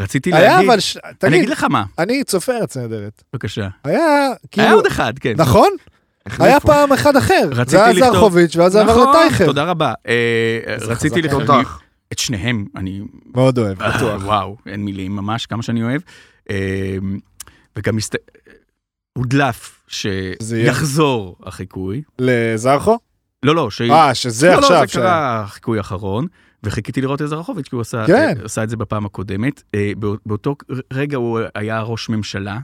Speaker 3: רציתי להגיד...
Speaker 4: היה אבל, ש-
Speaker 3: אני אגיד
Speaker 4: תגיד,
Speaker 3: לך מה,
Speaker 4: אני צופה ארץ נהדרת.
Speaker 3: בבקשה.
Speaker 4: היה
Speaker 3: היה
Speaker 4: כאילו,
Speaker 3: עוד אחד, כן.
Speaker 4: נכון? היה
Speaker 2: החליפו.
Speaker 4: פעם אחד אחר.
Speaker 3: רציתי
Speaker 4: זה היה
Speaker 3: לכתוב-
Speaker 4: זרחוביץ' ואז זה עבר
Speaker 3: נכון,
Speaker 4: לטייכר.
Speaker 3: תודה רבה. אה,
Speaker 4: איזה
Speaker 3: רציתי
Speaker 4: חזק.
Speaker 3: לכתוב
Speaker 2: תותח.
Speaker 3: את שניהם, אני...
Speaker 4: מאוד אוהב.
Speaker 3: בטוח. וואו, אין מילים ממש, כמה שאני אוהב. אה, וגם הסת... הודלף
Speaker 4: שזה יהיה-
Speaker 3: שיחזור החיקוי.
Speaker 4: לזרחו?
Speaker 3: לא, לא, ש...
Speaker 4: אה, שזה
Speaker 3: לא, לא,
Speaker 4: עכשיו.
Speaker 3: זה
Speaker 4: ש-
Speaker 3: קרה חיקוי אחרון, וחיכיתי לראות את זרחוביץ', כי הוא עשה,
Speaker 4: כן.
Speaker 3: אה, עשה את זה בפעם הקודמת. אה, בא- באותו רגע הוא היה ראש ממשלה,
Speaker 4: אה,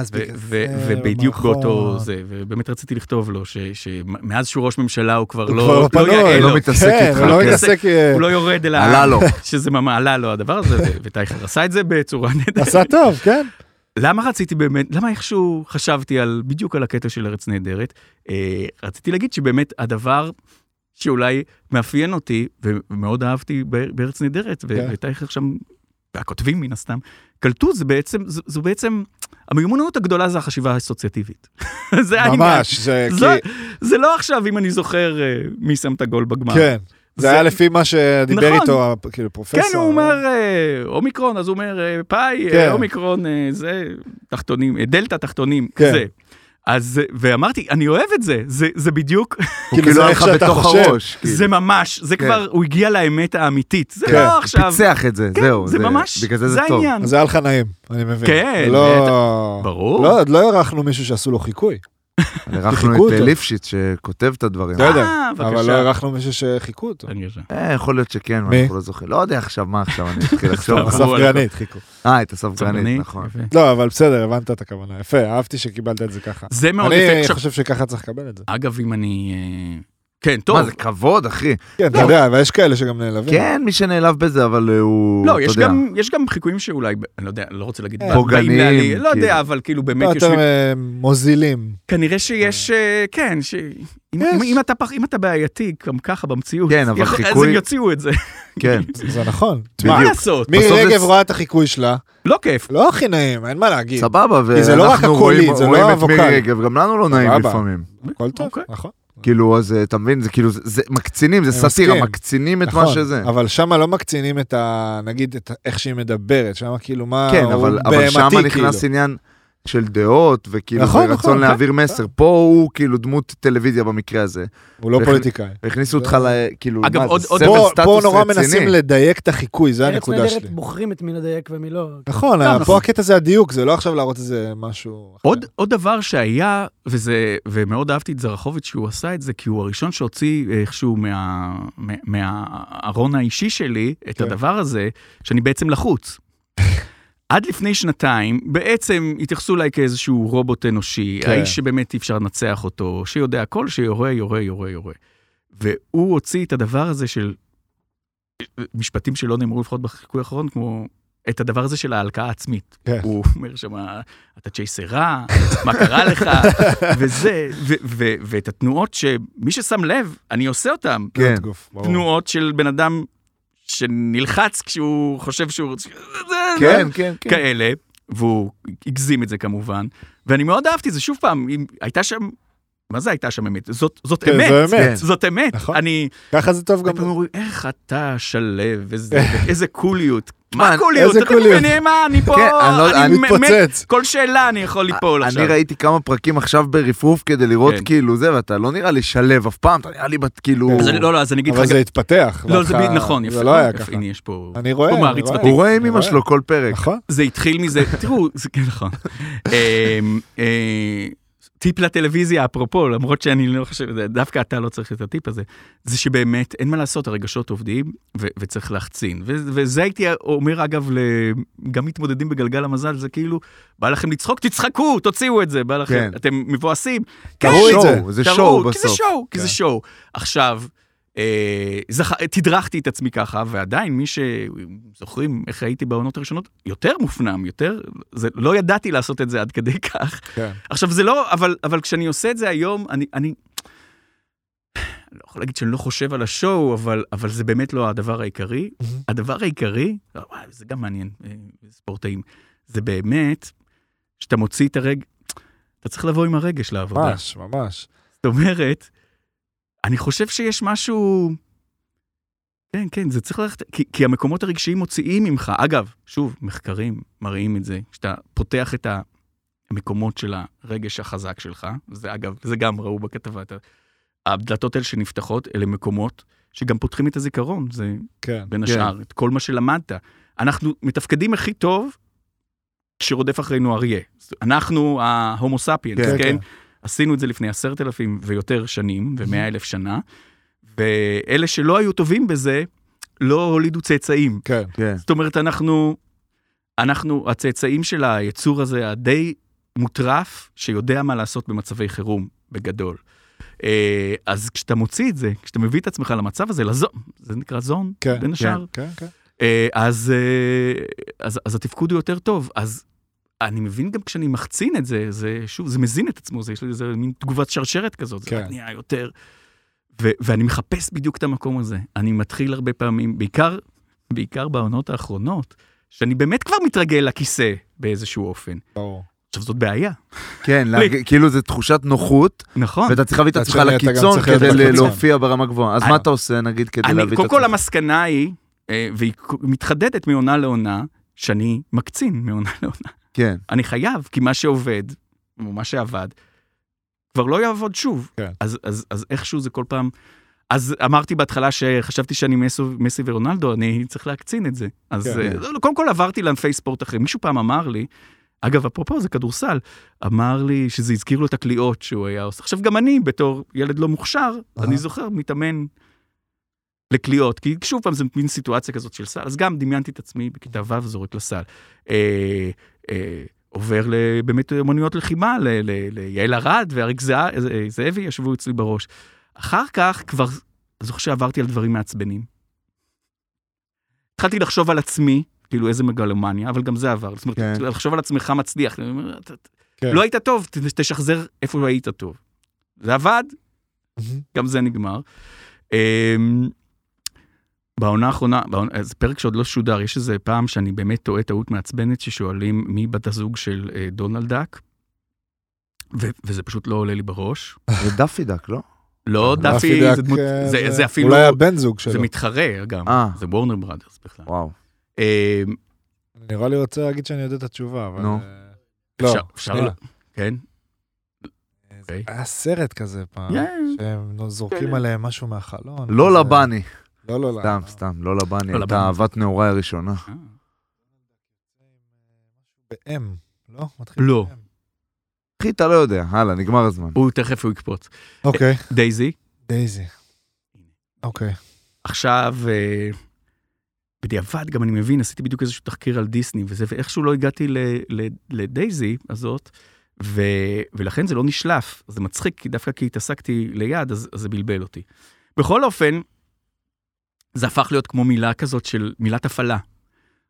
Speaker 4: אז
Speaker 3: ו-
Speaker 4: בגלל
Speaker 3: ו-
Speaker 4: זה,
Speaker 3: ובדיוק
Speaker 4: נכון.
Speaker 3: באותו זה, ובאמת רציתי לכתוב לו, ש- שמאז שהוא ראש ממשלה הוא כבר
Speaker 4: הוא
Speaker 3: לא...
Speaker 4: כבר לא פנוי,
Speaker 3: יאה
Speaker 2: לא
Speaker 3: לו.
Speaker 2: מתעסק
Speaker 4: כן,
Speaker 2: איתך.
Speaker 4: הוא לא
Speaker 3: כן.
Speaker 4: מתעסק, אה,
Speaker 3: הוא לא יורד אל ה...
Speaker 2: עלה לו.
Speaker 3: [laughs] שזה ממש עלה לו הדבר הזה, ו- וטייכר עשה את זה
Speaker 4: [laughs]
Speaker 3: בצורה נהדרת.
Speaker 4: עשה טוב,
Speaker 3: [laughs]
Speaker 4: כן.
Speaker 3: למה רציתי באמת, למה איכשהו חשבתי על, בדיוק על הקטע של ארץ נהדרת? אה, רציתי להגיד שבאמת הדבר שאולי מאפיין אותי, ומאוד אהבתי ב- בארץ נהדרת, ו-
Speaker 4: כן.
Speaker 3: וטייכר שם, והכותבים מן הסתם, קלטו, זה בעצם, זו, זו בעצם, המיומנות הגדולה זה החשיבה האסוציאטיבית. [laughs] זה העניין.
Speaker 4: ממש, זה
Speaker 3: זה,
Speaker 4: כי-
Speaker 3: זה לא עכשיו אם אני זוכר אה, מי שם את הגול בגמר.
Speaker 4: כן. זה
Speaker 3: זה-
Speaker 4: היה לפי מה שדיבר
Speaker 3: נכון.
Speaker 4: איתו, הפ- כאילו פרופסור.
Speaker 3: כן, הוא אומר אה, אומיקרון, אז הוא אומר אה, פאי, אה,
Speaker 4: כן.
Speaker 3: אומיקרון, אה, זה תחתונים, אה, דלתא תחתונים,
Speaker 4: כן.
Speaker 3: זה. אז, אה, ואמרתי, אני אוהב את זה, זה, זה בדיוק,
Speaker 2: הוא
Speaker 4: כאילו,
Speaker 2: כאילו
Speaker 4: זה
Speaker 2: היה
Speaker 4: איך
Speaker 2: לך
Speaker 4: שאתה
Speaker 2: בתוך
Speaker 4: חושב.
Speaker 2: הראש. כאילו.
Speaker 3: זה ממש, זה
Speaker 2: כן.
Speaker 3: כבר, הוא הגיע לאמת האמיתית, זה
Speaker 4: כן.
Speaker 3: לא עכשיו,
Speaker 2: פיצח את זה,
Speaker 3: כן,
Speaker 2: זהו.
Speaker 3: זה ממש,
Speaker 2: בגלל זה זה
Speaker 3: זה
Speaker 2: טוב.
Speaker 3: העניין,
Speaker 4: אז היה לך נעים, אני מבין.
Speaker 3: כן,
Speaker 4: לא...
Speaker 3: ברור.
Speaker 4: לא, עוד לא אירחנו מישהו שעשו לו
Speaker 3: אה,
Speaker 4: חיקוי.
Speaker 2: אירחנו
Speaker 4: חיכו
Speaker 2: את אה,
Speaker 4: אותו.
Speaker 2: ליפשיץ שכותב את הדברים.
Speaker 4: לא יודע,
Speaker 3: אה, בבקשה.
Speaker 4: אבל לא אירחנו מישהו שחיכו אותו.
Speaker 3: אני יודע.
Speaker 2: אה, יכול להיות שכן,
Speaker 4: מי?
Speaker 2: אנחנו לא זוכרים. לא יודע עכשיו מה עכשיו, אני
Speaker 4: [laughs]
Speaker 2: אתחיל לחשוב.
Speaker 3: עזוב.
Speaker 4: אסף
Speaker 3: ברור,
Speaker 4: גרנית חיכו.
Speaker 2: אה, את אסף
Speaker 3: סבלני,
Speaker 2: גרנית, נכון.
Speaker 3: יפה.
Speaker 4: לא, אבל בסדר, הבנת את הכוונה. יפה, אהבתי שקיבלת את זה ככה.
Speaker 3: זה מאוד יפה.
Speaker 4: אני
Speaker 3: עכשיו,
Speaker 4: חושב שככה צריך לקבל את זה.
Speaker 3: אגב, אם אני... אה, כן, טוב.
Speaker 2: מה, זה כבוד, אחי.
Speaker 4: כן, אתה יודע, אבל יש כאלה שגם נעלבים.
Speaker 2: כן, מי שנעלב בזה, אבל אה, הוא,
Speaker 3: לא,
Speaker 2: אתה
Speaker 3: יש
Speaker 2: יודע.
Speaker 3: גם, יש גם חיקויים שאולי, ב- אני לא יודע, אני לא רוצה להגיד,
Speaker 4: אה,
Speaker 3: בא- באים
Speaker 2: פוגעניים,
Speaker 3: להעליב, לא
Speaker 2: כאילו.
Speaker 3: יודע, אבל כאילו באמת
Speaker 4: לא, יותר
Speaker 3: יושבים,
Speaker 4: אה, מוזילים.
Speaker 3: כנראה שיש, אה, כן, ש... אם,
Speaker 4: יש.
Speaker 3: אם, אם, אתה פח, אם אתה בעייתי, גם ככה במציאות,
Speaker 2: כן, אבל
Speaker 3: יכול- אז
Speaker 2: חיקוי-
Speaker 3: הם יוציאו את זה,
Speaker 2: כן.
Speaker 4: זה זה נכון.
Speaker 3: מה
Speaker 4: תשמע,
Speaker 3: לעשות?
Speaker 4: מירי
Speaker 2: בסוף זה
Speaker 4: רגב
Speaker 2: ס-
Speaker 4: רואה את החיקוי שלה,
Speaker 3: לא כיף.
Speaker 4: לא הכי נעים, אין מה להגיד.
Speaker 2: סבבה,
Speaker 4: כי זה לא רק
Speaker 2: ואנחנו
Speaker 4: הקולי,
Speaker 2: רואים-
Speaker 4: זה לא
Speaker 2: רואים את
Speaker 4: הווקאלי.
Speaker 2: מירי רגב, גם לנו לא נעים
Speaker 4: סבבה.
Speaker 2: לפעמים.
Speaker 4: הכל טוב,
Speaker 3: אוקיי.
Speaker 4: נכון.
Speaker 2: כאילו, אז אה, אתה מבין, זה כאילו, זה- זה מקצינים, זה
Speaker 4: אני
Speaker 2: סאטירה,
Speaker 4: מסכים.
Speaker 2: מקצינים את מה
Speaker 4: נכון,
Speaker 2: שזה.
Speaker 4: אבל שם לא מקצינים את ה... נגיד, את ה- איך שהיא מדברת, שם כאילו מה...
Speaker 2: כן,
Speaker 4: הוא
Speaker 2: אבל אבל
Speaker 4: בהמתי,
Speaker 2: שמה נכנס
Speaker 4: כאילו.
Speaker 2: עניין של דעות, וכאילו,
Speaker 4: נכון, נכון,
Speaker 2: ורצון להעביר מסר. פה הוא כאילו דמות טלוויזיה במקרה הזה.
Speaker 4: הוא לא
Speaker 2: ואיך-
Speaker 4: פוליטיקאי.
Speaker 2: הכניסו אותך ל... כאילו,
Speaker 3: אגב,
Speaker 2: מה
Speaker 3: עוד-
Speaker 2: זה,
Speaker 3: עוד-
Speaker 2: סמל
Speaker 4: פה- פה
Speaker 2: סטטוס
Speaker 4: נורא מנסים
Speaker 2: רציני.
Speaker 4: לדייק את החיקוי, זה הנקודה
Speaker 5: ארץ
Speaker 4: שלי.
Speaker 5: נהדרת בוחרים את מי לדייק ומי לא.
Speaker 4: נכון,
Speaker 5: גם
Speaker 4: ה-
Speaker 5: נכון.
Speaker 4: פה הקטע זה הדיוק, זה לא עכשיו להראות איזה משהו... אחר.
Speaker 3: עוד, עוד דבר שהיה, וזה, ומאוד אהבתי את זרחוביץ' שהוא עשה את זה, כי הוא הראשון שהוציא איכשהו מה, מה, מהארון האישי שלי את
Speaker 4: כן.
Speaker 3: הדבר הזה, שאני בעצם לחוץ. [laughs] עד לפני שנתיים, בעצם התייחסו אליי כאיזשהו רובוט אנושי,
Speaker 4: כן.
Speaker 3: האיש שבאמת אי אפשר לנצח אותו, שיודע הכל, שיורה, יורה, יורה, יורה. והוא הוציא את הדבר הזה של משפטים שלא נאמרו לפחות בחיקוי האחרון, כמו את הדבר הזה של ההלקאה העצמית.
Speaker 4: כן.
Speaker 3: הוא אומר שם, אתה צ'ייסר רע, מה קרה
Speaker 4: [laughs]
Speaker 3: לך, וזה, ו- ו- ואת התנועות שמי ששם לב, אני עושה אותן.
Speaker 2: כן.
Speaker 4: גוף, ברור.
Speaker 3: תנועות של בן אדם שנלחץ כשהוא חושב שהוא... זה-
Speaker 2: כן, כן, כן.
Speaker 3: כאלה, והוא הגזים את זה כמובן, ואני מאוד אהבתי זה, שוב פעם, אם הייתה שם, מה זה הייתה שם אמת? זאת, זאת
Speaker 4: כן,
Speaker 3: אמת.
Speaker 4: זה
Speaker 2: כן.
Speaker 4: אמת.
Speaker 3: זאת אמת,
Speaker 4: נכון.
Speaker 3: אני,
Speaker 4: ככה זה טוב גם...
Speaker 3: הרבה פעמים אומרים, איך אתה שלב, איזה- איזה קוליות. מה
Speaker 2: מה,
Speaker 3: קוליות?
Speaker 4: איזה
Speaker 3: אתה
Speaker 4: קוליות?
Speaker 3: מבין מה, אני פה,
Speaker 2: כן, אני לא-
Speaker 3: אני
Speaker 2: אני
Speaker 3: מת-
Speaker 4: מתפוצץ.
Speaker 3: כל שאלה אני
Speaker 4: אה,
Speaker 3: יכול ליפול עכשיו.
Speaker 2: אני ראיתי כמה פרקים עכשיו ברפרוף כדי לראות
Speaker 3: כן.
Speaker 2: כאילו זה, ואתה לא נראה לי שלב אף פעם, אתה נראה לי בת כאילו...
Speaker 3: אז אני- לא, לא, אז אני אגיד לך,
Speaker 4: אבל זה התפתח.
Speaker 3: לא, זה
Speaker 4: בהתחלה-
Speaker 3: ב- נכון, יפה.
Speaker 4: זה לא היה
Speaker 3: יפה,
Speaker 4: ככה.
Speaker 3: הנה, יש פה...
Speaker 4: אני רואה,
Speaker 3: הוא
Speaker 4: אני
Speaker 3: מעריץ
Speaker 4: רואה.
Speaker 3: ותיק.
Speaker 2: הוא רואה עם אמא
Speaker 4: אני
Speaker 2: שלו כל פרק.
Speaker 4: נכון.
Speaker 3: זה התחיל
Speaker 4: [laughs]
Speaker 3: מזה, תראו, זה כן נכון. אמ, אה, טיפ לטלוויזיה, אפרופו, למרות שאני לא חושב, דווקא אתה לא צריך את הטיפ הזה, זה שבאמת אין מה לעשות, הרגשות עובדים ו- וצריך להחצין. ו- וזה הייתי אומר, אגב, ל- גם מתמודדים בגלגל המזל, זה כאילו, בא לכם לצחוק, תצחקו, תוציאו את זה, בא לכם,
Speaker 2: כן.
Speaker 3: אתם מבואסים.
Speaker 4: תראו
Speaker 3: כן,
Speaker 4: את זה.
Speaker 2: שואו, זה
Speaker 3: תראו,
Speaker 2: שואו
Speaker 3: כי זה
Speaker 2: בסוף.
Speaker 3: שואו, כי זה
Speaker 4: כן.
Speaker 3: שואו. עכשיו, אה, זכ... תדרכתי את עצמי ככה, ועדיין מי שזוכרים איך הייתי בעונות הראשונות, יותר מופנם, יותר, זה... לא ידעתי לעשות את זה עד כדי כך.
Speaker 4: כן.
Speaker 3: עכשיו זה לא, אבל, אבל כשאני עושה את זה היום, אני... אני... אני לא יכול להגיד שאני לא חושב על השואו, אבל, אבל זה באמת לא הדבר העיקרי.
Speaker 4: מהמם.
Speaker 3: הדבר העיקרי, לא, וואי, זה גם מעניין, אה, ספורטאים, זה באמת שאתה מוציא את הרגע, אתה צריך לבוא עם הרגש לעבודה.
Speaker 4: ממש, ממש.
Speaker 3: זאת אומרת, אני חושב שיש משהו... כן, כן, זה צריך ללכת... כי, כי המקומות הרגשיים מוציאים ממך. אגב, שוב, מחקרים מראים את זה. כשאתה פותח את המקומות של הרגש החזק שלך, זה אגב, זה גם ראו בכתבה, אתה, הדלתות האלה שנפתחות, אלה מקומות שגם פותחים את הזיכרון, זה
Speaker 4: כן.
Speaker 3: בין
Speaker 2: כן.
Speaker 3: השאר, את כל מה שלמדת. אנחנו מתפקדים הכי טוב כשרודף אחרינו אריה. אנחנו ההומו ספיאנס,
Speaker 2: כן,
Speaker 3: כן? כן? עשינו את זה לפני עשרת אלפים ויותר שנים, ומאה אלף שנה, ואלה שלא היו טובים בזה, לא הולידו צאצאים.
Speaker 4: כן.
Speaker 2: כן.
Speaker 3: זאת אומרת, אנחנו, אנחנו, הצאצאים של היצור הזה, הדי מוטרף, שיודע מה לעשות במצבי חירום, בגדול. אה, אז כשאתה מוציא את זה, כשאתה מביא את עצמך למצב הזה, לזון, זה נקרא זון,
Speaker 4: כן,
Speaker 3: בין השאר,
Speaker 4: כן, כן.
Speaker 3: אה, אז, אה, אז, אז התפקוד הוא יותר טוב. אז אני מבין גם כשאני מחצין את זה, זה שוב, זה מזין את עצמו, זה, יש לזה מין תגובת שרשרת כזאת, זה
Speaker 4: כן.
Speaker 3: רק נהיה יותר. ו, ואני מחפש בדיוק את המקום הזה. אני מתחיל הרבה פעמים, בעיקר, בעיקר בעונות האחרונות, שאני באמת כבר מתרגל לכיסא באיזשהו אופן.
Speaker 4: ברור.
Speaker 3: עכשיו, זאת בעיה.
Speaker 2: כן, להג- כאילו זה תחושת נוחות,
Speaker 3: נכון.
Speaker 2: ואתה צריך להביא את
Speaker 4: מצד
Speaker 2: עצמך
Speaker 4: שני, אתה גם
Speaker 2: לקיצון
Speaker 4: צריך להיות
Speaker 2: כדי ל-
Speaker 4: בקיצון.
Speaker 2: להופיע ברמה גבוהה. אז
Speaker 3: אני-
Speaker 2: מה אתה עושה, נגיד, כדי
Speaker 3: אה. אני,
Speaker 2: להביא את עצמך?
Speaker 3: קודם כל המסקנה היא, אה, והיא מתחדדת מעונה לעונה, שאני מקצין מעונה לעונה.
Speaker 2: כן,
Speaker 3: אני חייב, כי מה שעובד, או מה שעבד, כבר לא יעבוד שוב.
Speaker 4: כן.
Speaker 3: אז, אז, אז איכשהו זה כל פעם... אז אמרתי בהתחלה שחשבתי שאני מסו, מסי ורונלדו, אני צריך להקצין את זה. אז
Speaker 4: כן.
Speaker 3: כן. לא, קודם כל עברתי לענפי ספורט אחרים. מישהו פעם אמר לי, אגב, אפרופו, זה כדורסל, אמר לי שזה הזכיר לו את הקליעות שהוא היה עושה. עכשיו, גם אני, בתור ילד לא מוכשר,
Speaker 4: אהה.
Speaker 3: אני זוכר, מתאמן לקליעות, כי שוב פעם, זו מין סיטואציה כזאת של סל, אז גם דמיינתי את עצמי בכיתה ו' זורק לסל. אה, אה, עובר ל- באמת אמנויות לחימה, ל- ל- ליעל ארד ואריק זהב- אה, זאבי ישבו אצלי בראש. אחר כך כבר, אני זוכר שעברתי על דברים מעצבנים. התחלתי לחשוב על עצמי, כאילו איזה מגלומניה, אבל גם זה עבר. זאת אומרת,
Speaker 2: כן.
Speaker 3: לחשוב על עצמך מצליח. אני אומר, "אתה-
Speaker 4: כן.
Speaker 3: לא היית טוב, ת- תשחזר איפה היית טוב. זה עבד,
Speaker 4: מהמם.
Speaker 3: גם זה נגמר. אמ, בעונה האחרונה, בעונה- זה פרק שעוד לא שודר, יש איזה פעם שאני באמת טועה טעות מעצבנת ששואלים מי בת הזוג של אה, דונלד דאק, ו- וזה פשוט לא עולה לי בראש.
Speaker 2: זה דאפי דק, לא?
Speaker 3: לא דאפי,
Speaker 4: דאפי
Speaker 3: זה
Speaker 4: דק,
Speaker 3: דמות-
Speaker 4: אה,
Speaker 3: זה- זה אפילו,
Speaker 4: אולי הבן זוג
Speaker 3: זה
Speaker 4: שלו.
Speaker 3: מתחרה גם,
Speaker 2: אה.
Speaker 3: זה וורנר בראדרס בכלל.
Speaker 2: וואו.
Speaker 4: אה.
Speaker 3: אמ,
Speaker 4: אני נראה לי רוצה להגיד שאני יודע את התשובה, אבל...
Speaker 2: נו.
Speaker 4: אה, לא,
Speaker 3: אפשר- אפשר
Speaker 4: שנייה.
Speaker 3: ל- כן? אוקיי.
Speaker 4: היה סרט כזה פעם,
Speaker 3: Yeah.
Speaker 4: שהם זורקים
Speaker 3: כן.
Speaker 4: עליהם משהו מהחלון.
Speaker 2: לא
Speaker 4: כזה-
Speaker 2: לבני.
Speaker 4: לא, לא, לא.
Speaker 2: סתם, סתם, לא לבני.
Speaker 3: לא לבני.
Speaker 2: הייתה אהבת נעוריי הראשונה.
Speaker 3: אה.
Speaker 4: ב-M, לא? מתחיל
Speaker 3: לא.
Speaker 4: ב-M.
Speaker 2: אחי, אתה לא יודע. הלאה, נגמר הזמן.
Speaker 3: הוא תכף הוא יקפוץ.
Speaker 4: אוקיי,
Speaker 3: דייזי,
Speaker 4: דייזי. אוקיי.
Speaker 3: עכשיו, אה, בדיעבד גם אני מבין, עשיתי בדיוק איזשהו תחקיר על דיסני וזה, ואיכשהו לא הגעתי ל, ל, לדייזי הזאת, ו, ולכן זה לא נשלף. זה מצחיק, כי דווקא כי התעסקתי ליד, אז, אז זה בלבל אותי. בכל אופן, זה הפך להיות כמו מילה כזאת של מילת הפעלה.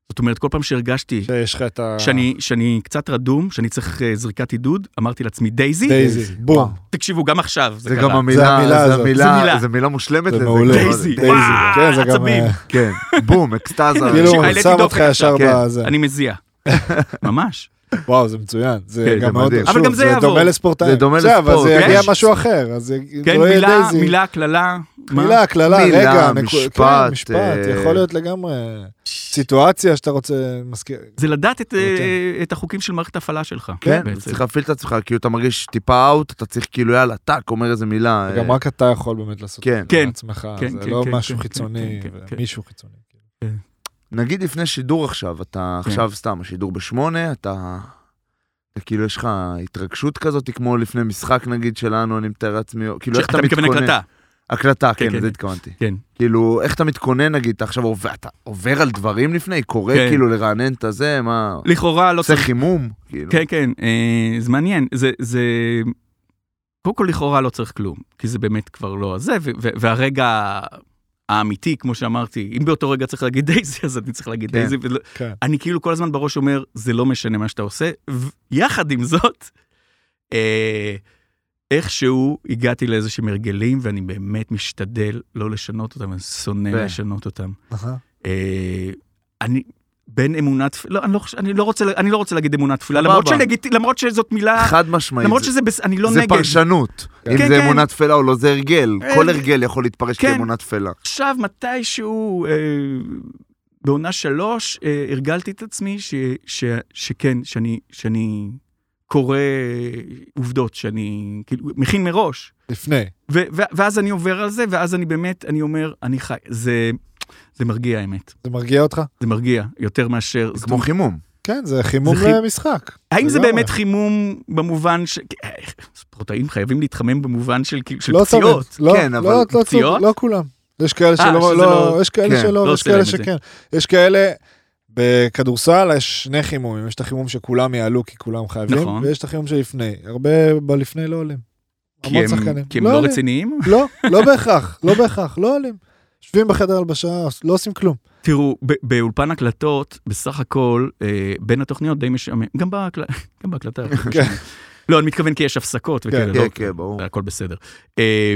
Speaker 3: זאת אומרת, כל פעם שהרגשתי
Speaker 4: שיש לך את ה...
Speaker 3: שאני, שאני קצת רדום, שאני צריך אה, זריקת עידוד, אמרתי לעצמי, דייזי,
Speaker 4: דייזי, בום.
Speaker 3: תקשיבו, גם עכשיו, זה,
Speaker 2: זה
Speaker 3: קרה.
Speaker 2: גם המילה,
Speaker 4: המילה
Speaker 2: זה
Speaker 4: הזאת.
Speaker 3: זה
Speaker 2: המילה,
Speaker 3: מילה.
Speaker 2: זה מילה מושלמת
Speaker 4: זה
Speaker 2: לזה.
Speaker 4: מעולה.
Speaker 3: דייזי,
Speaker 4: דייזי,
Speaker 3: וואו,
Speaker 4: כן, זה גם...
Speaker 3: עצבים.
Speaker 4: אה,
Speaker 2: כן, בום, אקסטזה.
Speaker 4: כאילו,
Speaker 3: תקשיב, העליתי
Speaker 4: שם אותך
Speaker 3: דופק
Speaker 4: ישר
Speaker 2: כן.
Speaker 4: בזה.
Speaker 3: אני מזיע. ממש.
Speaker 4: וואו, זה מצוין. זה
Speaker 2: כן, זה
Speaker 4: גם מאוד...
Speaker 2: מדהים.
Speaker 3: אבל
Speaker 4: שוב,
Speaker 3: גם זה יעבור.
Speaker 4: דומה לספורטאים.
Speaker 2: זה דומה
Speaker 4: בסדר, אבל
Speaker 2: לספורט,
Speaker 4: זה יגיע
Speaker 3: יש.
Speaker 4: משהו אחר, אז זה זה
Speaker 3: כן,
Speaker 4: לא יהיה
Speaker 3: מילה,
Speaker 4: דייזי.
Speaker 3: מילה, קללה. מה?
Speaker 4: מילה, הקללה,
Speaker 2: מילה,
Speaker 4: רגע, נקו-
Speaker 2: משפט,
Speaker 4: כן, משפט,
Speaker 2: אה,
Speaker 4: יכול להיות לגמרי. סיטואציה שאתה רוצה, מזכיר,
Speaker 3: זה לדעת את,
Speaker 4: יותר.
Speaker 3: אה, את החוקים של מערכת ההפעלה שלך.
Speaker 2: כן,
Speaker 3: בעצם.
Speaker 2: צריך להפעיל את עצמך, כאילו אתה מרגיש טיפה אאוט, אתה צריך כאילו יאללה, טאק, אומר איזה מילה.
Speaker 4: גם
Speaker 2: אה,
Speaker 4: רק אתה יכול באמת לעשות
Speaker 2: כן.
Speaker 4: את זה
Speaker 3: כן.
Speaker 4: בעצמך,
Speaker 3: כן,
Speaker 4: זה
Speaker 3: כן,
Speaker 4: לא
Speaker 3: כן,
Speaker 4: משהו
Speaker 3: כן,
Speaker 4: חיצוני,
Speaker 3: כן, כן, כן.
Speaker 4: מישהו חיצוני.
Speaker 2: נגיד לפני שידור עכשיו, אתה
Speaker 3: כן.
Speaker 2: עכשיו סתם, השידור בשמונה, אתה... אתה כאילו יש לך התרגשות כזאת, כמו לפני משחק נגיד שלנו, אני מתאר לעצמי, או- כאילו איך אתה
Speaker 3: שאתה
Speaker 2: מתכונן.
Speaker 3: מתכוון הקלטה.
Speaker 2: הקלטה, כן,
Speaker 3: כן, כן.
Speaker 2: לזה התכוונתי.
Speaker 3: כן.
Speaker 2: כאילו, איך אתה מתכונן נגיד, אתה עכשיו עובר, אתה עובר על דברים לפני, קורא
Speaker 3: כן.
Speaker 2: כאילו לרענן את הזה, מה...
Speaker 3: לכאורה לא
Speaker 2: עושה
Speaker 3: צריך...
Speaker 2: חימום, כאילו.
Speaker 3: כן, כן, אה, זה מעניין. זה... זה... קודם כל, לכאורה לא צריך כלום, כי זה באמת כבר לא זה, ו- ו- והרגע האמיתי, כמו שאמרתי, אם באותו רגע צריך להגיד דייזי, אז אני צריך להגיד
Speaker 2: כן.
Speaker 3: דייזי. ולא-
Speaker 4: כן.
Speaker 3: אני כאילו כל הזמן בראש אומר, זה לא משנה מה שאתה עושה. ו- יחד עם זאת, אה, איכשהו הגעתי לאיזשהם הרגלים, ואני באמת משתדל לא לשנות אותם, אני שונא
Speaker 2: ו-
Speaker 3: לשנות אותם.
Speaker 4: אהה.
Speaker 3: אה, אני... בין אמונה תפילה, לא, אני, לא, חושב- אני, לא רוצה, אני לא רוצה להגיד אמונה תפילה,
Speaker 2: סבבה.
Speaker 3: למרות, שלגיט, למרות שזאת מילה,
Speaker 2: חד משמעית.
Speaker 3: למרות
Speaker 2: זה-
Speaker 3: שזה, בס- אני לא
Speaker 2: זה
Speaker 3: נגד.
Speaker 2: פרשנות. אם
Speaker 3: כן,
Speaker 2: זה
Speaker 3: כן.
Speaker 2: אמונה תפלה או לא, זה הרגל.
Speaker 3: אה,
Speaker 2: כל
Speaker 3: זה-
Speaker 2: הרגל יכול להתפרש
Speaker 3: כן.
Speaker 2: כאמונה תפלה.
Speaker 3: עכשיו, מתישהו, אה, בעונה שלוש, אה, הרגלתי את עצמי ש, ש, שכן, שאני, שאני קורא עובדות, שאני כאילו מכין מראש.
Speaker 4: לפני.
Speaker 3: ו, ו, ואז אני עובר על זה, ואז אני באמת, אני אומר, אני חי... זה, זה מרגיע, האמת.
Speaker 4: זה מרגיע אותך?
Speaker 3: זה מרגיע, יותר מאשר...
Speaker 2: זה
Speaker 3: זאת
Speaker 2: כמו חימום.
Speaker 4: כן, זה חימום
Speaker 3: זה חי-
Speaker 4: למשחק.
Speaker 3: האם זה
Speaker 4: לגמרי.
Speaker 3: באמת חימום במובן ש... אה, ספורטאים חייבים להתחמם במובן של כאילו- של
Speaker 4: לא תמיד.
Speaker 3: פציעות.
Speaker 4: לא,
Speaker 2: כן,
Speaker 4: לא,
Speaker 2: אבל-
Speaker 4: לא, לא,
Speaker 3: פציעות?
Speaker 4: לא כולם. יש כאלה
Speaker 3: אה,
Speaker 4: שלא,
Speaker 3: שזה
Speaker 4: לא,
Speaker 3: לא-
Speaker 4: יש כאלה
Speaker 2: כן,
Speaker 4: שלא,
Speaker 3: לא
Speaker 4: יש
Speaker 3: עושה
Speaker 4: כאלה
Speaker 3: להם את זה.
Speaker 4: שכן. יש כאלה, בכדורסל יש שני חימומים, יש את החימום שכולם יעלו כי כולם חייבים,
Speaker 3: נכון.
Speaker 4: ויש את החימום שלפני. הרבה בלפני לא עולים.
Speaker 3: כי
Speaker 4: המון
Speaker 3: הם,
Speaker 4: שחקנים.
Speaker 3: כי הם לא
Speaker 4: עולים.
Speaker 3: רציניים?
Speaker 4: לא, לא
Speaker 3: [laughs]
Speaker 4: בהכרח, לא בהכרח, לא עולים. יושבים בחדר הלבשה, לא עושים כלום.
Speaker 3: תראו, ב- באולפן הקלטות, בסך הכל, אה, בין התוכניות די משעמם. גם, בהקל... [laughs]
Speaker 2: [laughs]
Speaker 3: גם בהקלטה.
Speaker 4: כן.
Speaker 3: לא, אני מתכוון כי יש הפסקות וכאלה,
Speaker 2: כן,
Speaker 3: לא,
Speaker 2: כן, ברור.
Speaker 3: הכל בסדר. אה,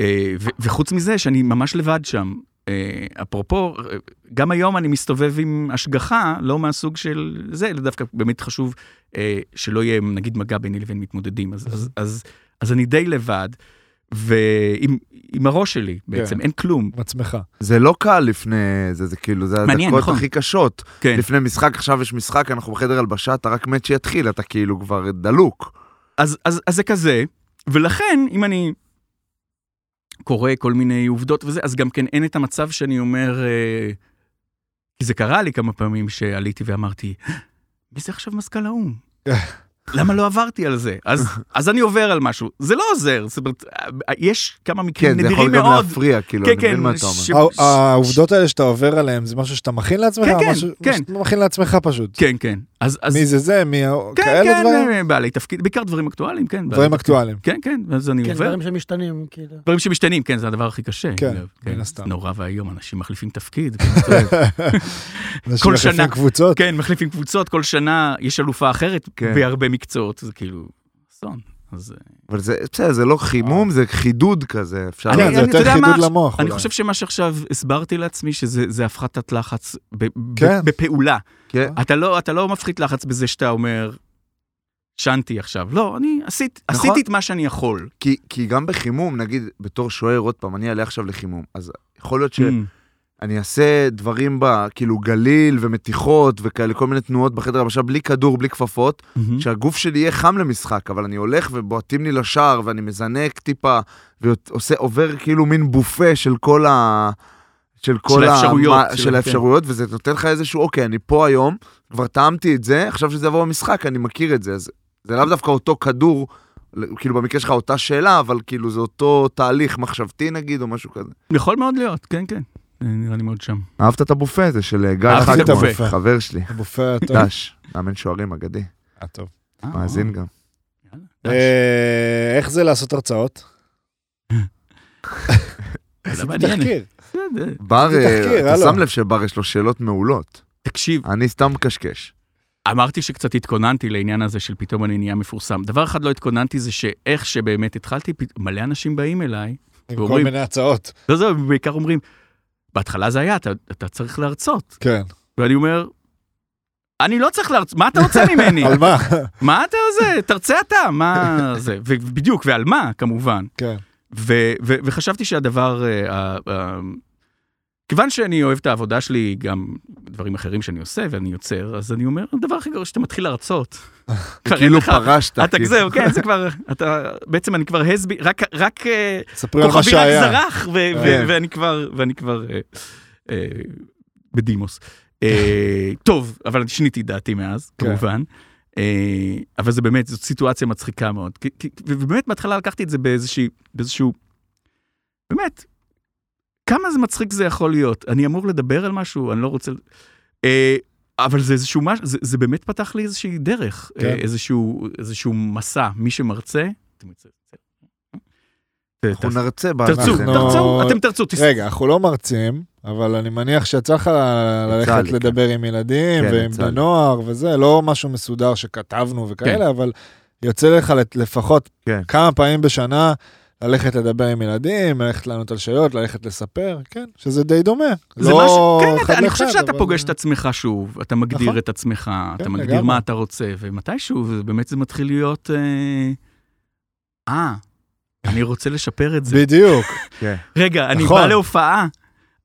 Speaker 3: אה, ו- וחוץ מזה, שאני ממש לבד שם. אה, אפרופו, אה, גם היום אני מסתובב עם השגחה, לא מהסוג של זה, אלא דווקא באמת חשוב אה, שלא יהיה, נגיד, מגע ביני לבין מתמודדים. אז, אז,
Speaker 2: Mm-hmm.
Speaker 3: אז, אז אני די לבד, ועם עם הראש שלי בעצם,
Speaker 4: כן.
Speaker 3: אין כלום.
Speaker 4: עם עצמך.
Speaker 2: זה לא קל לפני זה, זה כאילו, זה
Speaker 3: מעניין,
Speaker 2: הדקות
Speaker 3: נכון.
Speaker 2: הכי קשות.
Speaker 3: כן.
Speaker 2: לפני משחק, עכשיו יש משחק, אנחנו בחדר הלבשה, אתה רק מת שיתחיל, אתה כאילו כבר דלוק.
Speaker 3: אז, אז, אז זה כזה, ולכן, אם אני קורא כל מיני עובדות וזה, אז גם כן אין את המצב שאני אומר, אה, כי זה קרה לי כמה פעמים שעליתי ואמרתי, מי זה עכשיו מזכ"ל האו"ם? למה לא עברתי על זה? אז, אז אני עובר על משהו. זה לא עוזר, זאת אומרת, אה, יש כמה מקרים
Speaker 2: כן, זה
Speaker 3: נדירים
Speaker 2: יכול גם
Speaker 3: מאוד.
Speaker 2: להפריע, כאילו,
Speaker 3: כן,
Speaker 2: אני מבין
Speaker 3: כן,
Speaker 2: מה אתה
Speaker 3: ש-
Speaker 2: אומר.
Speaker 4: הא- העובדות האלה שאתה עובר עליהן, זה משהו שאתה מכין לעצמך?
Speaker 3: כן, כן,
Speaker 4: משהו-
Speaker 3: כן.
Speaker 4: משהו שאתה מכין לעצמך פשוט.
Speaker 3: כן, כן. אז... אז
Speaker 4: מי זה זה, מי ה...
Speaker 3: כן,
Speaker 4: כאלה
Speaker 3: כן,
Speaker 4: דברים?
Speaker 3: אה, בעלי תפקיד, בעיקר דברים אקטואליים, כן. בעלי
Speaker 4: דברים
Speaker 3: תפקיד.
Speaker 4: אקטואליים.
Speaker 3: כן, כן, אז אני
Speaker 5: כן,
Speaker 3: עובר.
Speaker 5: דברים שמשתנים, כאילו.
Speaker 3: דברים שמשתנים, כן, זה הדבר הכי קשה.
Speaker 4: כן,
Speaker 3: אגב,
Speaker 4: מן הסתם.
Speaker 3: נורא ואיום, אנשים מחליפים תפקיד. כן, אתה
Speaker 4: [laughs]
Speaker 3: יודע.
Speaker 4: אנשים מחליפים
Speaker 3: שנה.
Speaker 4: קבוצות.
Speaker 3: כן, מחליפים קבוצות, כל שנה יש אלופה אחרת
Speaker 2: כן.
Speaker 3: בהרבה מקצועות, זה כאילו אסון. אז אה,
Speaker 2: אבל זה, בסדר, זה לא חימום, זה חידוד כזה, אפשר...
Speaker 3: אני-
Speaker 4: כן, זה
Speaker 3: אני-
Speaker 4: יותר
Speaker 3: אתה יודע
Speaker 4: חידוד
Speaker 3: מה?
Speaker 4: למוח.
Speaker 3: אני
Speaker 4: אולי.
Speaker 3: חושב שמה שעכשיו הסברתי לעצמי, שזה זה הפחתת לחץ ב- ב-
Speaker 4: כן.
Speaker 3: בפעולה.
Speaker 2: כן.
Speaker 3: אתה לא- אתה לא מפחית לחץ בזה שאתה אומר, שנתי עכשיו. לא, אני עשית-
Speaker 2: נכון.
Speaker 3: עשיתי את מה שאני יכול.
Speaker 2: כי, כי גם בחימום, נגיד, בתור שוער, עוד פעם, אני אעלה עכשיו לחימום, אז יכול
Speaker 4: כן.
Speaker 2: להיות
Speaker 3: Mm.
Speaker 2: שאני אעשה דברים ב... כאילו גליל ומתיחות וכאלה, כל מיני תנועות בחדר הלבשה, בלי כדור, בלי כפפות,
Speaker 3: מהמם.
Speaker 2: שהגוף שלי יהיה חם למשחק, אבל אני הולך ובועטים לי לשער, ואני מזנק טיפה, ועובר כאילו מין בופה של כל ה... של כל ה-
Speaker 3: האפשרויות,
Speaker 2: מה-
Speaker 3: של-
Speaker 2: של האפשרויות, וזה נותן לך איזשהו, אוקיי, אני פה היום, כבר טעמתי את זה, עכשיו שזה יבוא במשחק, אני מכיר את זה. אז זה לאו דווקא אותו כדור, כאילו במקרה שלך אותה שאלה, אבל כאילו זה אותו תהליך מחשבתי נגיד, או משהו כזה.
Speaker 3: יכול מאוד להיות, כן, כן. אה, נראה לי מאוד שם.
Speaker 2: אהבת את הבופה הזה של אה, גיא
Speaker 3: אהבתי את
Speaker 2: חכמון,
Speaker 3: הבופה.
Speaker 2: חבר שלי,
Speaker 4: הבופה הטוב.
Speaker 2: דש, מאמן שוערים אגדי,
Speaker 4: אה, טוב.
Speaker 3: אה,
Speaker 2: מאזין גם.
Speaker 3: יאללה,
Speaker 4: אה, איך זה לעשות הרצאות?
Speaker 3: זה מעניין.
Speaker 4: תחקיר.
Speaker 3: בסדר.
Speaker 2: בר, אה,
Speaker 4: תחקיר,
Speaker 2: אתה
Speaker 4: הלו.
Speaker 2: שם לב שבר יש לו שאלות מעולות.
Speaker 3: תקשיב,
Speaker 2: אני סתם
Speaker 4: [laughs]
Speaker 2: מקשקש.
Speaker 3: אמרתי שקצת התכוננתי לעניין הזה של פתאום אני נהיה מפורסם. דבר אחד לא התכוננתי זה שאיך שבאמת התחלתי, פת... מלא אנשים באים אליי,
Speaker 4: עם כל
Speaker 3: ואומרים-
Speaker 4: מיני הצעות.
Speaker 3: לא זה, הם בעיקר אומרים, בהתחלה זה היה, אתה, אתה צריך להרצות.
Speaker 4: כן.
Speaker 3: ואני אומר, אני לא צריך להרצות, מה אתה רוצה ממני?
Speaker 4: [laughs]
Speaker 3: [laughs]
Speaker 4: על מה?
Speaker 3: מה אתה זה? תרצה אתה, מה זה? ובדיוק, ועל מה, כמובן.
Speaker 4: כן.
Speaker 3: ו- ו- וחשבתי שהדבר... אה, ה- ה- כיוון שאני אוהב את העבודה שלי, גם דברים אחרים שאני עושה ואני יוצר, אז אני אומר, הדבר הכי גרוע שאתה מתחיל
Speaker 2: [laughs]
Speaker 3: להרצות. כבר אין
Speaker 2: כאילו
Speaker 3: לך-
Speaker 4: אה,
Speaker 2: פרשת.
Speaker 3: אתה
Speaker 2: כאילו.
Speaker 3: זהו, כן, זה כבר, אתה, בעצם אני כבר הסבי, רק, רק אה,
Speaker 4: ספרי על מה
Speaker 3: כוכבי רק
Speaker 4: שהיה.
Speaker 3: זרח, ו- ו-
Speaker 4: כן.
Speaker 3: ואני כבר, ואני כבר אה, אה, בדימוס. אה, טוב, אבל שיניתי דעתי מאז,
Speaker 4: כן.
Speaker 3: כמובן. אה, אבל זה באמת, זאת סיטואציה מצחיקה מאוד. כי- כי- ובאמת, בהתחלה לקחתי את זה באיזושהי- באיזשהו, באמת, כמה זה מצחיק זה יכול להיות? אני אמור לדבר על משהו, אני לא רוצה... אה, אבל זה איזשהו משהו, זה, זה באמת פתח לי איזושהי דרך,
Speaker 4: כן.
Speaker 3: אה, איזשהו, איזשהו מסע, מי שמרצה, אתם יוצא-
Speaker 2: אנחנו נרצה בענף.
Speaker 3: תרצו,
Speaker 4: אנחנו-
Speaker 3: תרצו, אתם תרצו, תס-
Speaker 4: אה, רגע, אנחנו לא מרצים, אבל אני מניח שיצא לך
Speaker 2: לי,
Speaker 4: ללכת
Speaker 2: כן.
Speaker 4: לדבר עם ילדים
Speaker 2: כן,
Speaker 4: ועם
Speaker 2: יצא לי.
Speaker 3: כן.
Speaker 4: בני נוער וזה, לא משהו מסודר שכתבנו וכאלה, אבל יוצא לך לת- לפחות
Speaker 2: כן.
Speaker 4: כמה פעמים בשנה ללכת לדבר עם ילדים, ללכת לענות על שאלות, ללכת לספר, כן, שזה די דומה.
Speaker 3: זה
Speaker 4: לא
Speaker 3: משהו- כן,
Speaker 4: אחד
Speaker 3: אתה- אני
Speaker 4: לאחד,
Speaker 3: חושב שאתה
Speaker 4: אבל-
Speaker 3: פוגש את עצמך שוב, אתה מגדיר
Speaker 4: נכון.
Speaker 3: את עצמך, אתה
Speaker 4: כן,
Speaker 3: מגדיר
Speaker 4: לגמרי.
Speaker 3: מה אתה רוצה, ומתישהו זה באמת זה מתחיל להיות... אה, אה, אני רוצה לשפר את זה.
Speaker 4: בדיוק.
Speaker 3: רגע, אני
Speaker 4: נכון.
Speaker 3: בא להופעה,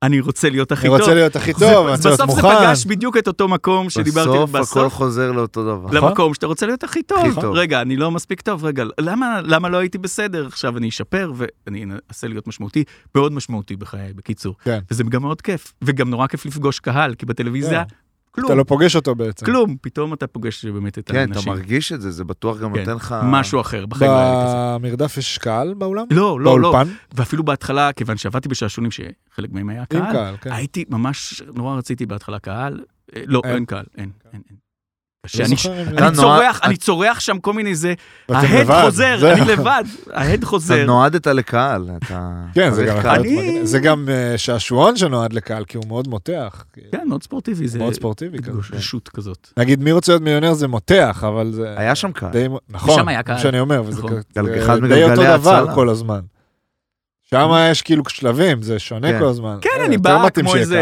Speaker 3: אני רוצה להיות הכי
Speaker 4: אני
Speaker 3: טוב.
Speaker 4: רוצה להיות הכי
Speaker 3: זה-
Speaker 4: טוב, אני רוצה להיות
Speaker 3: בסוף זה
Speaker 4: מוכן.
Speaker 3: פגש בדיוק את אותו מקום שדיברתי
Speaker 2: בסוף הכל חוזר לאותו דבר.
Speaker 4: נכון.
Speaker 3: למקום שאתה רוצה להיות הכי
Speaker 2: הכי
Speaker 3: טוב.
Speaker 2: טוב.
Speaker 3: רגע, אני לא מספיק טוב, רגע, למה, למה לא הייתי בסדר? עכשיו אני אשפר ואני אנסה להיות משמעותי, מאוד משמעותי בחיי, בקיצור.
Speaker 4: כן.
Speaker 3: וזה גם מאוד כיף, וגם נורא כיף לפגוש קהל, כי בטלוויזיה,
Speaker 4: כן.
Speaker 3: כלום,
Speaker 4: אתה לא פוגש אותו בעצם.
Speaker 3: כלום, פתאום אתה פוגש באמת את
Speaker 2: כן, אתה
Speaker 3: האנשים.
Speaker 2: מרגיש את זה, זה בטוח גם
Speaker 3: כן.
Speaker 2: נותן לך...
Speaker 3: משהו אחר בחיים האלה כזה.
Speaker 4: במרדף יש קהל באולם?
Speaker 3: לא, לא, לא.
Speaker 4: באולפן?
Speaker 3: ואפילו בהתחלה, כיוון שעבדתי בשעשונים, שחלק מהם היה
Speaker 4: עם
Speaker 3: קהל,
Speaker 4: קהל, כן.
Speaker 3: הייתי ממש, נורא רציתי בהתחלה קהל. אה, לא,
Speaker 4: אין.
Speaker 3: אין קהל, אין, אין, אין.
Speaker 4: לא
Speaker 3: שאני-
Speaker 4: זוכר אם-
Speaker 2: אתה
Speaker 3: אני
Speaker 2: נורא-
Speaker 3: צורח, אני
Speaker 2: את-
Speaker 3: צורח שם כל מיני זה,
Speaker 4: ואתם
Speaker 3: ההד
Speaker 4: לבד,
Speaker 3: חוזר,
Speaker 4: זה-
Speaker 3: אני לבד, ההד
Speaker 2: אתה
Speaker 3: חוזר.
Speaker 2: נועדת לקהל, אתה...
Speaker 4: [laughs] כן, זה
Speaker 2: צריך
Speaker 4: גם
Speaker 2: קהל.
Speaker 4: יכול להיות
Speaker 3: אני-
Speaker 4: מגניב. זה גם אה, שעשועון שנועד לקהל, כי הוא מאוד מותח.
Speaker 3: כן, מאוד ספורטיבי, זה
Speaker 4: מאוד ספורטיבי כזה. כן.
Speaker 3: התגוששות כזאת.
Speaker 4: נגיד, מי רוצה להיות מיליונר זה מותח, אבל זה...
Speaker 2: היה שם קהל.
Speaker 4: די... נכון,
Speaker 3: שם אה, היה
Speaker 4: זה מה
Speaker 3: קהל.
Speaker 4: שאני אומר, וזה
Speaker 3: נכון.
Speaker 4: כ-
Speaker 2: גל-
Speaker 4: זה
Speaker 2: אחד
Speaker 4: די
Speaker 2: מגלגלי
Speaker 4: אותו דבר
Speaker 2: ההצלה.
Speaker 4: כל הזמן. שם יש כאילו שלבים, זה שונה
Speaker 2: כן.
Speaker 4: כל הזמן.
Speaker 3: כן,
Speaker 4: אה,
Speaker 3: אני
Speaker 4: יותר
Speaker 3: בא
Speaker 4: מתאים
Speaker 3: כמו
Speaker 4: שיהיה
Speaker 3: איזה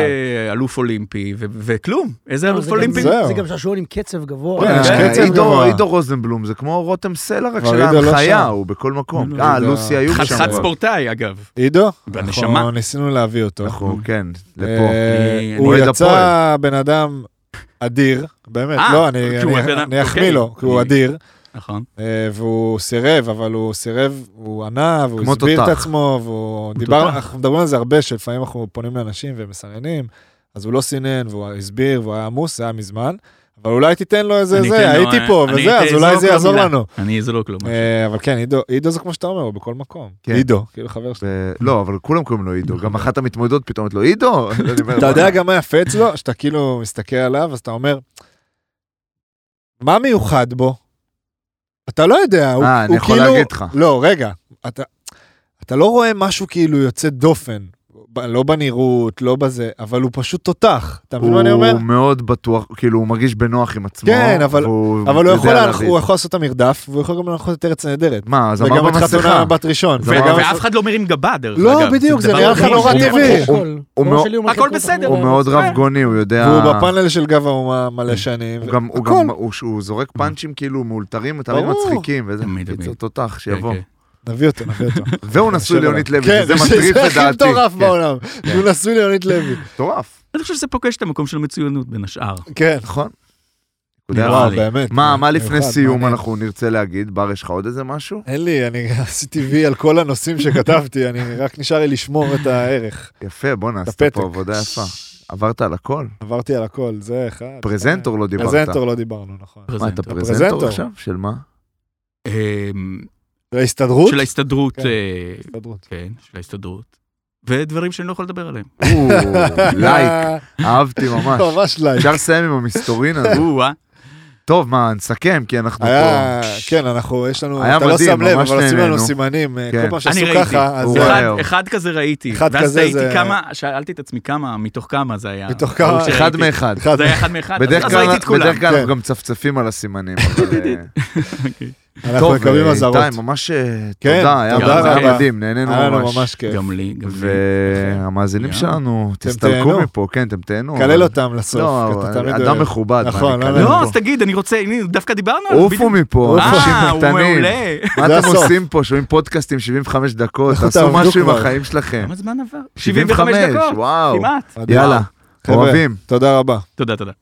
Speaker 4: קהל.
Speaker 3: אלוף אולימפי, ו- וכלום, איזה
Speaker 5: לא,
Speaker 3: אלוף
Speaker 5: זה גם-
Speaker 3: אולימפי.
Speaker 4: זהו.
Speaker 5: זה גם שעשועון עם קצב גבוה.
Speaker 4: כן,
Speaker 2: אה,
Speaker 4: יש קצב
Speaker 2: עידו-
Speaker 4: גבוה.
Speaker 2: עידו רוזנבלום זה כמו רותם סלע רק
Speaker 4: אבל
Speaker 2: של
Speaker 4: עידו לא
Speaker 2: ההנחיה,
Speaker 4: שם.
Speaker 2: הוא בכל מקום.
Speaker 3: לא,
Speaker 2: אה,
Speaker 4: עידו-
Speaker 2: לוסי היו שם.
Speaker 3: חתיכת
Speaker 2: אבל-
Speaker 3: ספורטאי, אגב.
Speaker 4: עידו,
Speaker 3: והנשמה.
Speaker 4: אנחנו ניסינו להביא אותו.
Speaker 2: אנחנו, כן, לפה.
Speaker 4: אה,
Speaker 3: נכון, אני-
Speaker 4: הוא
Speaker 2: אני אוהד
Speaker 4: יצא
Speaker 2: הפועל.
Speaker 4: בן אדם אדיר, באמת,
Speaker 3: אה,
Speaker 4: לא, אני-
Speaker 3: כי הוא
Speaker 4: אני-
Speaker 3: הבן אדם-
Speaker 4: אני אחמיא
Speaker 3: אוקיי.
Speaker 4: לו, כי הוא
Speaker 3: אני-
Speaker 4: אדיר,
Speaker 3: נכון.
Speaker 4: אה, והוא סירב, אבל הוא סירב, הוא ענה, והוא
Speaker 2: כמו
Speaker 4: הסביר את
Speaker 2: תותח.
Speaker 4: עצמו, והוא דיבר,
Speaker 3: תותח.
Speaker 4: אנחנו מדברים על זה הרבה, שלפעמים אנחנו פונים לאנשים ומסננים, אז הוא לא סינן, והוא הסביר, והוא היה עמוס, זה היה מזמן, אבל אולי תיתן לו איזה
Speaker 3: אני
Speaker 4: זה,
Speaker 3: אתן לו- אה,
Speaker 4: הייתי פה,
Speaker 3: אני
Speaker 4: וזה,
Speaker 3: אתן- לא
Speaker 4: אז אולי
Speaker 3: אזרוק
Speaker 4: זה
Speaker 3: לו
Speaker 4: יעזור
Speaker 3: מילה.
Speaker 4: לנו.
Speaker 3: אני לא אזרוק לו משהו.
Speaker 4: אה, אבל כן, עידו, עידו זה כמו שאתה אומר, הוא בכל מקום.
Speaker 2: כן.
Speaker 4: עידו, כאילו חבר שלו.
Speaker 2: ו- לא, אבל כולם קוראים לו עידו, גם אחת המתמודדות פתאום אומרת לו, עידו! [laughs] אני אומר,
Speaker 4: אתה יודע
Speaker 2: "בואנה,
Speaker 4: גם מה יפה אצלו? שאתה כאילו מסתכל עליו, אז אתה אומר, מה מיוחד בו? אתה לא יודע, הוא,
Speaker 2: אה, אני
Speaker 4: הוא
Speaker 2: יכול
Speaker 4: כאילו...
Speaker 2: להגיד לך.
Speaker 4: לא, רגע, אתה, אתה לא רואה משהו כאילו יוצא דופן, ב- לא בנראות, לא בזה, אבל הוא פשוט תותח, אתה מבין מה אני אומר?
Speaker 2: הוא מאוד בטוח, כאילו, הוא מרגיש בנוח עם עצמו.
Speaker 4: כן, אבל-
Speaker 2: והוא
Speaker 4: אבל הוא
Speaker 2: יודע
Speaker 4: יכול, להנח,
Speaker 2: להביא.
Speaker 4: הוא יכול לעשות את המרדף, והוא יכול גם להנחות את ארץ נהדרת.
Speaker 2: מה, אז אמר
Speaker 4: וגם את חתונה
Speaker 2: במסכה.
Speaker 4: בת ראשון.
Speaker 2: אז
Speaker 3: ו-
Speaker 2: אמר-
Speaker 4: וגם-
Speaker 3: ואף אחד לא מרים גבה, דרך אגב.
Speaker 4: לא, בדיוק, זה
Speaker 3: דבר כן,
Speaker 4: נראה לך
Speaker 3: מדהים.
Speaker 4: נורא
Speaker 5: הוא-
Speaker 4: טבעי.
Speaker 5: הוא- הוא-
Speaker 2: מאוד-
Speaker 5: שלי
Speaker 3: הכל
Speaker 5: מרחיק אותו,
Speaker 3: בסדר.
Speaker 2: הוא מאוד רב גוני, הוא יודע...
Speaker 4: והוא בפאנל של גב האומה מלא שנים.
Speaker 2: הוא
Speaker 4: ו-
Speaker 2: גם, הוא
Speaker 4: הכל. Mm.
Speaker 2: גם, הוא, הוא זורק פאנצ'ים כאילו מאולתרים, תמיד
Speaker 4: ברור.
Speaker 2: מצחיקים, וזה
Speaker 3: תמיד, תמיד.
Speaker 2: קיצור תותח,
Speaker 3: כן,
Speaker 2: שיבוא.
Speaker 3: כן.
Speaker 4: נביא אותו, נביא אותו.
Speaker 2: והוא נשוי
Speaker 4: נשב
Speaker 2: ליונית
Speaker 4: עליו.
Speaker 2: לוי, וזה
Speaker 4: כן,
Speaker 2: מטריף את
Speaker 4: שזה
Speaker 2: דעתי.
Speaker 4: הכי מטורף
Speaker 2: כן,
Speaker 4: בעולם,
Speaker 2: כן.
Speaker 4: שהוא נשוי ליונית לוי.
Speaker 2: מטורף,
Speaker 3: אני חושב שזה פוגש את המקום של המצוינות, בין השאר.
Speaker 4: כן.
Speaker 2: נכון.
Speaker 3: נראה
Speaker 2: וואו.
Speaker 4: וואו,
Speaker 3: לי.
Speaker 4: באמת.
Speaker 2: מה, מה לפני
Speaker 4: מיוחד,
Speaker 2: סיום
Speaker 4: מעניין.
Speaker 2: אנחנו נרצה להגיד? בר, יש לך עוד איזה משהו?
Speaker 4: אין לי, אני [laughs] עשיתי וי על כל הנושאים שכתבתי, אני רק נשאר לי לשמור את הערך.
Speaker 2: יפה, בואנה, עשית
Speaker 4: הפתק.
Speaker 2: פה עבודה יפה. עברת על הכל?
Speaker 4: עברתי על הכל, זה אחד.
Speaker 2: פרזנטור לא דיברת.
Speaker 4: פרזנטור לא דיברנו, נכון.
Speaker 2: מה, אתה
Speaker 3: פרזנטור.
Speaker 2: פרזנטור
Speaker 4: פרזנטור.
Speaker 2: עכשיו? של
Speaker 4: [laughs]
Speaker 2: מה?
Speaker 3: אמ,
Speaker 4: זה ההסתדרות?
Speaker 3: של ההסתדרות,
Speaker 4: כן.
Speaker 3: אה,
Speaker 4: ההסתדרות.
Speaker 3: כן, של ההסתדרות. ודברים שאני לא יכול לדבר עליהם.
Speaker 2: או, לייק, אהבתי ממש.
Speaker 4: אה, לא, ממש לייק.
Speaker 2: אפשר לסיים עם המסתורין
Speaker 4: אה.
Speaker 2: הזה.
Speaker 3: או-אה.
Speaker 2: טוב, מה, נסכם, כי אנחנו פה...
Speaker 4: [laughs] היה, כן, אנחנו, יש לנו,
Speaker 2: היה
Speaker 4: אתה לא
Speaker 2: מדהים,
Speaker 4: שם לב,
Speaker 2: ממש
Speaker 4: אבל עושים לנו
Speaker 2: נהנינו.
Speaker 4: סימנים, אה,
Speaker 2: כן.
Speaker 4: כל פעם שעשו
Speaker 3: אני ראיתי.
Speaker 4: ככה, אז
Speaker 2: הוא
Speaker 4: זה-
Speaker 2: ראה.
Speaker 3: אחד-
Speaker 2: וואו.
Speaker 3: אחד כזה ראיתי.
Speaker 4: אחד
Speaker 3: ואז
Speaker 4: כזה
Speaker 3: ראיתי
Speaker 4: זה-
Speaker 3: כמה, שאלתי את עצמי כמה, מתוך כמה זה היה.
Speaker 4: מתוך כמה?
Speaker 3: ברור
Speaker 2: אחד
Speaker 3: שראיתי.
Speaker 2: מאחד.
Speaker 4: אחד.
Speaker 3: זה היה אחד מאחד,
Speaker 2: בדרך
Speaker 3: אז
Speaker 2: כלל
Speaker 3: ראיתי את כולם.
Speaker 2: בדרך כלל אנחנו
Speaker 4: כן.
Speaker 2: גם מצפצפים על
Speaker 4: [laughs]
Speaker 2: הסימנים. אבל, אה,
Speaker 4: אנחנו מקבלים
Speaker 2: אה,
Speaker 4: אזהרות.
Speaker 2: איתי, ממש אה,
Speaker 4: כן,
Speaker 2: תודה, היה
Speaker 3: תודה
Speaker 2: היה
Speaker 4: רבה.
Speaker 2: מדהים, נהנינו
Speaker 4: היה לנו
Speaker 2: ממש.
Speaker 4: ממש כיף.
Speaker 3: גם לי, גם לי.
Speaker 2: והמאזינים
Speaker 3: יאללה.
Speaker 2: שלנו,
Speaker 4: אתם
Speaker 2: תסתלקו
Speaker 4: תהנו.
Speaker 2: מפה, כן, אתם תהנו.
Speaker 4: קלל אותם לסוף,
Speaker 2: לא,
Speaker 4: כי אתה תמיד
Speaker 2: אדם
Speaker 4: אוהב.
Speaker 2: מכובד. מה, אני
Speaker 4: נכון, לא,
Speaker 2: אקלל?
Speaker 3: לא,
Speaker 4: פה.
Speaker 3: אז תגיד, אני רוצה, הנה, דווקא דיברנו עליו.
Speaker 2: עופו מפה,
Speaker 4: עופו.
Speaker 3: אה,
Speaker 2: אנשים
Speaker 3: הוא
Speaker 2: קטנים.
Speaker 3: מעולה.
Speaker 2: מה
Speaker 4: זה
Speaker 2: אתם
Speaker 4: הסוף.
Speaker 2: עושים פה? שומעים פודקאסטים 75 דקות,
Speaker 4: לכו
Speaker 2: תעשו
Speaker 4: תעבדו
Speaker 2: משהו עם
Speaker 4: כבר.
Speaker 2: החיים שלכם.
Speaker 3: כמה זמן עבר? 75 דקות.
Speaker 2: וואו.
Speaker 3: כמעט.
Speaker 4: מדהים.
Speaker 2: יאללה,
Speaker 4: חבר'ה,
Speaker 2: אוהבים.
Speaker 4: תודה רבה.
Speaker 3: תודה, תודה.